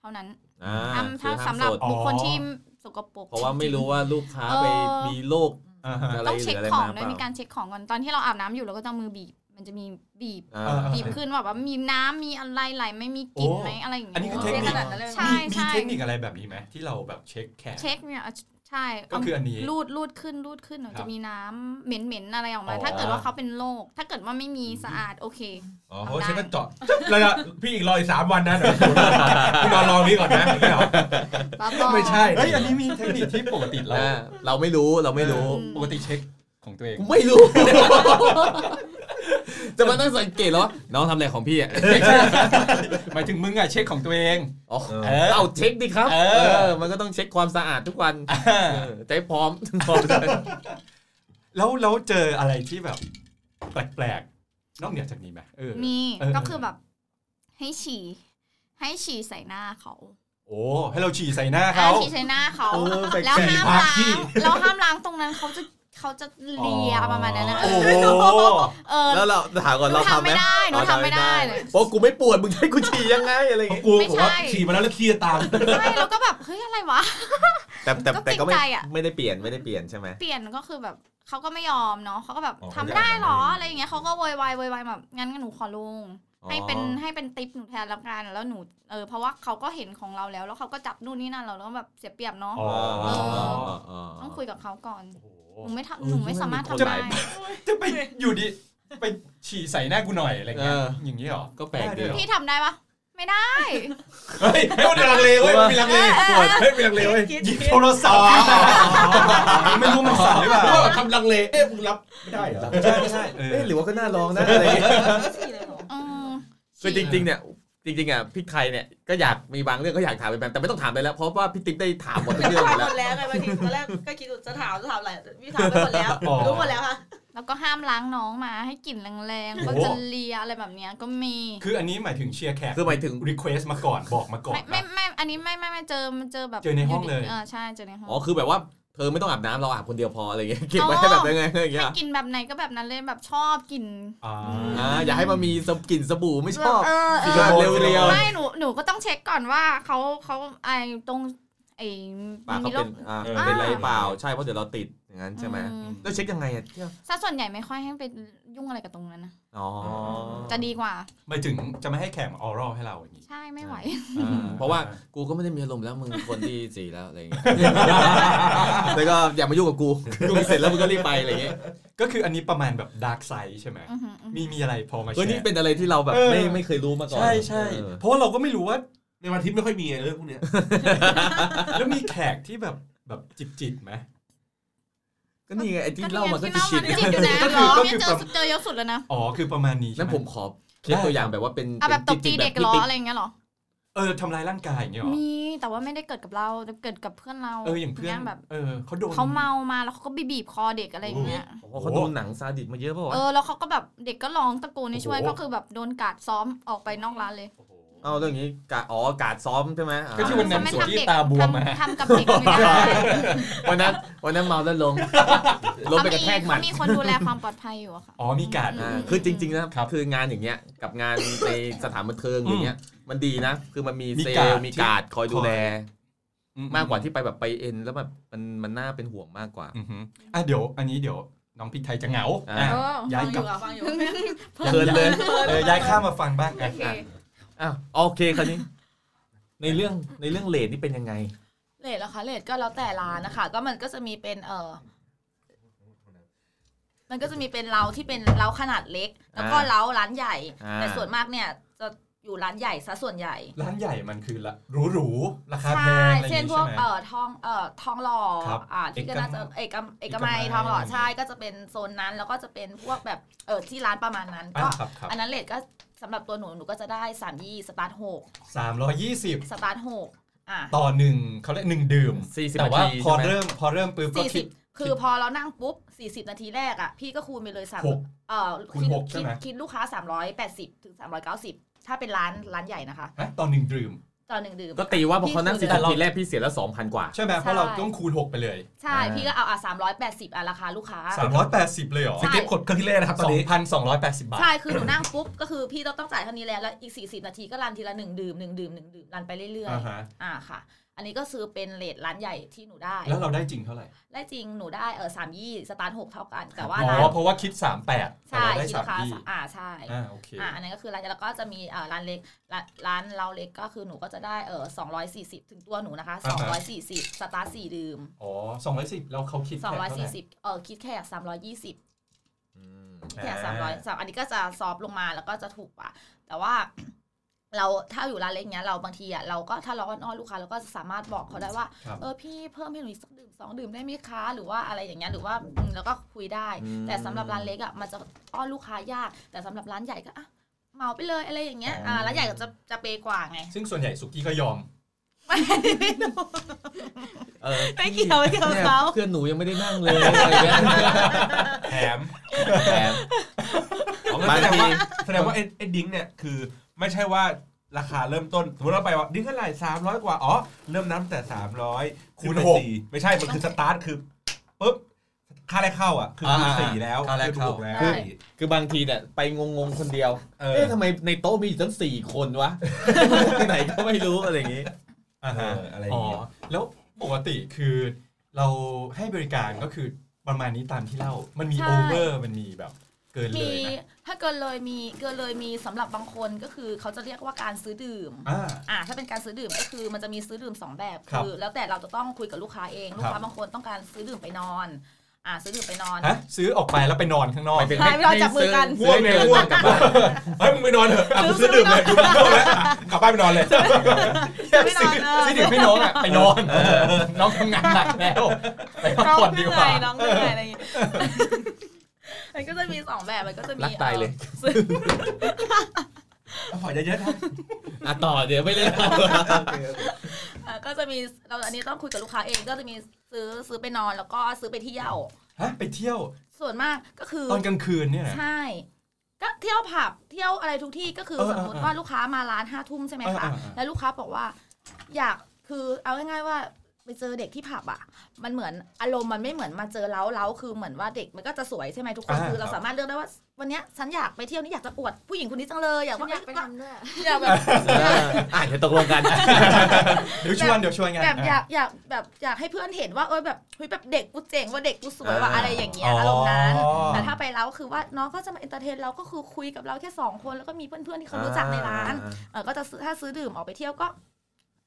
Speaker 6: เท่านั้น
Speaker 3: อ่า
Speaker 6: ห้ามถ้า
Speaker 3: คือห้าม
Speaker 6: สำหรับ
Speaker 3: สด
Speaker 6: บุคคลที่สกปรก
Speaker 3: เพราะว่าไม่รู้ว่าลูกค้า
Speaker 6: เออ
Speaker 3: ไปมีโรค
Speaker 2: อ่าฮะ
Speaker 3: อะไร
Speaker 6: ต้อง
Speaker 3: หรื
Speaker 6: เช็ค
Speaker 3: ออะไร
Speaker 6: ของ
Speaker 3: มา
Speaker 6: ด้วย
Speaker 3: เป
Speaker 6: มี
Speaker 3: ล่า
Speaker 6: การเช็คของก่อนตอนที่เราอาบน้ำอยู่เราก็จะเอามือบีบ มันจะมีบีบ
Speaker 3: อ่า
Speaker 2: เออ
Speaker 6: บีบขึ้นว่าแบบมีน้ำมีอะไรไหลไหมมีกลิ่นไหม
Speaker 2: โอ้
Speaker 6: อะไรอย่างเงี้ย
Speaker 2: อันนี้คือเทคนิค
Speaker 5: ขนาดนั้นเลยเหรอ
Speaker 6: ใช่
Speaker 2: มีมีเทคนิคอะไรแบบนี้ไหมที่เราแบบเช็คแขน
Speaker 6: เช็คเนี่ยใช่
Speaker 2: ก็คืออันนี้
Speaker 6: รูดรูดขึ้นรูดขึ้นหน่
Speaker 2: ค
Speaker 6: อย
Speaker 2: รับ
Speaker 6: จะมีน้ำเหม็นๆอะไรออกมา
Speaker 2: อ๋อ
Speaker 6: ถ้าเกิดว่าเขาเป็นโรคถ้าเกิดว่าไม่มีสะอาดโอเค
Speaker 4: อ๋อเพราะว่าฉันก็เจาะแล้วนะพี่อีกรออีกสามวัน นะเดี๋ยวพี่นอนรอนี้ก่อนนะไม่เอาไม่ใช่
Speaker 2: เฮ้ยอันนี้มีเทคนิคที่ปกติเรา
Speaker 3: อ่าเราไม่รู้เราไม่รู้
Speaker 6: อืม
Speaker 2: ปกติเช็คของตัวเอง
Speaker 3: กูไม่รู้ จะมานั่งสังเกตแล้ววาน้องทำอะไรของพี่อ่ะ
Speaker 2: หมายถึงมึงอะเช็คของตัวเอง
Speaker 3: อ๋อ
Speaker 2: เออ
Speaker 3: เอาเช็คดิครับ
Speaker 2: เออ
Speaker 3: อมันก็ต้องเช็คความสะอาดทุกวันเออใจพ ร้อมพร้อม
Speaker 2: แล้วแล้วเจออะไรที่แบบ แปลกๆนอกเหนือจากนี้ไหมเออ
Speaker 6: มี
Speaker 2: เออ
Speaker 6: ก็คือแบบ ให้ฉี่ให้ฉี่ใส่หน้าเขา
Speaker 2: โอ้ให้เราฉี่ใส่หน้า
Speaker 6: อ่า
Speaker 2: เขา
Speaker 6: ฉี่ใส่หน้าเขา
Speaker 2: เออแปลกๆ
Speaker 6: แล้วห้ามล้า
Speaker 4: ขี้
Speaker 6: งเราห้ามล้างตรงนั้นเขาจะเขาจะเลียประมาณนั้นนะ
Speaker 2: โอ้โห
Speaker 6: เออ
Speaker 3: แล้วเราถามก่อน
Speaker 6: หนู
Speaker 3: เรา
Speaker 6: ทำ
Speaker 3: ทำไหม
Speaker 6: ไม่ได้หนูทำไม่ได้เลย
Speaker 3: เพราะกูไม่ปวดมึงให้กูฉี่ยังไงอะไรอย่าง
Speaker 4: เพ ราะ
Speaker 3: เงี้ย
Speaker 4: กลัวผม
Speaker 6: ไม่
Speaker 4: ว่า
Speaker 6: ใช่
Speaker 4: ฉี่มาแล้วแล้วขี้จะตาม
Speaker 6: ใช่แล้วก็แบบเฮ้ยอะไรวะ
Speaker 3: แต่แต่แต่ก็ไม่
Speaker 6: ก็เกรงใจอะ
Speaker 3: ไม่ได้เปลี่ยนไม่ได้เปลี่ยนใช่ไหม
Speaker 6: เปลี่ยนก็คือแบบเขาก็ไม่ยอมเนาะเขาก็แบบ
Speaker 4: อ๋อ
Speaker 6: ทำไม่ได้
Speaker 4: ไม่ได้
Speaker 6: หรออะไรอย่างเงี้ยเขาก็โวยวายโวยวายแบบงั้นหนูขอลง
Speaker 3: อ๋อ
Speaker 6: ให้เป็นให้เป็นติปหนูแทนแล้วกันแล้วหนูเออเพราะว่าเขาก็เห็นของเราแล้ว แล้วเขาก็จับนู่นนี่นั่นเราแล้วแบบเสียเปรียบเนาะ
Speaker 2: อ๋อ
Speaker 6: ต้องคุยกับเขาก่อน
Speaker 2: โอ้โห
Speaker 6: หนูไม่ทำหนูไม่สามารถทำได้
Speaker 2: จะไปอยู่ดิไปฉี่ใส่หน้ากูหน่อยอะไรเงี้ย
Speaker 3: เออ
Speaker 2: อย่างนี้ยเหรอ
Speaker 3: ก็แปลกดี
Speaker 2: ไเหรอ
Speaker 6: พี่ทำได้ปะไม่ได้
Speaker 2: เฮ้ยเฮ้ยมันลังเลเว้ยมันมีลังเล
Speaker 4: ปวดเฮ้ยเป็นลังเลเว้ย
Speaker 2: หยิบโทรศัพท์ไม่รู้มันสั่นหรือเปล่า
Speaker 4: ก็ทำลังเลเอ๊ะมึงรับไม่ได้เหรอ
Speaker 2: ใช่ไม่ใช่เออ
Speaker 3: เอ๊ะหรือว่าก็น่าลองนะอะไรอย่างเงี้ย
Speaker 5: ฉี่เลยเหรอ
Speaker 6: อืม
Speaker 3: คือจริงๆเนี่ยจริงๆอ่ะพี่ใครเนี่ยก็อยากมีบางเรื่องก็อยากถามเป็นแบบแต่ไม่ต้องถามเลยแล้วเพราะว่าพี่ติ๊บได้ถามหมดทุก
Speaker 5: จะ
Speaker 3: เรื่อง
Speaker 5: ถาม
Speaker 3: หมด
Speaker 5: หม
Speaker 3: แล้ว
Speaker 5: ดแล้วไงบางทีตอนแรกก็คิดว่าจะถามจะถามอะไรพี่ถามไปหมดแล้ว
Speaker 2: อ๋อ
Speaker 5: รู้หมดแล้วค่ะ
Speaker 6: แล้วก็ห้ามล้างน้องมาให้กลิ่นแรงๆก็จะเลียอะไรแบบเนี้ยก็มี
Speaker 2: คืออันนี้หมายถึงเชียร์แขก
Speaker 3: คือหมายถึง
Speaker 2: request มาก่อนบอกมาก่อน
Speaker 6: ไม่ไม่
Speaker 2: นะ
Speaker 6: ไม่อันนี้ไม่ไม่ไม่เจอมันเจอแบบ
Speaker 2: เจอในห้องเลย
Speaker 6: เออใช่เจอในห้อง
Speaker 3: อ๋อคือแบบว่าเธอไม่ต้องอาบน้ำเราอาบคนเดียวพออะไรอย่างเงี้ยเก็บไว้ให้แบบยังไงอย่างเงี้ย
Speaker 6: กินแบบไหนก็แบบนั้นเลยแบบชอบกิน
Speaker 2: อ่า
Speaker 3: อ่าอย่าให้มันมีสกลิ่นสบู่ไม่ชอบ
Speaker 6: เออเอ
Speaker 3: สี
Speaker 6: อ
Speaker 3: แบ
Speaker 2: โม
Speaker 3: บ
Speaker 2: น
Speaker 3: เรียว
Speaker 6: ไม่หนูหนูก็ต้องเช็คก่อนว่าเขาเขาไอตรงไอ
Speaker 3: ๆปาก
Speaker 6: มี
Speaker 3: เขา
Speaker 6: โร
Speaker 3: เป็
Speaker 6: คน
Speaker 3: อ่าเป็นไรเปล่าใช่เพราะเดี๋ยวเราติดอย่างนั้นใช่ไหม
Speaker 6: อื
Speaker 3: แล้วเช็คยังไงอ่ะ
Speaker 6: ซะส่วนใหญ่ไม่ค่อยให้ไปยุ่งอะไรกับตรงนั้นนะ
Speaker 3: อ๋อ
Speaker 6: จะดีกว่า
Speaker 2: หมายถึงจะไม่ให้แขกมาออรัลให้เราอย่างนี้
Speaker 6: ใช่ไม่ไหว
Speaker 3: อ่าเพราะว่ากูก็ไม่ได้มีอารมณ์แล้วมึงคนที่สี่แล้วอะไรอย่างเงี้ย แล้วก็อย่ามายุ่งกับกู กูเสร็จแล้วมึงก็รีบไปอะไรอย่างเงี้ย
Speaker 2: ก็คืออันนี้ประมาณแบบดาร์กไซด์ใช่ไหม
Speaker 6: อือหืออือหือ
Speaker 2: มีมีอะไรพอมาแช
Speaker 3: เฮ้ยนี่
Speaker 2: ร์
Speaker 3: เป็นอะไรที่เราแบบ
Speaker 2: เออ
Speaker 3: ไม่ไม่เคยรู้มาก่อน
Speaker 2: ใช่ใช่
Speaker 3: เออ
Speaker 2: เพราะว่าเราก็ไม่รู้ว่า
Speaker 4: ในวันอาทิตย์ไม่ค่อยมีเรื่องพวกเนี้ย
Speaker 2: แล้วมีแขกที่แบบแบบจิบจิบๆไหม
Speaker 3: ก็นี่ไงไอ้ที่เล่ามาก็
Speaker 6: ก็
Speaker 3: จะชิด
Speaker 6: ที่เล่า
Speaker 2: ก็
Speaker 6: มาจิตอยู่นะ
Speaker 2: คือก็
Speaker 6: เนี่
Speaker 2: คื
Speaker 6: ย
Speaker 2: อ
Speaker 6: เจ
Speaker 2: แบ
Speaker 6: อบ เจอเยอะสุดแล้วนะ
Speaker 2: อ๋อคือประมาณนี้ใช่
Speaker 3: นั่น
Speaker 2: ไห
Speaker 3: ผมขอเคสตัวอย่างแบบว่าเป็น
Speaker 6: อ่ะแบบตบ
Speaker 3: จิ
Speaker 6: ตีเด็กเหรอ
Speaker 3: พิติ
Speaker 6: อะไรอย่างเงี้ยเหรอ
Speaker 2: เออทำร้ายร่างกายอย่างเงี้ยเหรอ
Speaker 6: มีแต่ว่าไม่ได้เกิดกับเราแต่เกิดกับเพื่อนเรา
Speaker 2: เอออย่างเพื่อน
Speaker 6: แบบ
Speaker 2: เออเขาโดน
Speaker 6: เขาเมามาแล้วเขาก็ไปบีบคอเด็กอะไรอย่างเงี้ย
Speaker 3: โอ้โหเขาโดนหนังซาดิสมาเยอะเปล่าวะ
Speaker 6: เออแล้วเขาก็แบบเด็กก็ร้องตะโกนให้ช่วย
Speaker 2: โอ้โห
Speaker 6: ก็คือแบบโดนกาดซ้อมออกไปนอกร้านเลย
Speaker 2: โอ้โห
Speaker 3: เอาเรื่องนี้กาอ๋อกาดซ้อมใช่ไหมอ่า
Speaker 2: ก็ที่วันนั้น
Speaker 6: ไม่
Speaker 2: ส่ว
Speaker 6: ทำ
Speaker 2: ที่
Speaker 6: เด็ก
Speaker 2: ตาบวมอะ
Speaker 6: ทำทำกับเด็กไม่ได้
Speaker 3: วันนั้นวันนั้นเมาแล้วลง ลงไปกระแทกหมั
Speaker 6: เขา
Speaker 3: ด
Speaker 6: มีคนดูแลความปลอดภัยอยู่อะค่ะ
Speaker 2: อ๋อมีการด
Speaker 3: อ่า
Speaker 6: อืม
Speaker 3: คือจริงๆนะครับ คืองานอย่างเงี้ยกับงาน ในสถานบันเทิงอย่างเงี้ยมันดีนะ คือมันมี
Speaker 2: มี
Speaker 3: เซล
Speaker 2: การ์ด
Speaker 3: ล์มีการ์ดคอยดู
Speaker 2: คอย
Speaker 3: แล
Speaker 2: อื
Speaker 3: มากกว่าที่ไปแบบไปเอ็น แล้วแบบมันมันน่าเป็นห่วงมากกว่า
Speaker 2: อือหืออ่ะเดี๋ยว อันนี้เดี๋ยวน้องพริกไทยจะเหงา
Speaker 3: อ่า
Speaker 2: อ่ะ
Speaker 5: เออ
Speaker 2: ย้ายกลับ
Speaker 5: ฟังอยู่อะฟังอยู่
Speaker 3: เพลินเลย
Speaker 2: เออย้ายข้ามมาฟังบ้าง
Speaker 6: โอ
Speaker 2: อ่ะ
Speaker 6: เค
Speaker 2: อ่ะ
Speaker 3: อ่ะโอเคคราวนี้ ในเรื่องในเรื่องเลทนี่เป็นยังไง
Speaker 5: เลทเหรอคะเลทก็แล้วแต่ร้านนะคะ ก็มันก็จะมีเป็นเออมันก็จะมีเป็นเราที่เป็นเราขนาดเล็ก แล้วก็
Speaker 3: อ่า
Speaker 5: เราร้านใหญ่
Speaker 3: อ่า
Speaker 5: แต่ส่วนมากเนี่ยจะอยู่ร้านใหญ่ซะส่วนใหญ่
Speaker 2: ร้านใหญ่มันคือละหรูหรูๆราคาแพ
Speaker 5: ใช่
Speaker 2: งอะไรอ
Speaker 5: เช่น
Speaker 2: ย่าง
Speaker 5: พ
Speaker 2: งี้
Speaker 5: ว
Speaker 2: ใช่
Speaker 5: ก
Speaker 2: ไหม
Speaker 5: เอ่อทองเอ่อทองหล่อ
Speaker 2: ครับ
Speaker 5: อ่าที่ก็น่าจะเอกมเอกมัย
Speaker 2: เอกมัย
Speaker 5: ทองหล่อใช่ก็จะเป็นโซนนั้น แล้วก็จะเป็นพวกแบบเออที่ร้านประมาณนั้น
Speaker 2: อ่ะ
Speaker 5: ก็
Speaker 2: ครับครับ
Speaker 5: อันนั้นเลทก็สำหรับตัวหนูหนูก็จะได้สามยี่สตาร์ทหก
Speaker 2: สามร้อยยี่สิบ
Speaker 5: สตาร์ทหกอ่ะ
Speaker 2: ต่อหนึ่งเขาเรียกหนึ่งดื่ม
Speaker 3: 40
Speaker 2: แต่ว่า
Speaker 3: นาที
Speaker 2: พอ
Speaker 3: ใช่ไหม
Speaker 2: เริ่มพอเริ่มปุ๊บก็
Speaker 5: สี่
Speaker 2: คิ
Speaker 5: สิ
Speaker 2: ด
Speaker 5: บคือพอเรานั่งปุ๊บสี่สิบนาทีแรกอ่ะ พี่ก็คูณไปเลยสาม
Speaker 2: หก
Speaker 5: เอ่อ
Speaker 2: คูณหกใช่ไหม
Speaker 5: คิดคิดลูกค้าสามร้อยแปดสิบถึงสามร้อยเก้าสิบถ้าเป็นร้านร้านใหญ่นะคะ
Speaker 2: อ่ะต่อหนึ่งดื่ม
Speaker 5: ต่อหนึ่งดื่ม
Speaker 3: ก็ตีว่าพอเขานั่ง
Speaker 5: พี่
Speaker 3: สิบ
Speaker 5: เคย
Speaker 3: นาทีแรกพี่เสียแล้วสองพันกว่า
Speaker 2: ใช่ไหมเพราะเราต้องคูณ 6 ไปเลย
Speaker 5: ใช่
Speaker 3: อ่า
Speaker 5: พี่ก็เอาอ่ะสามร้อยแปดสิบอ่ะราคาลูกค้า
Speaker 2: 380 เลยเหรอ
Speaker 5: ใช่
Speaker 4: เก็บกดเครื่องที่เล่นะครับตอนนี้
Speaker 2: 2,280 บาท
Speaker 5: ใช่คือหนูนั่งปุ๊บ ก็คือพี่ต้องต้องจ่ายเท่านี้แล้ว แล้วอีกสี่สิบนาทีก็รันทีละหนึ่งดื่มหนึ่งดื่มหนึ่งดื่มรันไปเรื่อย
Speaker 2: อ่าฮะ
Speaker 5: ๆอ่าค่ะ อันนี้ก็ซื้อเป็นเลทร้านใหญ่ที่หนูได้
Speaker 2: แล้วเราได้จริงเท่าไหร่
Speaker 5: ได้จริงหนูได้เออสามยี่สตาร์ทหกเท่ากันแต่ว่า
Speaker 2: อ๋
Speaker 5: ร้าน
Speaker 2: อเพราะว่าคิด 38แต่
Speaker 5: ใช่
Speaker 2: เราได้
Speaker 5: คิด
Speaker 2: สาม
Speaker 5: ราคา
Speaker 2: ที่
Speaker 5: อ่าใช่
Speaker 2: อ่าโอเค
Speaker 5: อ่ะอันนั้นก็คือร้านแล้วก็จะมีเอ่อร้านเล็กร้านร้านเราเล็กก็คือหนูก็จะได้เออสองร้อยสี่สิบถึงตัวหนูนะคะส
Speaker 2: อ่า
Speaker 5: อง
Speaker 2: ฮะ
Speaker 5: ร้อยสี่สิบสตาร์ทสี่ดื่ม
Speaker 2: อ๋อ 210 แล้วเขาคิด
Speaker 5: สอง
Speaker 2: แค่
Speaker 5: ร้อย
Speaker 2: เท่าไห
Speaker 5: สี่
Speaker 2: ร่
Speaker 5: สิบเออคิดแขกสามร้อยยี่สิบคิดแขกสามร้อย
Speaker 2: อ่า
Speaker 5: สามอันนี้ก็จะซอฟต์ลงมาแล้วก็จะถูกกว่า แต่ว่า เราถ้าอยู่ร้านเล็กเนี้ยเราบางทีอ่ะเราก็ถ้าเราอ้อนๆลูกค้าเราก็สามารถบอกเขาได้ว่า
Speaker 2: ครับ
Speaker 5: เออพี่เพิ่มให้หนูอีกสักดื่มสองดื่มได้ไหมคะหรือว่าอะไรอย่างเงี้ยหรือว่าอืมแล้วก็คุยได้
Speaker 3: อืม
Speaker 5: แต่สำหรับร้านเล็กอ่ะมันจะอ้อนลูกค้ายาก แต่สำหรับร้านใหญ่ก็อ่ะเหมาไปเลยอะไรอย่างเงี้ยอ่าร้านใหญ่ก็จะจะเปย์กว่าไง
Speaker 2: ซึ่งส่วนใหญ่สุกี้ก็ยอม
Speaker 5: ไม่
Speaker 3: เออ
Speaker 5: ไม่เกี่ยวไม่เกี่ยว
Speaker 3: เนี่ย
Speaker 5: เขา
Speaker 3: เพื่อนหนูยังไม่ได้นั่ งเลยอะไรเงี้ย
Speaker 4: แถม
Speaker 3: แถมบาง
Speaker 4: แสดง
Speaker 3: ที
Speaker 4: ว่าแสดงว่าไอ้ไอ้ดิ้งเนี่ยคือไม่ใช่ว่าราคาเริ่มต้นสมมติเราไปว่าดิ้งเท่าไหร่สามร้อยกว่าอ๋อเริ่มน้ำแต่สามร้อย
Speaker 2: คูณหก
Speaker 4: ไม่ใช่มันคือสตาร์ทคือปุ๊บค่าแรกเข้าอ่ะคือคูณ
Speaker 2: อ่า
Speaker 4: สี่แล้ว
Speaker 2: ค่าแรกเข้า
Speaker 4: อถูแล้ว
Speaker 3: คือบางทีเนี่ยไปงงๆคนเดียว
Speaker 4: เออ
Speaker 3: เอ๊ะทำไมในโต๊ะมีอยู่ตั้งสี่คนวะ ที่ไหนก็ไม่รู้อะไรอย่างงี้
Speaker 4: อ่าฮะ
Speaker 2: เออ
Speaker 4: อะไรอย่างเงี้ย
Speaker 2: อ๋อแล้วปกติคือเราให้บริการก็คือประมาณนี้ตามที่เล่า มันมีโอเวอร์มันมีแบบเกินเล
Speaker 5: มี
Speaker 2: ยนะ
Speaker 5: ถ้าเกินเลยมีเกินเลยมีสำหรับบางคนก็คือเขาจะเรียกว่าการซื้อดื่ม
Speaker 2: อ่า
Speaker 5: อ่าถ้าเป็นการซื้อดื่มก็คือมันจะมีซื้อดื่มสองแบบ
Speaker 2: ครับ
Speaker 5: คือแล้วแต่เราจะต้องคุยกับลูกค้าเองลูก
Speaker 2: ครั
Speaker 5: ค้า
Speaker 2: บ
Speaker 5: บางคนต้องการซื้อดื่มไปนอนอ่าซื้อดื่มไปนอน
Speaker 2: ฮะซื้อออกไปแล้วไปนอนข้างนอก
Speaker 3: ไปเป็น
Speaker 5: ใช่เราจับมือกัน
Speaker 4: ง่วงไงง่วง เฮ้ยมึงไปนอนเถอะอ่ะกูซื้อดื่มเลยกูไม่เอาแล้วอ่ะกลับบ้านไปนอนเลย
Speaker 2: ซื้อ
Speaker 5: ไม่นอนเออ
Speaker 2: ซื้อถึงให้น้องอ่ะ ไปนอน น้องทำงานหนักแล้ว ไปพัก
Speaker 5: น้อง
Speaker 2: ผ่อน
Speaker 5: เห
Speaker 2: ดี
Speaker 5: นื่
Speaker 2: กว่า
Speaker 5: อยน้องเหนื่อยอะ ไรอย่างเงี้ยมันก็จะมีสองแบบมันก็จะมี
Speaker 3: รักตายเลย
Speaker 5: ออซื้อ
Speaker 4: ขอเยอะๆครับ
Speaker 3: อ่ะต่อเดี๋ยวไม่เล่นต่อ
Speaker 5: อ่ะก็จะมีเราอันนี้ต้องคุยกับลูกค้าเองก็จะมีซื้อซื้อไปนอนแล้วก็ซื้อไปเที่ยว
Speaker 2: ฮะ ไปเที่ยว
Speaker 5: ส่วนมากก็คือ
Speaker 2: ตอนกลางคืนเนี่ยนะ
Speaker 5: ใช่ ก็เที่ยวผับเที่ยวอะไรทุกที่ก็คือ
Speaker 2: เออเอ
Speaker 5: ส
Speaker 2: อ
Speaker 5: มมติว่าลูกค้ามาร้านห้าทุ่มใช่ไหมคะ
Speaker 2: เออเออเออ
Speaker 5: แล้วลูกค้าบอกว่า อยากคือเอาง่ายๆว่าไปเจอเด็กที่ผับอ่ะ มันเหมือนอารมณ์มันไม่เหมือนมาเจอเล้าเล้าคือเหมือนว่าเด็กมันก็จะสวยใช่ไหมทุกคน
Speaker 2: อ่า
Speaker 5: คือ
Speaker 2: ค
Speaker 5: เรา
Speaker 2: รับ
Speaker 5: สามารถเลือกได้ว่าวันเนี้ยฉันอยากไปเที่ยวนี่อยากจะอวดผู้หญิงคนนี้จังเลย อยากว่า
Speaker 6: อยากไปทำด้วย
Speaker 5: อยากแบบ
Speaker 3: อ่ะเดี๋ยวตกลงกัน
Speaker 2: เดี๋ยวชวนเดี๋ยวชวนกัน
Speaker 5: แบบอยา
Speaker 2: อ่ะ
Speaker 5: กอยากแบบอยากให้เพื่อนเห็นว่าเอยแบบเฮ้ยแบบเด็กกูเจ๋งว่าเด็กกูสวยว่า
Speaker 3: อ่า
Speaker 5: อะไรอย่างเงี้ย
Speaker 2: อ๋ออ
Speaker 5: อารมณ์นั้นแต่ถ้าไปแล้วคือว่าน้องก็จะมาเอนเตอร์เทนเราก็คือคุยกับเราแค่สองคนแล้วก็มีเพื่อนๆที่เขารู้จักในร้านเออก็จะซื้อถ้าซื้อดื่มออกไปเที่ยวก็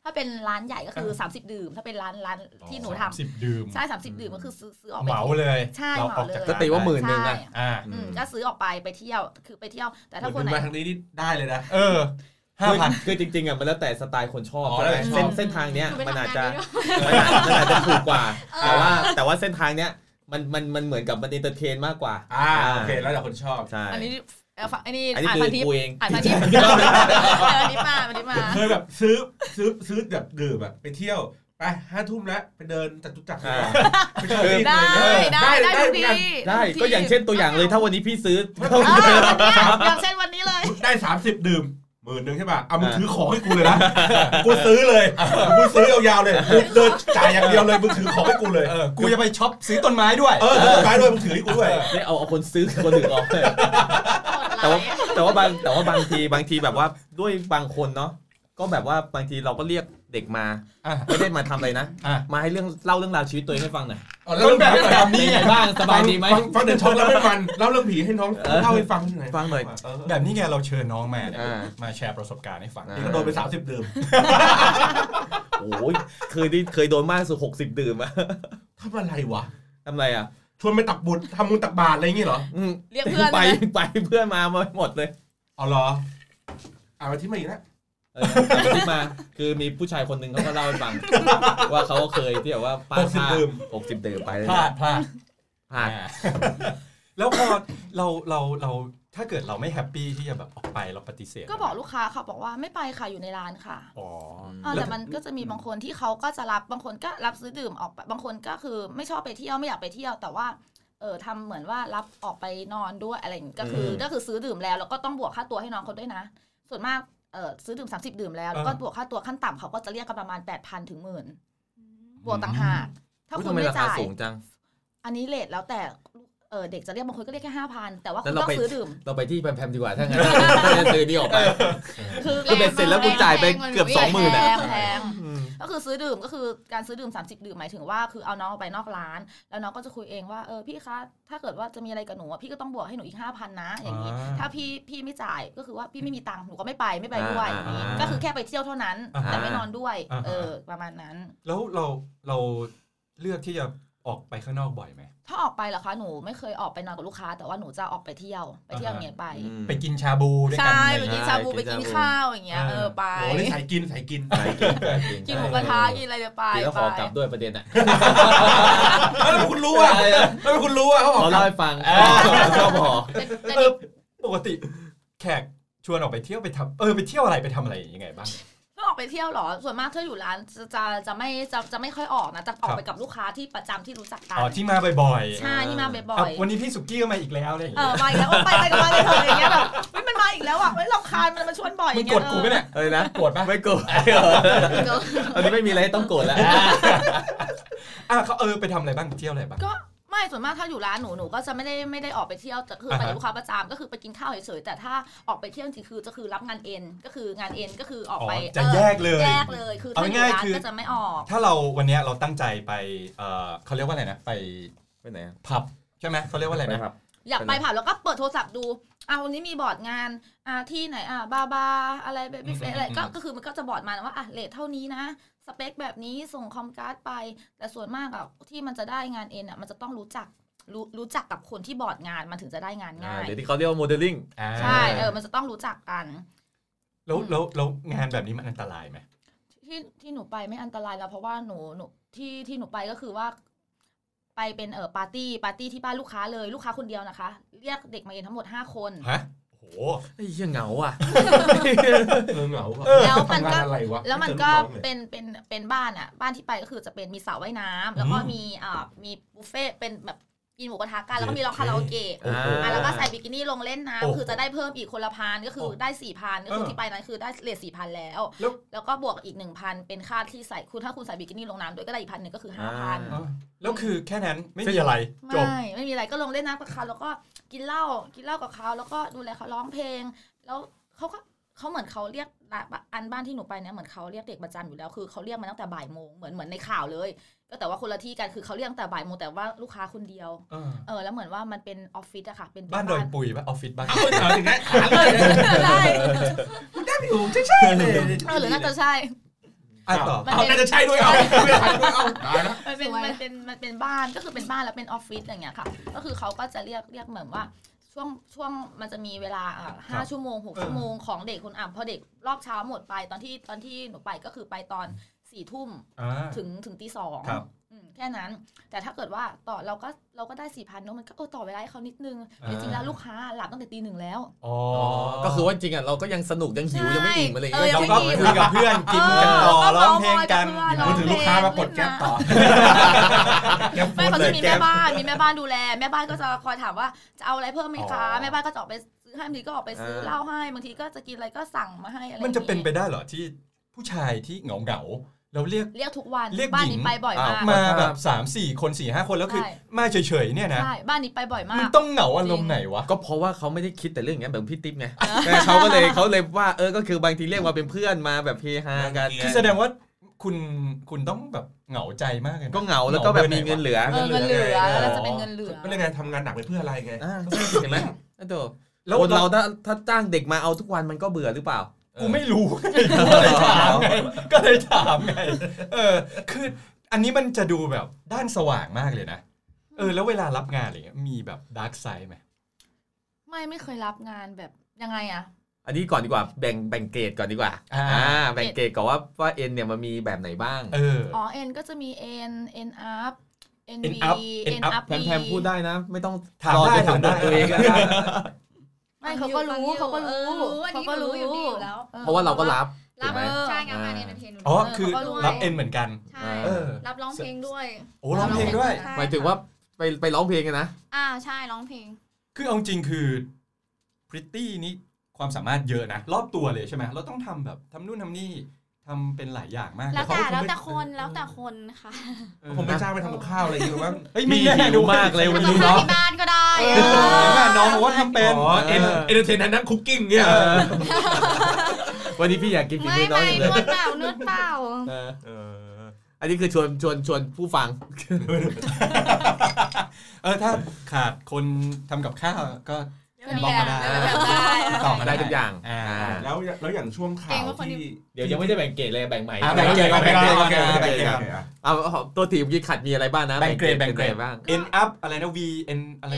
Speaker 5: ถ้าเป็นร้านใหญ่ก็คือ 30 ดื่ม ถ้าเป็นร้านร้านที่หนูทำ
Speaker 2: สิบดื่ม
Speaker 5: ใช่สามสิบดื่มก็คือซื้อซื้อออกไป
Speaker 2: เหมาเลย
Speaker 5: ใช่
Speaker 2: ร
Speaker 5: เหมา
Speaker 2: ออกจ
Speaker 5: เลย
Speaker 3: ก็ตีว่าหมื่นหนึ่ง
Speaker 5: ใช่
Speaker 3: อ่ะ
Speaker 2: อ่า
Speaker 5: อืมก็ซื้อออกไปไปเที่ยวคือไปเที่ยว แต่ถ้าคนไหน
Speaker 4: มาทางนี้นี่ได้เลยนะ
Speaker 2: เออห้าพัน
Speaker 3: คือจริงๆอ่ะมันแล้วแต่สไตล์คนชอบ
Speaker 2: อ๋อแล้วแต่ชอบ
Speaker 3: เส้นเส้นทางเนี้ย
Speaker 6: คือไป
Speaker 3: มันอาจ
Speaker 6: ทำ
Speaker 3: จะ
Speaker 6: งาน ด้วย
Speaker 3: มันอาจมันอาจจะถูกกว่า แต่ว่าแต่ว่าเส้นทางเนี้ย มันมันมันเหมือนกับมันเอนเตอร์เทนมากกว่า
Speaker 4: อ่าโอเคแล้วแต่คนชอบ
Speaker 3: ใช่
Speaker 5: อันนี้เอ่อฝั่งอันนี้
Speaker 3: อันนี้
Speaker 5: อ่าน
Speaker 3: คือ
Speaker 5: พันทิป
Speaker 3: กูเอง
Speaker 5: อ่านพันทิป อ่านพันทิปมาพันทิปมา
Speaker 4: เคยแบบซื้อซื้อซื้อแบบดื่มอะไปเที่ยว ไปห้าทุ่มแล้วไปเดินจตุจักร
Speaker 3: อ่า
Speaker 4: ไปเจอที่
Speaker 5: ได้
Speaker 4: เออ
Speaker 5: ได้ได้ทุกที
Speaker 3: ได้ก็อย่างเช่นตัวอย่างเลยถ้าวันนี้พี่ซื้อ
Speaker 5: เออเนี่ยอย่างเช่นวันนี้เลย
Speaker 4: ได้สามสิบดื่มหมื่นหนึ่งใช่ป่ะเอามึงถือของให้กูเลยนะ กูซื้อเลยกูซื้อยาวๆเลยกูเดินจ่ายอย่างเดียวเลยมึงถือของให้กูเลย
Speaker 2: เออกูจะไปช็อปซื้อต้นไม้ด้วย
Speaker 4: เออเดินไปด้วยมึงถือให้กูด้วย
Speaker 3: ไม่เอาเอาคนซื้อคนอื่นออกเลยแต่ว่าแต่ว่าบางแต่ว่าบางทีบางทีแบบว่าด้วยบางคนเนาะก็แบบว่าบางทีเราก็เรียกเด็กมา
Speaker 2: อ่ะ
Speaker 3: ไม่ได้มาทำอะไรนะ
Speaker 2: อ่ะ
Speaker 3: มาให้เรื่องเล่าเรื่องราวชีวิตตัวเองให้ฟังหน่อย
Speaker 2: ต้นแบบแบบนี้
Speaker 3: มีไง
Speaker 2: ไง
Speaker 3: บ้างสบายดีไหม
Speaker 4: ฟังฟังเดินช็อกแล้วไม่มันเล่าเรื่องผีให้น้อง
Speaker 3: เออ
Speaker 4: เล่าให้ฟังหน่อย
Speaker 3: ฟังหน่อย
Speaker 4: เออ
Speaker 2: แบบนี้ไงเราเชิญน้องมาเนี่ย
Speaker 3: อ่า
Speaker 2: มาแชร์ประสบการณ์ให้ฟัง
Speaker 3: อ่า
Speaker 4: นี่ก็โดนไปสามสิบดื่ม
Speaker 3: โอ้ยเคยดิเคยโดนมากสุดหกสิบดื่มอะ
Speaker 4: ทำอะไรวะ
Speaker 3: ทำไรอะ
Speaker 4: ชวนไปตักบุญทำบุญตักบาตรอะไรอย่างงี้เหรอ
Speaker 3: อืม
Speaker 5: เรียกเพื่อน
Speaker 3: ไป
Speaker 5: ใช่ไหม
Speaker 3: ไปเพื่อนมามาหมดเลย
Speaker 4: เอาเหรออ่ามาที่มาอีกแล้ว
Speaker 3: เออที่มา คือมีผู้ชายคนหนึ่งเขาก็เล่าให้ ฟัง ว่าเขาเคยที่แบบว่า
Speaker 4: หกสิบดื่ม
Speaker 3: หกสิบดื่มไปเลย
Speaker 2: พลาดพลาด
Speaker 3: พลาด
Speaker 2: อ่า แล้วพอเราเราเราถ้าเกิดเราไม่แฮปปี้ที่จะแบบออกไปเราปฏิเสธ
Speaker 5: ก็บอกลูกค้าเขาบอกว่าไม่ไปค่ะอยู่ในร้านค่ะ
Speaker 2: อ๋อ
Speaker 5: เออแต่มันก็จะมีบางคนที่เขาก็จะรับบางคนก็รับซื้อดื่มออกไปบางคนก็คือไม่ชอบไปเที่ยวไม่อยากไปเที่ยว แต่ว่าเออทำเหมือนว่ารับออกไปนอนด้วยอะไรอย่างงี้ก็คืออ
Speaker 3: ม
Speaker 5: ก็คือซื้อดื่มแล้วแล้วก็ต้องบวกค่าตัวให้น้องเขาด้วยนะ ส่วนมากเออซื้อดื่ม 30 ดื่มแล้วแล้วก็บวกค่าตัวขั้นต่ำเขาก็จะเรียกกันประมาณ 8 0 0 0ถึงหมื่นบวกต่างหากถ้า
Speaker 3: อุ๊ย
Speaker 5: คุ
Speaker 3: ทำ
Speaker 5: ณ
Speaker 3: ไม
Speaker 5: ไม่
Speaker 3: ราคา
Speaker 5: จ่าย
Speaker 3: สูงจัง
Speaker 5: อันนี้เลทแล้วแต่เออเด็กจะเรียกบางคนก็เรียกแค่ห้าพันแต่ว่า
Speaker 3: แล้
Speaker 5: คุ
Speaker 3: ว
Speaker 5: ณ
Speaker 3: เรา
Speaker 5: ต้อง
Speaker 3: ไป
Speaker 5: ซื้อ ดื่ม
Speaker 3: เราไปที่แพมๆดีกว่าถ้างั้น ถ้าจะซื้อนี่ออกไป
Speaker 5: คือ
Speaker 3: คือเบ็ดเสร็จแล้วกูจ่ายไปเกือบสองหมื่นอะ
Speaker 5: แพงแพงก็คือซื้อดื่มก็คือการซื้อดื่ม 30 ดื่มหมายถึงว่าคือเอาน้องออกไปนอกร้าน แล้วน้องก็จะคุยเองว่าเออพี่คะถ้าเกิดว่าจะมีอะไรกับหนูอะพี่ก็ต้องบวกให้หนูอีก5,000นะอย่างนี้ ถ้าพี่พี่ไม่จ่ายก็คือว่าพี่ไม่มีตังค์หนูก็ไม่ไปไม่ไปด้วย
Speaker 3: อ่า
Speaker 5: อย่างนี้ก็คือแค่ไปเที่ยวเท่านั้น
Speaker 3: อ่า
Speaker 5: แต่ไม่นอนด้วย
Speaker 2: อ่า
Speaker 5: เออประมาณนั้น
Speaker 2: แล้วเราเราเลือกที่จะออกไปข้างนอกบ่อยไหม
Speaker 5: ถ้าออกไปเหรอคะหนูไม่เคยออกไปนอนกับลูกค้า แต่ว่าหนูจะออกไปเที่ยวไปเที่ยวอย่างเงี้ยไป
Speaker 2: ไปกินชาบูด้วยกัน
Speaker 5: ใช่
Speaker 2: อะไร
Speaker 5: ไป
Speaker 2: อย่าง
Speaker 5: กิ
Speaker 2: เงี้ย
Speaker 5: นชาบู
Speaker 3: ไป
Speaker 5: ไป
Speaker 3: กิ
Speaker 5: กิ
Speaker 3: น
Speaker 5: น
Speaker 3: ชาบู
Speaker 5: ข้าวอย่างเงี้ยเออไป
Speaker 4: โอ้โหนี่สายกินสายกิน
Speaker 5: กินหมูกระทะกินอะไรจะไป
Speaker 3: แล้วข
Speaker 5: ไป
Speaker 3: อกลับด้วยประเด็นอ่ะ
Speaker 4: แล้วทำไมคุณรู้อ่ะ แล้วทำไมคุณรู้อ่ะเขาบอก
Speaker 3: เราเล่าให้ฟังชอบหอ
Speaker 5: แต่
Speaker 2: เออปกติแขกชวนออกไปเที่ยวไปทำเออไปเที่ยวอะไรไปทำอะไรยังไงบ้าง
Speaker 5: ถ้าออกไปเที่ยวเหรอ ส่วนมากถ้าอยู่ร้านจะจะจะไม่จะจะไม่ค่อยออกนะจะออกไปกับลูกค้าที่ประจำที่รู้จักกั
Speaker 2: อ๋อที่มาบ่อย
Speaker 5: ใช่ที่มา
Speaker 2: ๆ
Speaker 5: บ่
Speaker 2: ครับ
Speaker 5: อย
Speaker 2: วันนี้พี่สุกี้ก็มาอีกแล้วอะไรอย่าง
Speaker 5: ๆเอ
Speaker 2: เงี้
Speaker 5: อย มาอีกแล้วโอ๊ยไปไปกับมาเลยเถอะอย่างเงี้ยแบบเฮ้ยมันมาอีกแล้วอ่ะเฮ้ยรำคาญมันมาชวนบ่อยอ
Speaker 2: มึง
Speaker 5: ย่าง
Speaker 2: ก
Speaker 5: เงี้
Speaker 2: ด
Speaker 5: ย
Speaker 2: กูไหมเนี่ย
Speaker 3: เอ้ยนะ
Speaker 2: กดปะ
Speaker 3: ไม่โกรธ
Speaker 5: เออ
Speaker 3: ตอนนี้ไม่มีอะไรให้ต้องโกร ธแล้ว
Speaker 2: อ่ะเขาเออไปทำอะไรบ้างไปเที่ยวอะไรบ้าง
Speaker 5: ก็ไม่ส่วนมากถ้าอยู่ร้านหนูหนูก็จะไม่ได้ไม่ได้ออกไปเที่ยวแต่คือไปกับลูกค้าประจำก็คือไปกินข้าวเฉยๆแต่ถ้าออกไปเที่ยวจริงๆคือจะคือรับงานเอ็นก็คืองานเอ็นก็คือออกไป
Speaker 2: อ๋อจะ
Speaker 5: เออ
Speaker 2: แยกเลย
Speaker 5: แยกเลยคือถ้าอยู่
Speaker 2: เอาง่าย
Speaker 5: ร้าน
Speaker 2: ๆคือ
Speaker 5: ก็จะไม่ออก
Speaker 2: ถ้าเราวันเนี้ยเราตั้งใจไปเออเขาเรียกว่าอะไรนะไป
Speaker 3: ไปไหนอะ
Speaker 2: ผับใช่ไหมเขาเรียกว่าอะไร
Speaker 3: ไป
Speaker 2: นะ
Speaker 3: ครับ
Speaker 5: อยากไปผับแล้วก็เปิดโทรศัพท์ดูอ่าวันนี้มีบอร์ดงานอ่าที่ไหนอ่าบาบาอะไรเบบี้เฟ
Speaker 2: อืมอืม
Speaker 5: อะไรก็
Speaker 2: อืม
Speaker 5: ก็คือมันก็จะบอร์ดมาว่าอ่ะเลทเท่านี้นะ สเปคแบบนี้ส่งคอมการ์ดไป แต่ส่วนมากอะที่มันจะได้งานเอ็นอะมันจะต้องรู้จักรู้รู้จักกับคนที่บอร์ดงานมันถึงจะได้งานง่าย
Speaker 3: เดี๋ยวที่เขาเรียกว่าโมเดลลิ่ง
Speaker 2: อ่า
Speaker 5: ใช่เออมันจะต้องรู้จักกัน
Speaker 2: แล้วแล้วแล้วงานแบบนี้มันอันตรายไหม
Speaker 5: ที่ที่หนูไปไม่อันตรายแล้วเพราะว่าหนูหนูที่ที่หนูไปก็คือว่า ไปเป็นเออปาร์ตี้ปาร์ตี้ที่บ้านลูกค้าเลยลูกค้าคนเดียวนะคะ เรียกเด็กมาเอ็นทั้งหมดห้าคน
Speaker 2: ฮะโอ้โห
Speaker 3: ไอ้เหี้ยเหงาอ่ะ
Speaker 4: เออเหงาว่ะ
Speaker 5: แล้วมันก็
Speaker 4: ทำงาอะไระ
Speaker 5: แล้วมันก็
Speaker 4: ไเจอลูน้องเลย
Speaker 5: เป็นเป็นเป็นบ้านอ่ะ บ้านที่ไปก็คือจะเป็นมีสระว่ายน้ำแล้วก็มีอ่ามีบุฟเฟ่ต์เป็นแบบกินหมูกระทะกันแล้วก็มีร้องคาราโอเกะ
Speaker 2: โอ้โห
Speaker 5: อ่ะแล้วก็ใส่บิกินี่ลงเล่น
Speaker 2: โอ้โห
Speaker 5: น้ำคือจะได้เพิ่มอีกคนละพันก็คือได้สี่พันก็คือ
Speaker 2: เออ
Speaker 5: ที่ไปนั้นคือได้เลทสี่พันแล้ว
Speaker 2: แล้ว
Speaker 5: แล้วก็บวกอีกหนึ่งพันเป็นค่าที่ใส่คุณถ้าคุณใส่บิกินี่ลงน้ำด้วยก็ได้อีกพันหนึ่งก็คือห้าพัน
Speaker 3: อ่า
Speaker 2: แล้วคือแค่นั้นไม่มีอะไรจบ
Speaker 5: ไม่ไม่มีอะไรก็ลงเล่นน้ำกับเขาแล้วก็กินเหล้ากินเหล้ากับเขาแล้วก็ดูแลเขาร้องเพลง แล้วเขาก็เขาเหมือนเขาเรียกร้านอันบ้านที่หนูไปเนี่ยเหมือนเขาเรียกเด็กประจำอยู่แล้วคือเขาเรียกมาตั้งแต่บ่ายโมงเหมือนเหมือนในข่าวเลยก็แต่ว่าคนละที่กันคือเขาเรียกตั้งแต่บ่ายโมงแต่ว่าลูกค้าคนเดียว
Speaker 2: เออ
Speaker 5: เออแล้วเหมือนว่ามันเป็นออฟฟิศอะค่ะ เป็น
Speaker 2: บ้านดอยปุยปะออฟฟิศบ้าน
Speaker 4: เอาถึงได้ถาม
Speaker 5: เอ
Speaker 4: เล
Speaker 5: อย ใช่
Speaker 4: ได้ไม่ถูกใช่ใช่เลย
Speaker 5: เออหรือน่าจะใช่
Speaker 2: อ่ะต่อ
Speaker 4: เอาน่าจะใช่ด้วยเอาไม่ใช่ด้วยเอาตายแล้ว
Speaker 5: มันเป็นมันเป็นมันเป็นบ้านก็คือเป็นบ้านแล้วเป็นออฟฟิศอย่างเงี้ยค่ะ ก็คือเขาก็จะเรียกเรียกเหมือนว่าช่วงช่วงมันจะมีเวลาอ่ะห้าชั่วโมงหก
Speaker 2: เออ
Speaker 5: ชั่วโมงของเด็กคนอ่ะพอเด็กรอบเช้าหมดไปตอนที่ตอนที่หนูไปก็คือไปตอน สี่ทุ่ม
Speaker 2: อ่า
Speaker 5: ถึงถึงตีสอง
Speaker 2: ครับ
Speaker 5: อืมแค่นั้น แต่ถ้าเกิดว่าต่อเราก็เราก็ได้สี่พันเนอะมันก็เออต่อเวลาให้เขานิดนึงแต่จริงๆแล้วลูกค้าหลับตั้งแต่ตีหนึ่งแล้ว
Speaker 2: อ๋อ
Speaker 3: ก็คือว่าจริงอ่ะเราก็ยังสนุกยังหิวยังไม่อิ่มอะไรอย่างเงี้ย
Speaker 5: ใช่
Speaker 2: เราก็คุยกับเพื่อนกินกันต่อ
Speaker 5: เออ
Speaker 2: ร้องเพลงกัน
Speaker 5: ก็
Speaker 2: มือ
Speaker 5: เมอยกับเพื่อน
Speaker 2: ถื
Speaker 4: ถึ
Speaker 2: อง ลู
Speaker 4: ลู
Speaker 2: ก
Speaker 4: ก
Speaker 2: ค้ามา
Speaker 4: ค้ามา
Speaker 2: ป
Speaker 4: ก
Speaker 2: ลด
Speaker 4: ดแก๊ปต่อแก๊ปฟู
Speaker 5: ไม่
Speaker 4: ด
Speaker 5: เขา
Speaker 4: เล
Speaker 5: จะ
Speaker 4: ย
Speaker 5: มี
Speaker 4: แก๊
Speaker 5: แม่
Speaker 4: ป
Speaker 5: บ้านมีแม่บ้านดูแล แม่บ้านก็จะคอยถามว่าจะเอาอะไรเพิ่มไหมคะแม่บ้านก็จะออกไปซื้อให้บางทีก็ออกไปซื้อเหล้าให้บางทีก็จะกินอะไรก็สั่งมาให้อะไร
Speaker 2: มันจะเป็นไปได้เหรอที่ผู้ชายที่เหงาเหงาๆเราเรียก
Speaker 5: เรียกทุกวัน
Speaker 2: เรียก
Speaker 5: บ้าน
Speaker 2: หญิ
Speaker 5: นี้
Speaker 2: ง
Speaker 5: ไปบ่อยมาก
Speaker 2: าวมาแบบสามสี่คนสี่ห้าคนแล้วคือ
Speaker 5: ใช่
Speaker 2: มาเฉยๆเนี่ยนะ
Speaker 5: ใช่บ้านนี้ไปบ่อยมา
Speaker 2: มัน
Speaker 5: ก
Speaker 2: ต้องเหงาอารมณ์ไหนวะ
Speaker 3: ก็เพราะว่าเขาไม่ได้คิดแต่เรื่องอย่างนั้นแบบพี่ติ๊บไง แต่เขาก็เลยเขาเลยว่าเออก็คือบางทีเรียกมาเป็นเพื่อนมาแบบเฮฮากัน
Speaker 2: คือแสดงว่าคุณคุณต้องแบบเหงาใจมากเลยนะ
Speaker 3: ก็เหงาแล้วก็แบบมีเงินเหลือ
Speaker 5: เออเงินเหลือแล้วจะเป็นเงินเหลือ
Speaker 4: ก็เลยไงทำงานหนักไปเพื่ออะไรไง
Speaker 3: อ่าเห็นไหมนั่นตัว
Speaker 2: แล้ว
Speaker 3: คน
Speaker 2: เรา
Speaker 3: เราถ้าถ้าจ้างเด็กมาเอาทุกวันมันก็เบื่อหรือเปล่า
Speaker 2: กูไม่รู้ ก็เลยถามไงก็เลยถามไงเออ คืออันนี้มันจะดูแบบด้านสว่างมากเลยนะ เออ แล้วเวลารับงานอะไรเงี้ยมีแบบดาร์กไซด์ไหม
Speaker 5: ไม่ไม่เคยรับงานแบบยังไงอะ
Speaker 3: อันนี้ก่อนดีกว่าแบ่งแบ่งเกรดก่อนดีกว่า
Speaker 2: อ่า
Speaker 3: แบ่งเกรดก่อนว่าว่าเอ็นเนี่ยมันมีแบบไหนบ้าง
Speaker 2: เออ
Speaker 5: อ๋อเอ็นก็จะมีเอ็นเอ็นอัพเอ็น
Speaker 2: N
Speaker 5: บี
Speaker 2: up
Speaker 5: เอ็น
Speaker 2: N
Speaker 5: อัพ
Speaker 3: แพมแพมพูดได้นะ ไม่ต้อง
Speaker 2: ถาม
Speaker 3: รอ
Speaker 2: ได้
Speaker 3: จนถึ
Speaker 2: ถาม
Speaker 3: งบ
Speaker 2: ได้
Speaker 3: ทตัวเองอะ
Speaker 5: ไม่เขาก็รู้เขาก็รู้
Speaker 6: เออรู้อันนี้
Speaker 5: เขาก็รู้
Speaker 6: รู้อยู่ดีอยู่แล้ว
Speaker 5: อ อ
Speaker 3: เพราะว่าเราก็รับ
Speaker 6: รับ
Speaker 3: ถูกไหม
Speaker 6: ใช่งานงานเอนเตอร์เทน
Speaker 2: อ๋อคือ
Speaker 6: เขาก็วย
Speaker 2: รับเอ็นเหมือนกัน
Speaker 6: ใช่
Speaker 2: เออ
Speaker 6: รับร้องเพลงด้วย
Speaker 2: โอ้ร้องเพลงด้วย
Speaker 6: ใช่
Speaker 3: หมายถึงว่าไปไปร้องเพลงกันนะ
Speaker 6: อ่าใช่ร้องเพลง
Speaker 2: คือเอาจริงคือพริตตี้นี่ความสามารถเยอะนะ รอบตัวเลยใช่ไหมเราต้องทำแบบทำนู่นทำนี่ทำเป็นหลายอย่างมาก
Speaker 6: แล้วแต่
Speaker 2: เขาก็
Speaker 6: แล้วแต่
Speaker 2: ไม่
Speaker 6: คนแล้วแต่คนค่ะ
Speaker 2: เออ
Speaker 4: ผมไปจ้างไปทำกับข้าวอะไรอย่างเงี้ยบ้าง
Speaker 2: เฮ้ยไม่แน่ดูมากเลย
Speaker 6: ทำ
Speaker 2: วั
Speaker 6: กัน บ
Speaker 2: นี้
Speaker 6: ข้า
Speaker 2: เนาะ
Speaker 6: วที่บ้านก็ได้
Speaker 2: เออเห็นป่ะน้องบอกว่าทำเป็น
Speaker 4: อ๋อเอ็นเอ็นเตอร์เทนนั่งคุกกิ้งเนี่ย
Speaker 3: วันนี้พี่อยากกินฝี
Speaker 6: ไม่
Speaker 3: มือน้องอ
Speaker 6: ไม่
Speaker 3: ย่าง
Speaker 6: น
Speaker 3: เลยว
Speaker 6: ดเปล่านวดเปล่า
Speaker 3: เออ
Speaker 4: เออ
Speaker 3: อันนี้คือชวนชวนชวนผู้ฟัง
Speaker 2: เออถ้าขาดคนทำกับข้าวก็ บอกมาได้
Speaker 3: ตอบมาได้ทุกอย่าง
Speaker 2: อ่า
Speaker 4: แล้วแล้วอย่างช่วงข่าวที่
Speaker 3: เดี๋ยวยังไม่ได้แบ่งเกรดเลยแบ่งใหม่
Speaker 2: อ่ะแบ่งเกรดก่อนแบ่งเกรดก่อนแบ่งเกรดก่อน
Speaker 3: เอาเอาตัวทีมกี้ขัดมีอะไรบ้างนะ
Speaker 2: แบ่งเกรดแบ่งเกรด
Speaker 3: บ้าง
Speaker 2: N up อะไรนะ V N อะไร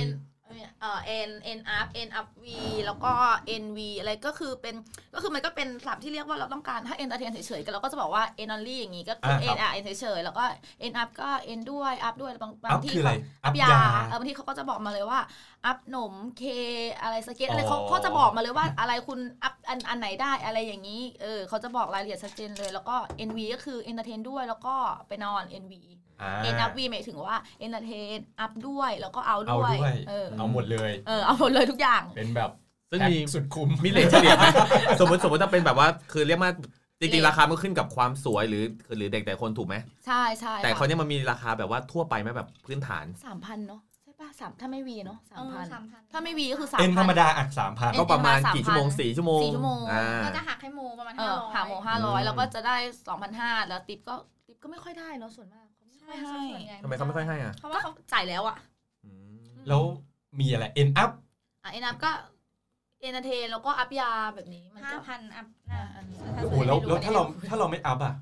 Speaker 5: เอ็นเอ่อ n n up n up v แล้วก็ n v อะไรก็คือเป็นก็คือมันก็เป็นศัพท์ที่เรียกว่าเราต้องการถ้า entertain เฉยๆก็เราก็จะบอกว่า n only อย่างนี้ก็คือ
Speaker 2: อ่า
Speaker 5: n r n เฉยๆแล้วก็ n up ก็ n ด้วย up ด้วยบางบาง
Speaker 2: up
Speaker 5: ที่
Speaker 2: คืออะไร
Speaker 5: อั
Speaker 2: up
Speaker 5: พ
Speaker 2: ยา
Speaker 5: ยาเออบางทีเขาก็จะบอกมาเลยว่า อัพหนมเคอะไรสเก็ตอะไร
Speaker 2: อ๋อ
Speaker 5: เขาเขาจะบอกมาเลยว่าอะไรคุณอัพอันอันไหนได้อะไรอย่างนี้เออเขาจะบอกรายละเอียดชัดเจนเลยแล้วก็ NV ก็คือ entertain ด้วยแล้วก็ไปนอน NV
Speaker 2: อ่า
Speaker 5: เอ็นอัพวีหมายถึงว่าเอนเตอร์เทนอัพด้วยแล้วก็เอา
Speaker 2: เอา
Speaker 5: ด้วย
Speaker 2: ด้วย
Speaker 5: เออ
Speaker 2: เอาหมดเลย
Speaker 5: เออเอาหมดเลยทุกอย่าง
Speaker 2: เป็นแบบ
Speaker 3: ซึ่ง
Speaker 2: แพ็ค
Speaker 3: มี
Speaker 2: สุดคุ้ม
Speaker 3: มีเลทเฉลี่ย ไหมสมมติสมมติถ้าเป็นแบบว่าคือเรียกมาจริงๆราคามันขึ้นกับความสวยหรือหรือเด็กแต่คนถูกไหม
Speaker 5: ใช่ใช่
Speaker 3: แต่เขาวเนี่ยมันมีราคาแบบว่าทั่วไปไหมแบบพื้นฐาน
Speaker 5: สามพันเนาะใช่ป่ะสามถ้าไม่วีเนาะสา
Speaker 6: เอ
Speaker 5: ม
Speaker 6: อ
Speaker 5: พัน
Speaker 6: สามพัน
Speaker 5: ถ้าไม่วีก็คือสาม
Speaker 2: เอ็นธ
Speaker 5: พั
Speaker 2: ร
Speaker 5: น
Speaker 2: รมดาอ่ะสามพัน
Speaker 5: เอ็
Speaker 3: ก็
Speaker 5: น
Speaker 3: ประมาณ
Speaker 5: ประมาณ
Speaker 3: กี่ชั่วโมง
Speaker 5: 3,000
Speaker 3: สี่ชั่วโมง
Speaker 5: สี่ชั่วโมง
Speaker 3: อ่า
Speaker 6: ก็จะหักให้โมประมาณ
Speaker 5: เอ
Speaker 6: ห้า
Speaker 5: อ
Speaker 6: ร้อย
Speaker 5: หาโมงห้าร้อย
Speaker 3: อืม
Speaker 5: แล้วก็จะได้สองพันห้าแล้วติปก็ติปก็ไม่ค่อยได้เนาะส่วนมากเขาไม่ค่
Speaker 6: ใช่
Speaker 5: อยให้
Speaker 6: ใช่ส่วนใหญ่
Speaker 3: ทำไมเขาไม่ค่อยให้อ่ะ
Speaker 5: เพราะว่าเขาจ่ายแล้วอะ
Speaker 2: แล้วมีอะไร N up
Speaker 5: อ่ะเอ็นอัพก็เอนเตอร์เทนแล้วก็อัพยาแบบนี้มัน
Speaker 6: ห้า
Speaker 5: ก็
Speaker 6: พันอัพ
Speaker 5: อ่า
Speaker 6: นะ
Speaker 5: อัน
Speaker 2: โอ้โหแล้วแล้วถ้าเราถ้าเราไม่อัพอ่ะ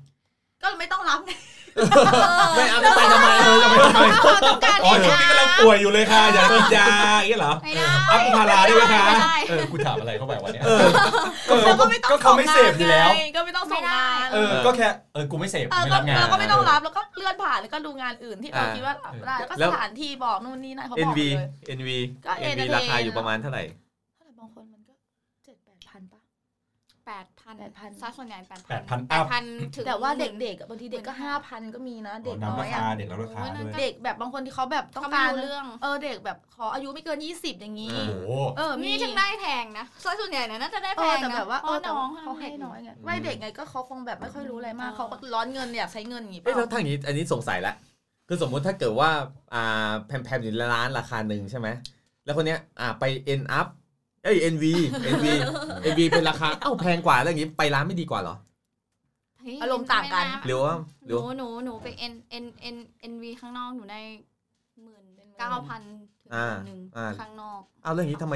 Speaker 5: ก็ไม่ต้องรับไง
Speaker 3: ไม่เอาไม่ไปทำไมเออจะไปทำไม
Speaker 5: ถ้าเราต้องการ
Speaker 4: อ๋อ
Speaker 5: เอ็น
Speaker 4: ช่วงนี้
Speaker 5: อั
Speaker 4: กำลัง
Speaker 5: พ
Speaker 4: ป่วยอยู่เลยค่ะ อยากกินยาอย่างเงี้ยเหรอ
Speaker 6: ไม่ได้
Speaker 4: อัพพาราได้ไหมคะ
Speaker 5: ไม่ได้
Speaker 2: เออ กูถามอะไรเข้าไปวะเนี่ย
Speaker 5: เราก็ไม่ต้อง
Speaker 2: ก็เขาไม่เสพอยู่แล้ว
Speaker 5: ไงก็ไม่ต้องส่งงาน
Speaker 2: เออ ก็แค่ เออ กูไม่เสพ
Speaker 5: เอ
Speaker 2: กูไม่รั
Speaker 5: อก็
Speaker 2: บงาน
Speaker 5: เราก็ไม่ต้องรับแล้วก็เลื่อนผ่านแล้วก็ดูงานอื่นที่เราคิดว่ารับได้แล้วก็
Speaker 3: แล้
Speaker 5: ส
Speaker 3: ว
Speaker 5: ถานที่บอกนู่นนี่นั่นเขาบ
Speaker 3: เอ็
Speaker 5: อน กเล
Speaker 3: วี
Speaker 5: ย
Speaker 3: เอ็นวี
Speaker 5: ก็
Speaker 3: เอ็นวี
Speaker 5: entertain
Speaker 3: ราคาอยู่ประมาณเท่าไหร่
Speaker 5: เท่าไหร่บางคนมันก็เจ็ดแปดพันปะ
Speaker 6: แปดพัน
Speaker 5: 8,000
Speaker 6: ซะส่วนใหญ่แปดพัน
Speaker 2: 8,000
Speaker 6: แปดพันถึง
Speaker 5: แต่ว่าเด็กๆอะบางทีเด็กก็ห้าพันก็มีนะ เด็กน้อย
Speaker 4: นำรา
Speaker 5: อะ
Speaker 4: คาเด็กนำราคาด้วย
Speaker 5: เด็กแบบบางคนที่เขาแบบต้อง
Speaker 6: เขาไม่
Speaker 5: การ
Speaker 6: รู้เรื่อง
Speaker 5: เออเด็กแบบขออายุไม่เกิน 20 อย่างนี้
Speaker 3: เอ
Speaker 2: โอ้โห
Speaker 5: เออมี
Speaker 6: นี่ถึงได้แพงนะซะส่วนใหญ่นะน่าจะได้
Speaker 5: เอ
Speaker 6: แพ
Speaker 5: อง แต่
Speaker 6: นะ
Speaker 5: แบบว่า
Speaker 6: เพ
Speaker 5: เออ
Speaker 6: ราะ
Speaker 5: แต่
Speaker 6: น้อ
Speaker 5: ว่าง เขาให้น้อยไงไม่เด็กไงก็เขาคงแบบไม่ค่อยรู้อะไรมากเขาก็ร้อนเงินอยากใช้เงินอย่างงี้
Speaker 3: เอ้ยแล้ว
Speaker 5: ปะ
Speaker 3: ทางนี้อันนี้สงสัยละคือสมมุติถ้าเกิดว่าอ่าแพมแพมอยู่ร้านราคาหนึ่งใช่ไหมแล้วคนเนี้ยอ่าไปเอ็นอัพเอ้ยเอ็นวีเอ็นวีเอ็นวีเป็นราคาเอ้าแพงกว่าแล้วอย่างงี้ไปร้านไม่ดีกว่าเหรอ
Speaker 6: เฮ้ย
Speaker 5: อารมณ์ต่างกัน
Speaker 6: ไม่ะ
Speaker 3: หรือว่าห
Speaker 6: ห
Speaker 3: รือ
Speaker 6: นู
Speaker 3: ว่า
Speaker 6: หนูหนูไปเอ็นเอ็นเอ็นเอ็นวีข้างนอกหนูได้หมื่นเก้าพันถึง
Speaker 3: อ่า
Speaker 6: หนึ่ง
Speaker 3: อ่า
Speaker 6: ข้างนอก
Speaker 3: อ้าวเรื่องนี้ทำไม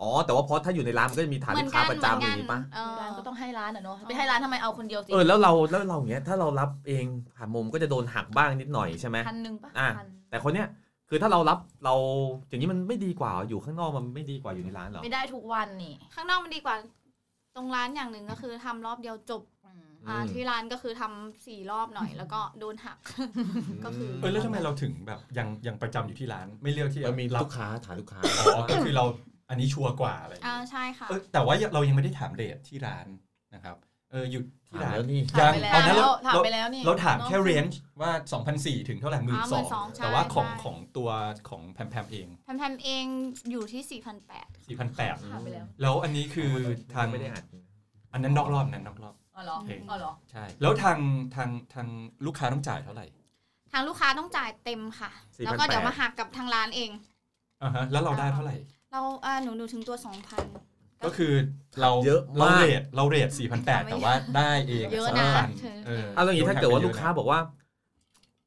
Speaker 3: อ๋อ แต่ว่าเพราะถ้าอยู่ในร้านมันก็จะมีฐาน
Speaker 6: เหมื
Speaker 3: ลู
Speaker 6: อ
Speaker 3: ก
Speaker 6: นกั
Speaker 3: ค้าน ประจำอย่างนี้ปะ
Speaker 6: เหมือนกันเออ
Speaker 5: ร้านก็ต้องให้ร้านอะเนาะไปให้ร้านทำไมเอาคนเดียวสิ
Speaker 3: เออแล้วเราแล้วเราอย่างเงี้ยถ้าเรารับเองผ่านมุมก็จะโดนหักบ้างนิดหน่อยใช่ไหม
Speaker 5: พันหนึ่งปะ
Speaker 3: อ่ะ
Speaker 5: พัน
Speaker 3: แต่คนเนี้ยคือถ้าเรารับเราอย่างนี้มันไม่ดีกว่าอยู่ข้างนอกมันไม่ดีกว่าอยู่ในร้านเหรอ
Speaker 5: ไม่ได้ทุกวันนี่
Speaker 6: ข้างนอกมันดีกว่า ตรงร้านอย่างหนึ่งก็คือทำรอบเดียวจบ
Speaker 5: อืม
Speaker 3: อื
Speaker 6: อ่า
Speaker 3: อืม
Speaker 6: ที่ร้านก็คือทำสี่รอบ หน่อย แล้วก็โดนหัก ก็คือ
Speaker 2: เออแล้วทำไมเราถึงแบบยังยังประจำอยู่ที่ร้านไม่เลือกที่
Speaker 3: มันมี
Speaker 2: รั
Speaker 3: ลูกค้าฐานลูกค้า
Speaker 2: อ๋อก็คือเราอันนี้ชัวร์กว่าอะไรอย่าง
Speaker 6: อ่า
Speaker 2: เงี้ย
Speaker 6: ใช่ค่ะ
Speaker 2: เออแต่ว่าเรายังไม่ได้ถามเรทที่ร้านนะครับเอออยู่ที่
Speaker 3: ถาม
Speaker 2: ร้าน
Speaker 3: แล้วนี่
Speaker 5: ถามไป
Speaker 2: ยังตอนนั้น
Speaker 5: แล้
Speaker 2: เรา
Speaker 5: วถามไปแล้วนี่
Speaker 2: เราถามแค่
Speaker 5: นอะ
Speaker 2: เรนจ์ว่า 2,400 ถึงเท่าไหร่หมื่น
Speaker 6: อ่า
Speaker 2: สอง
Speaker 6: 12,000
Speaker 2: แต่ว่าของ
Speaker 6: ใช่
Speaker 2: ของตัวของแพมแพมเอง
Speaker 6: แพมแพมเองอยู่ที่สี่พันแปด
Speaker 2: 4,800
Speaker 5: ถามไปแล้ว
Speaker 2: แล้วอันนี้คือทาง
Speaker 3: ไม่ได้อัด
Speaker 2: อันนั้นนอกรอบอันนั้นนอกรอบ
Speaker 5: อ๋อเหรอ
Speaker 2: โอเค
Speaker 5: อ๋อเหรอ
Speaker 2: ใช่ แล้วทางทางทางลูกค้าต้องจ่ายเท่าไหร่
Speaker 6: ทางลูกค้าต้องจ่ายเต็มค่ะ แล้วก็เดี๋ยวมาหักกับทางร้านเอง
Speaker 2: อ่าฮะแล้วเราได้เท่าไหร่
Speaker 6: เราอ่าหนูหนูถึงตัวสองพัน
Speaker 2: ก็คือเรา
Speaker 3: เยอะ
Speaker 2: เรา
Speaker 3: มาก
Speaker 2: เรทเราเรท4,800 แต่ว่าได้เอง
Speaker 6: เยอะนะ
Speaker 2: 3,000
Speaker 6: เธอ
Speaker 2: เออ
Speaker 3: เอาอย่างนี้ถ้าเกิดว่าลูกค้า
Speaker 2: โด
Speaker 3: บ
Speaker 2: นหัไปเยอะนะ
Speaker 3: อกว่า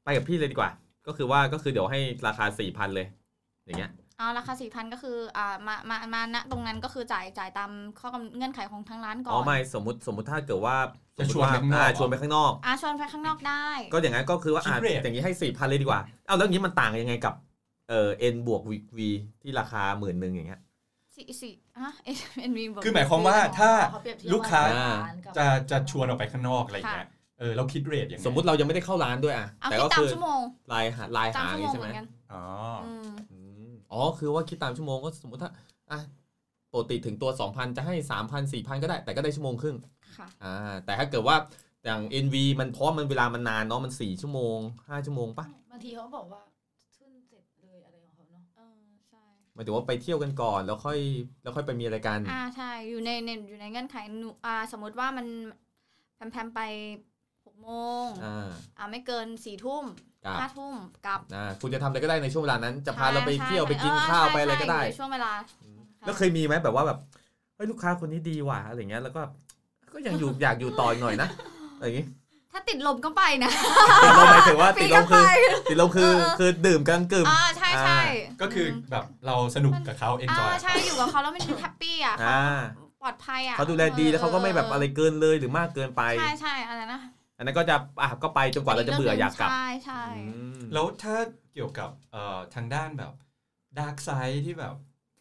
Speaker 3: ไปกับพี่เลยดีกว่า ก็คือว่าก็คือเดี๋ยวให้ราคาสี่พันเลย อย่างเงี้ย
Speaker 6: เอาราคาสี่พันก็คืออ่ามามามาณตรงนั้นก็คือจ่ายจ่ายตามข้อกำหนดเงื่อนไขของทางร้านก่
Speaker 3: อ๋
Speaker 6: อ
Speaker 3: อน ไม่สมมติสมมติถ้าเกิดว่า
Speaker 2: จะชวน
Speaker 3: สม
Speaker 2: ไปข้าม ง
Speaker 3: ติ
Speaker 2: น
Speaker 3: ว่า
Speaker 2: อก
Speaker 3: อ่า
Speaker 2: เหรอ
Speaker 3: ชวนไปข้างนอก
Speaker 6: อ่าชวนไปข้างนอกได้
Speaker 3: ก็อย่างนั้นก็คือว่า
Speaker 2: คิ
Speaker 3: อ่า
Speaker 2: ดเรท
Speaker 3: อย่างนี้ให้สี่พันเลยดีกว่าเอาแล้วอย่างนี้มันต่างยังไงกับเอ่อ n บวก v ที่ราคาหมื่นหนึ่งอย่างเงี้ย
Speaker 6: สี่สี่ฮะเอ็นวีบอก
Speaker 2: คือหมายความว่าถ้า
Speaker 5: เขเปรียบเทียบ
Speaker 2: ลูกค้า
Speaker 5: ว่ร้นกับ
Speaker 2: จะจะชวนออกไปข้างนอกอะไรอย่างเงี้ยเออเราคิดเรทอย่างไง
Speaker 3: สมมติเรายังไม่ได้เข้าร้านด้วยอ่ะ
Speaker 6: เอา
Speaker 3: แต่
Speaker 6: คิด
Speaker 3: ก็
Speaker 6: ตาม
Speaker 3: คือ
Speaker 6: ชั่วโมง
Speaker 3: ลายหาลาย
Speaker 6: ตาม
Speaker 3: หาอย่า
Speaker 6: ชั่
Speaker 3: ว ง
Speaker 6: โม
Speaker 3: งี้ใช่
Speaker 6: งเห
Speaker 3: ไหม
Speaker 6: มือนกัน
Speaker 2: อ๋อ
Speaker 6: อืม
Speaker 3: อืมอ๋อคือว่าคิดตามชั่วโมงก็สมมติถ้าอ่ะปกติถึงตัว 2,000 จะให้ 3,000 4,000 ก็ได้แต่ก็ได้ชั่วโมงครึ่ง
Speaker 6: ค่ะ
Speaker 3: อ่าแต่ถ้าเกิดว่าอย่าง NV มันเพราะมันเวลามันนานเนาะมัน4ชั่วโมง 5 ชั่วโมงปะ
Speaker 5: บางทีเขาบอกว่าขึ้นเสร็จเลยอะไรของเขาเนาะ
Speaker 6: เออใช่
Speaker 3: หมายถึงว่าไปเที่ยวกันก่อนแล้วค่อยแล้วค่อยไปมีอะไรกัน
Speaker 6: อ่าใช่อยู่ในในอยู่ในเงื่อนไขหนูอ่าสมมติว่ามันแพมแพมไปหกโมง
Speaker 3: อ่า
Speaker 6: อ่าไม่เกินสี่ทุ่ม
Speaker 3: กลับ
Speaker 6: ห้าทุ่มกลับ
Speaker 3: อ่าคุณจะทำอะไรก็ได้ในช่วงเวลานั้น จะพาเราไป
Speaker 6: ใช่
Speaker 3: เที่ยว
Speaker 6: ใช่
Speaker 3: ไปกิน
Speaker 6: เออ
Speaker 3: ข้าว
Speaker 6: ใช่
Speaker 3: ไปอะไร
Speaker 6: ใช่
Speaker 3: ก็ได้
Speaker 6: อยู่ในช่วงเวลา ช่
Speaker 3: แล้วเคยมีไหมแบบว่าแบบเฮ้ยลูกค้าคนนี้ดีว่ะอะไรเงี้ยแล้วก็ก็ยังอยู่ อยากอยู่ต่ออีกหน่อยนะอะไร อย่างงี้
Speaker 6: ถ้าติดลมก็ไปนะ
Speaker 3: ติดลมหมายถึงว่าติดลมคือ
Speaker 6: ปีกลับไป
Speaker 3: ติดลมคือคือดื่มกลางกึ่ม
Speaker 6: อ่าใช่ใช่
Speaker 2: ก็คือแบบเราสนุกกับเขาเอน
Speaker 6: อ่า
Speaker 2: จอย
Speaker 6: ใช่อยู่กับเขาแล้วมันแฮปปี้อ่ะ
Speaker 3: อ่า
Speaker 6: ปลอดภัยอ่ะ
Speaker 3: เขาดูแลดีแล้วเขาก็ไม่แบบอะไรเกินเลยหรือมากเกินไป
Speaker 6: ใช่ใช่อะไรนะ
Speaker 3: อันนั้นก็จะอ่ะก็ไปจนกว่าเราจะเบื่ออยากกลับ
Speaker 6: ใช่ใช่
Speaker 2: แล้วถ้าเกี่ยวกับเอ่อทางด้านแบบดาร์กไซ e ที่แบบ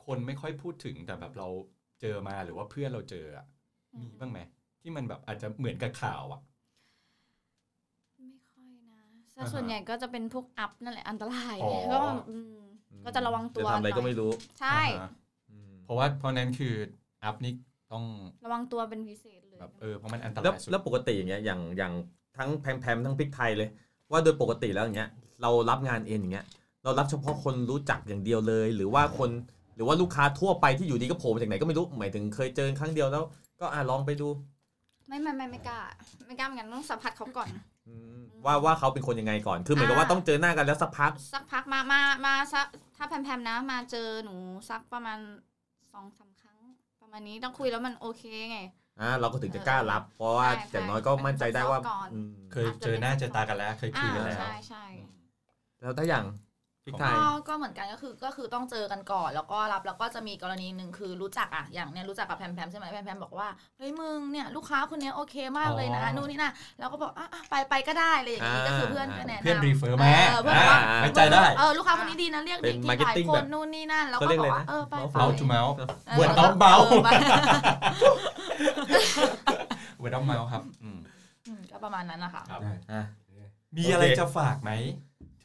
Speaker 2: คนไม่ค่อยพูดถึงแต่แบบเราเจอมาหรือว่าเพื่อนเราเจออะ
Speaker 6: อืม
Speaker 2: มีบ้างไหมที่มันแบบอาจจะเหมือนกับข่าวอ่ะ
Speaker 6: ไม่ค่อยนะแต่ส่วนใหญ่ก็จะเป็นพวกอัพนั่นแหละอันตราย
Speaker 2: อ๋อ
Speaker 6: ก็อืมก็จะระวังตัว
Speaker 3: จะทำอะไรก็ไม่รู้
Speaker 6: ใช่
Speaker 2: อ่าฮะเพราะว่าเพราะนั้นคืออัพนี่ต้อง
Speaker 6: ระวังตัวเป็นพิเศษเลย
Speaker 2: แบบเออเพราะมันอันต
Speaker 3: แล้ว
Speaker 2: รายสุด
Speaker 3: แล้วปกติอย่างเงี้ยอย่างอย่างทั้งแพมๆทั้งพริกไทยเลย ว่าโดยปกติแล้วอย่างเงี้ยเรารับงานเองอย่างเงี้ยเรารับเฉพาะคนรู้จักอย่างเดียวเลย หรือว่าคนหรือว่าลูกค้าทั่วไปที่อยู่ดีก็โผล่มาจากไหนก็ไม่รู้หมายถึงเคยเจอครั้งเดียวแล้ว ก็อ่ะลองไปดู
Speaker 6: ไม่ไม่ไม่ไม่กล้าไม่กล้าเหมือนกันต้องสัมผัสเขาก่อน
Speaker 3: อืมว่าว่าเขาเป็นคนยังไงก่อนคือเหมือนกับว่า
Speaker 6: อ่า
Speaker 3: ต้องเจอหน้ากันแล้วสักพัก
Speaker 6: สักพักมามามาสักถ้าแพมๆนะ มาเจอหนูสักประมาณสองสามครั้ง ประมาณนี้ต้องคุยแล้วมันโอเคไง
Speaker 3: อ่าเราก็ถึงจะกล้ารับ เพราะว่า
Speaker 6: ใช่
Speaker 3: อย่างน้อยก็มั่นใจได้ว่า
Speaker 6: ทดสอบก่อน
Speaker 3: อืม
Speaker 2: เคยเจอหน้าเจอตากันแล้วเคยคุ
Speaker 6: อ่าย
Speaker 2: กันแล้ว
Speaker 6: ใช่ใช่
Speaker 3: แล้วถ้าอย่างพริกไทย
Speaker 5: ก็ก็เหมือนกันก็คือก็คือต้องเจอกันก่อน แล้วก็รับแล้วก็จะมีกรณีหนึ่งคือรู้จักอ่ะอย่างเนี้ยรู้จักกับแพมแพมใช่ไหมแพมแพมบอกว่าเฮ้ยมึงเนี่ยลูกค้าคนเนี้ยโอเคมากเลย
Speaker 2: อ๋อ
Speaker 5: นะนู่นนี่นะแล้วก็บอกอ่ะอ่ะไปไปก็ได้เลยอย่างนี้
Speaker 3: อ่า
Speaker 5: ก็คือเพื่อนก็แนะนำ
Speaker 2: เพื่อนรีเฟอร์มา
Speaker 5: เออเพื่อนบอกว่า
Speaker 2: อ่าไว้ใจได้
Speaker 5: เออลูกค้าคนนี้ดีนะเรียกเด็ก
Speaker 3: เป็น
Speaker 5: ที่หลาย
Speaker 3: marketing
Speaker 5: ค
Speaker 3: แบบ
Speaker 5: นนู่นนี่นั่นแล้วก็
Speaker 3: เขาเรียก
Speaker 5: บ
Speaker 3: อะ
Speaker 5: อก
Speaker 3: ไร
Speaker 5: ว่า
Speaker 3: นะ
Speaker 5: เออไปไป
Speaker 2: mouth to mouth
Speaker 5: ออ
Speaker 2: เหมือน mouth to mouth
Speaker 5: ออไป
Speaker 2: เวลาเมาครับอืม
Speaker 5: อืมก็ประมาณนั้นนะคะ
Speaker 2: ครับ
Speaker 4: ได้
Speaker 3: อ่ะ
Speaker 2: มีอะไรจะฝากไหม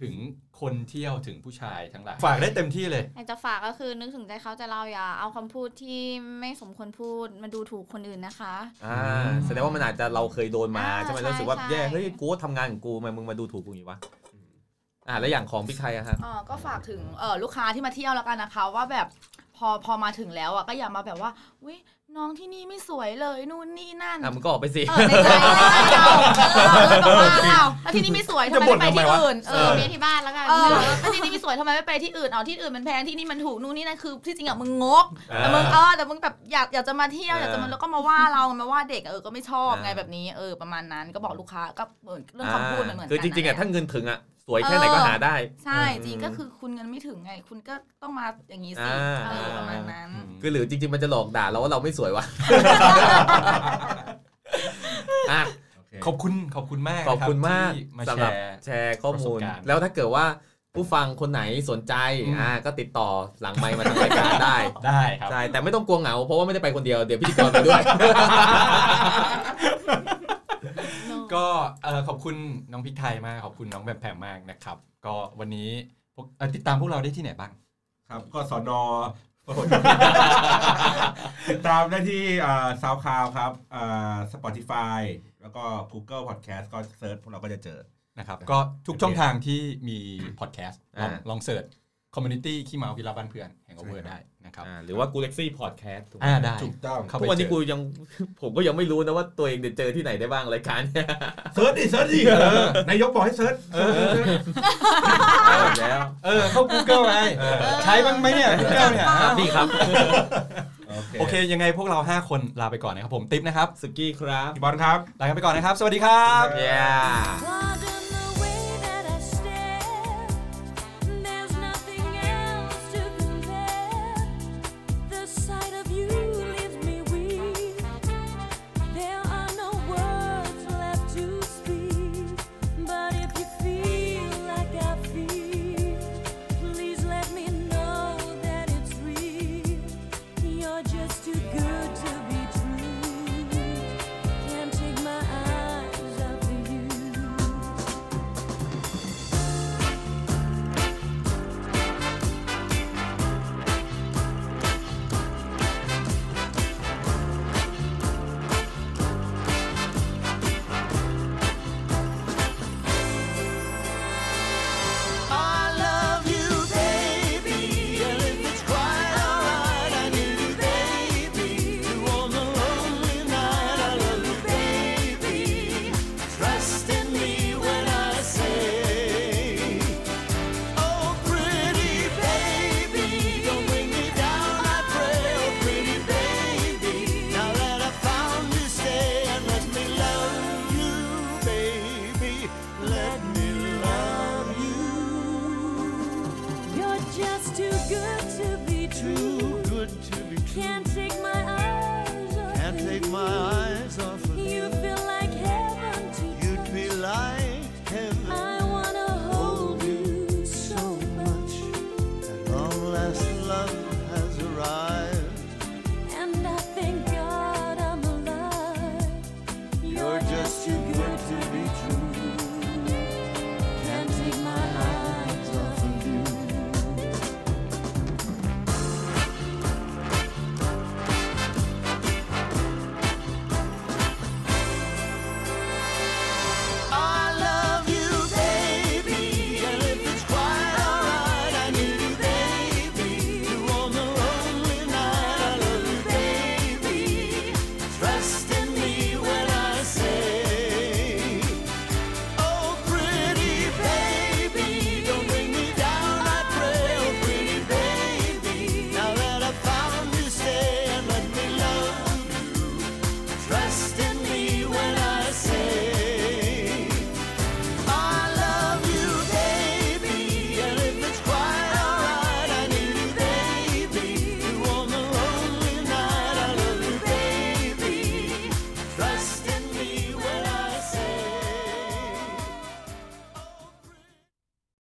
Speaker 2: ถึงคนเที่ยวถึงผู้ชายทั้งหลายฝากได้เต็มที่เลย
Speaker 6: อยากจะฝากก็คือนึกถึงใจเขาใจเราอย่าเอาคำพูดที่ไม่สมควรพูดมาดูถูกคนอื่นนะคะ
Speaker 3: อ่า
Speaker 2: อืม
Speaker 3: แสดงว่ามันอาจจะเราเคยโดนมา
Speaker 6: อ่า
Speaker 3: ใช่ไหม
Speaker 6: ใช่
Speaker 3: แล้วรู้สึกว่า
Speaker 6: ใช่
Speaker 3: แย่เฮ้ยกูก็ทำงานของกูทำไมมึงมาดูถูกกูอย่างนี้วะอ่าแล้วอย่างของพี่ไทยอะฮะ
Speaker 5: เออก็ฝากถึงเออลูกค้าที่มาเที่ยวแล้วกันนะคะ ว่าแบบพอพอมาถึงแล้วอ่ะก็อย่ามาแบบว่าอุ้ยน้องที่นี่ไม่สวยเลยนู่นนี่นั่น
Speaker 3: อ่ะมึงก็ออกไปสิ
Speaker 5: เออใน ใจในใจเราเออเราแบบว่าอ้าวแล้วที่นี่ไม่สวยทำไมไม่ไปที่อื่น เอ
Speaker 6: เออ
Speaker 5: อ
Speaker 6: เมียที่บ้านแล้วกัน
Speaker 5: เออแล้วที่นี่ไม่สวยทำไมไม่ไปที่อื่นเอาที่อื่นมันแพงที่นี่มันถูกนู่นนี่นั่นคือที่จริงอ่ะมึงงก
Speaker 3: เออ
Speaker 5: แต่มึงเออแต่มึงแบบอยากอยากจะมาเที่ยว
Speaker 3: เอออย
Speaker 5: อากจะมาแล้วก็มาว่าเรามาว่าเด็กเออก็ไม่ชอบไง
Speaker 3: เออ
Speaker 5: แบบนี้เออประมาณนั้นก็บอกลูกค้าก็เหมือนเรื่องคำพูดมันเหมือนกัน
Speaker 3: คือจริงๆอะ
Speaker 5: นแหล
Speaker 3: ถ้าเงินถึงอะสวยแค่ไหนก็
Speaker 5: เออ
Speaker 3: หาได้
Speaker 5: ใช่
Speaker 3: อืม
Speaker 5: จริงก็คือคุณเงินไม่ถึงไง คุณก็ต้องมาอย่างนี้สิ
Speaker 3: อ่า
Speaker 5: เออประมาณนั้น
Speaker 3: คือหรือจริง ๆ มันจะหลอกด่าเราว่าเราไม่สวยวะ อ่ะ
Speaker 4: โอเค
Speaker 2: ขอบคุณขอบคุณมาก
Speaker 3: ขอบคุณ
Speaker 2: นะ
Speaker 3: มาก
Speaker 2: รับที่มา
Speaker 3: สำ
Speaker 2: แช
Speaker 3: หรับ
Speaker 2: ร์
Speaker 3: แชร์ข้อมูล
Speaker 2: ประสบการณ์
Speaker 3: แล้วถ้าเกิดว่าผู้ฟังคนไหนสนใจ
Speaker 2: อืม
Speaker 3: อ่าก็ติดต่อหลังไมค์มาทางรายการได้
Speaker 2: ได้ครับ
Speaker 3: ใช่แต่ไม่ต้องกลัวเหงาเพราะว่าไม่ได้ไปคนเดียวเดี๋ยวพิธีกรไปด้วย
Speaker 2: ก็เอ่อขอบคุณน้องพริกไทยมาก ขอบคุณน้องแบมแพมมากนะครับ ก็วันนี้พวกเอ่อติดตามพวกเราได้ที่ไหนบ้าง
Speaker 4: ครับ ก็สอนอ ติดตามได้ที่ซาวคลาวครับสปอติฟายแล้วก็ Google Podcast ก็เซิร์ชพวกเราก็จะเจอ
Speaker 2: นะครับ
Speaker 4: ครับ
Speaker 2: ก็ทุกช่องทางที่มีพอดแคสต์ลอ
Speaker 3: อ่า
Speaker 2: งลองเสิร์ชคอมมูนิตี้ขี้เมากีฬาบ้านเพื่อนแห่งเวอร์ได้นะครับ
Speaker 3: อ่าหรือว่ากูเล็กซี่พอดแคสต์
Speaker 2: อ่าได้
Speaker 4: ถูกต้อง
Speaker 2: เข้าไป
Speaker 3: ทุกวันนี้
Speaker 2: เจอ
Speaker 3: กูยัง ผมก็ยังไม่รู้นะว่าตัวเองเดี๋ยวเจอที่ไหนได้บ้างรายการเนี่ย
Speaker 4: เซิร์ชดิเซิร์ชดินายกบอกให้เซิร์ช
Speaker 3: เอาอีกแล้ว
Speaker 2: เออเข้า Google ไงใช้บ้างไหมเนี่ย Google เนี่ย
Speaker 3: ครับพี่ครับ
Speaker 2: โอเค ยังไงพวกเรา 5 คนลาไปก่อนนะครับผมติ๊บนะครับ
Speaker 3: สกี้ครับ
Speaker 4: พี่บอลครับ
Speaker 2: ลากันไปก่อนนะครับ สวัสดีครับ
Speaker 3: เย้
Speaker 6: ว้าว
Speaker 1: "Oh, Oh, "Oh, oh,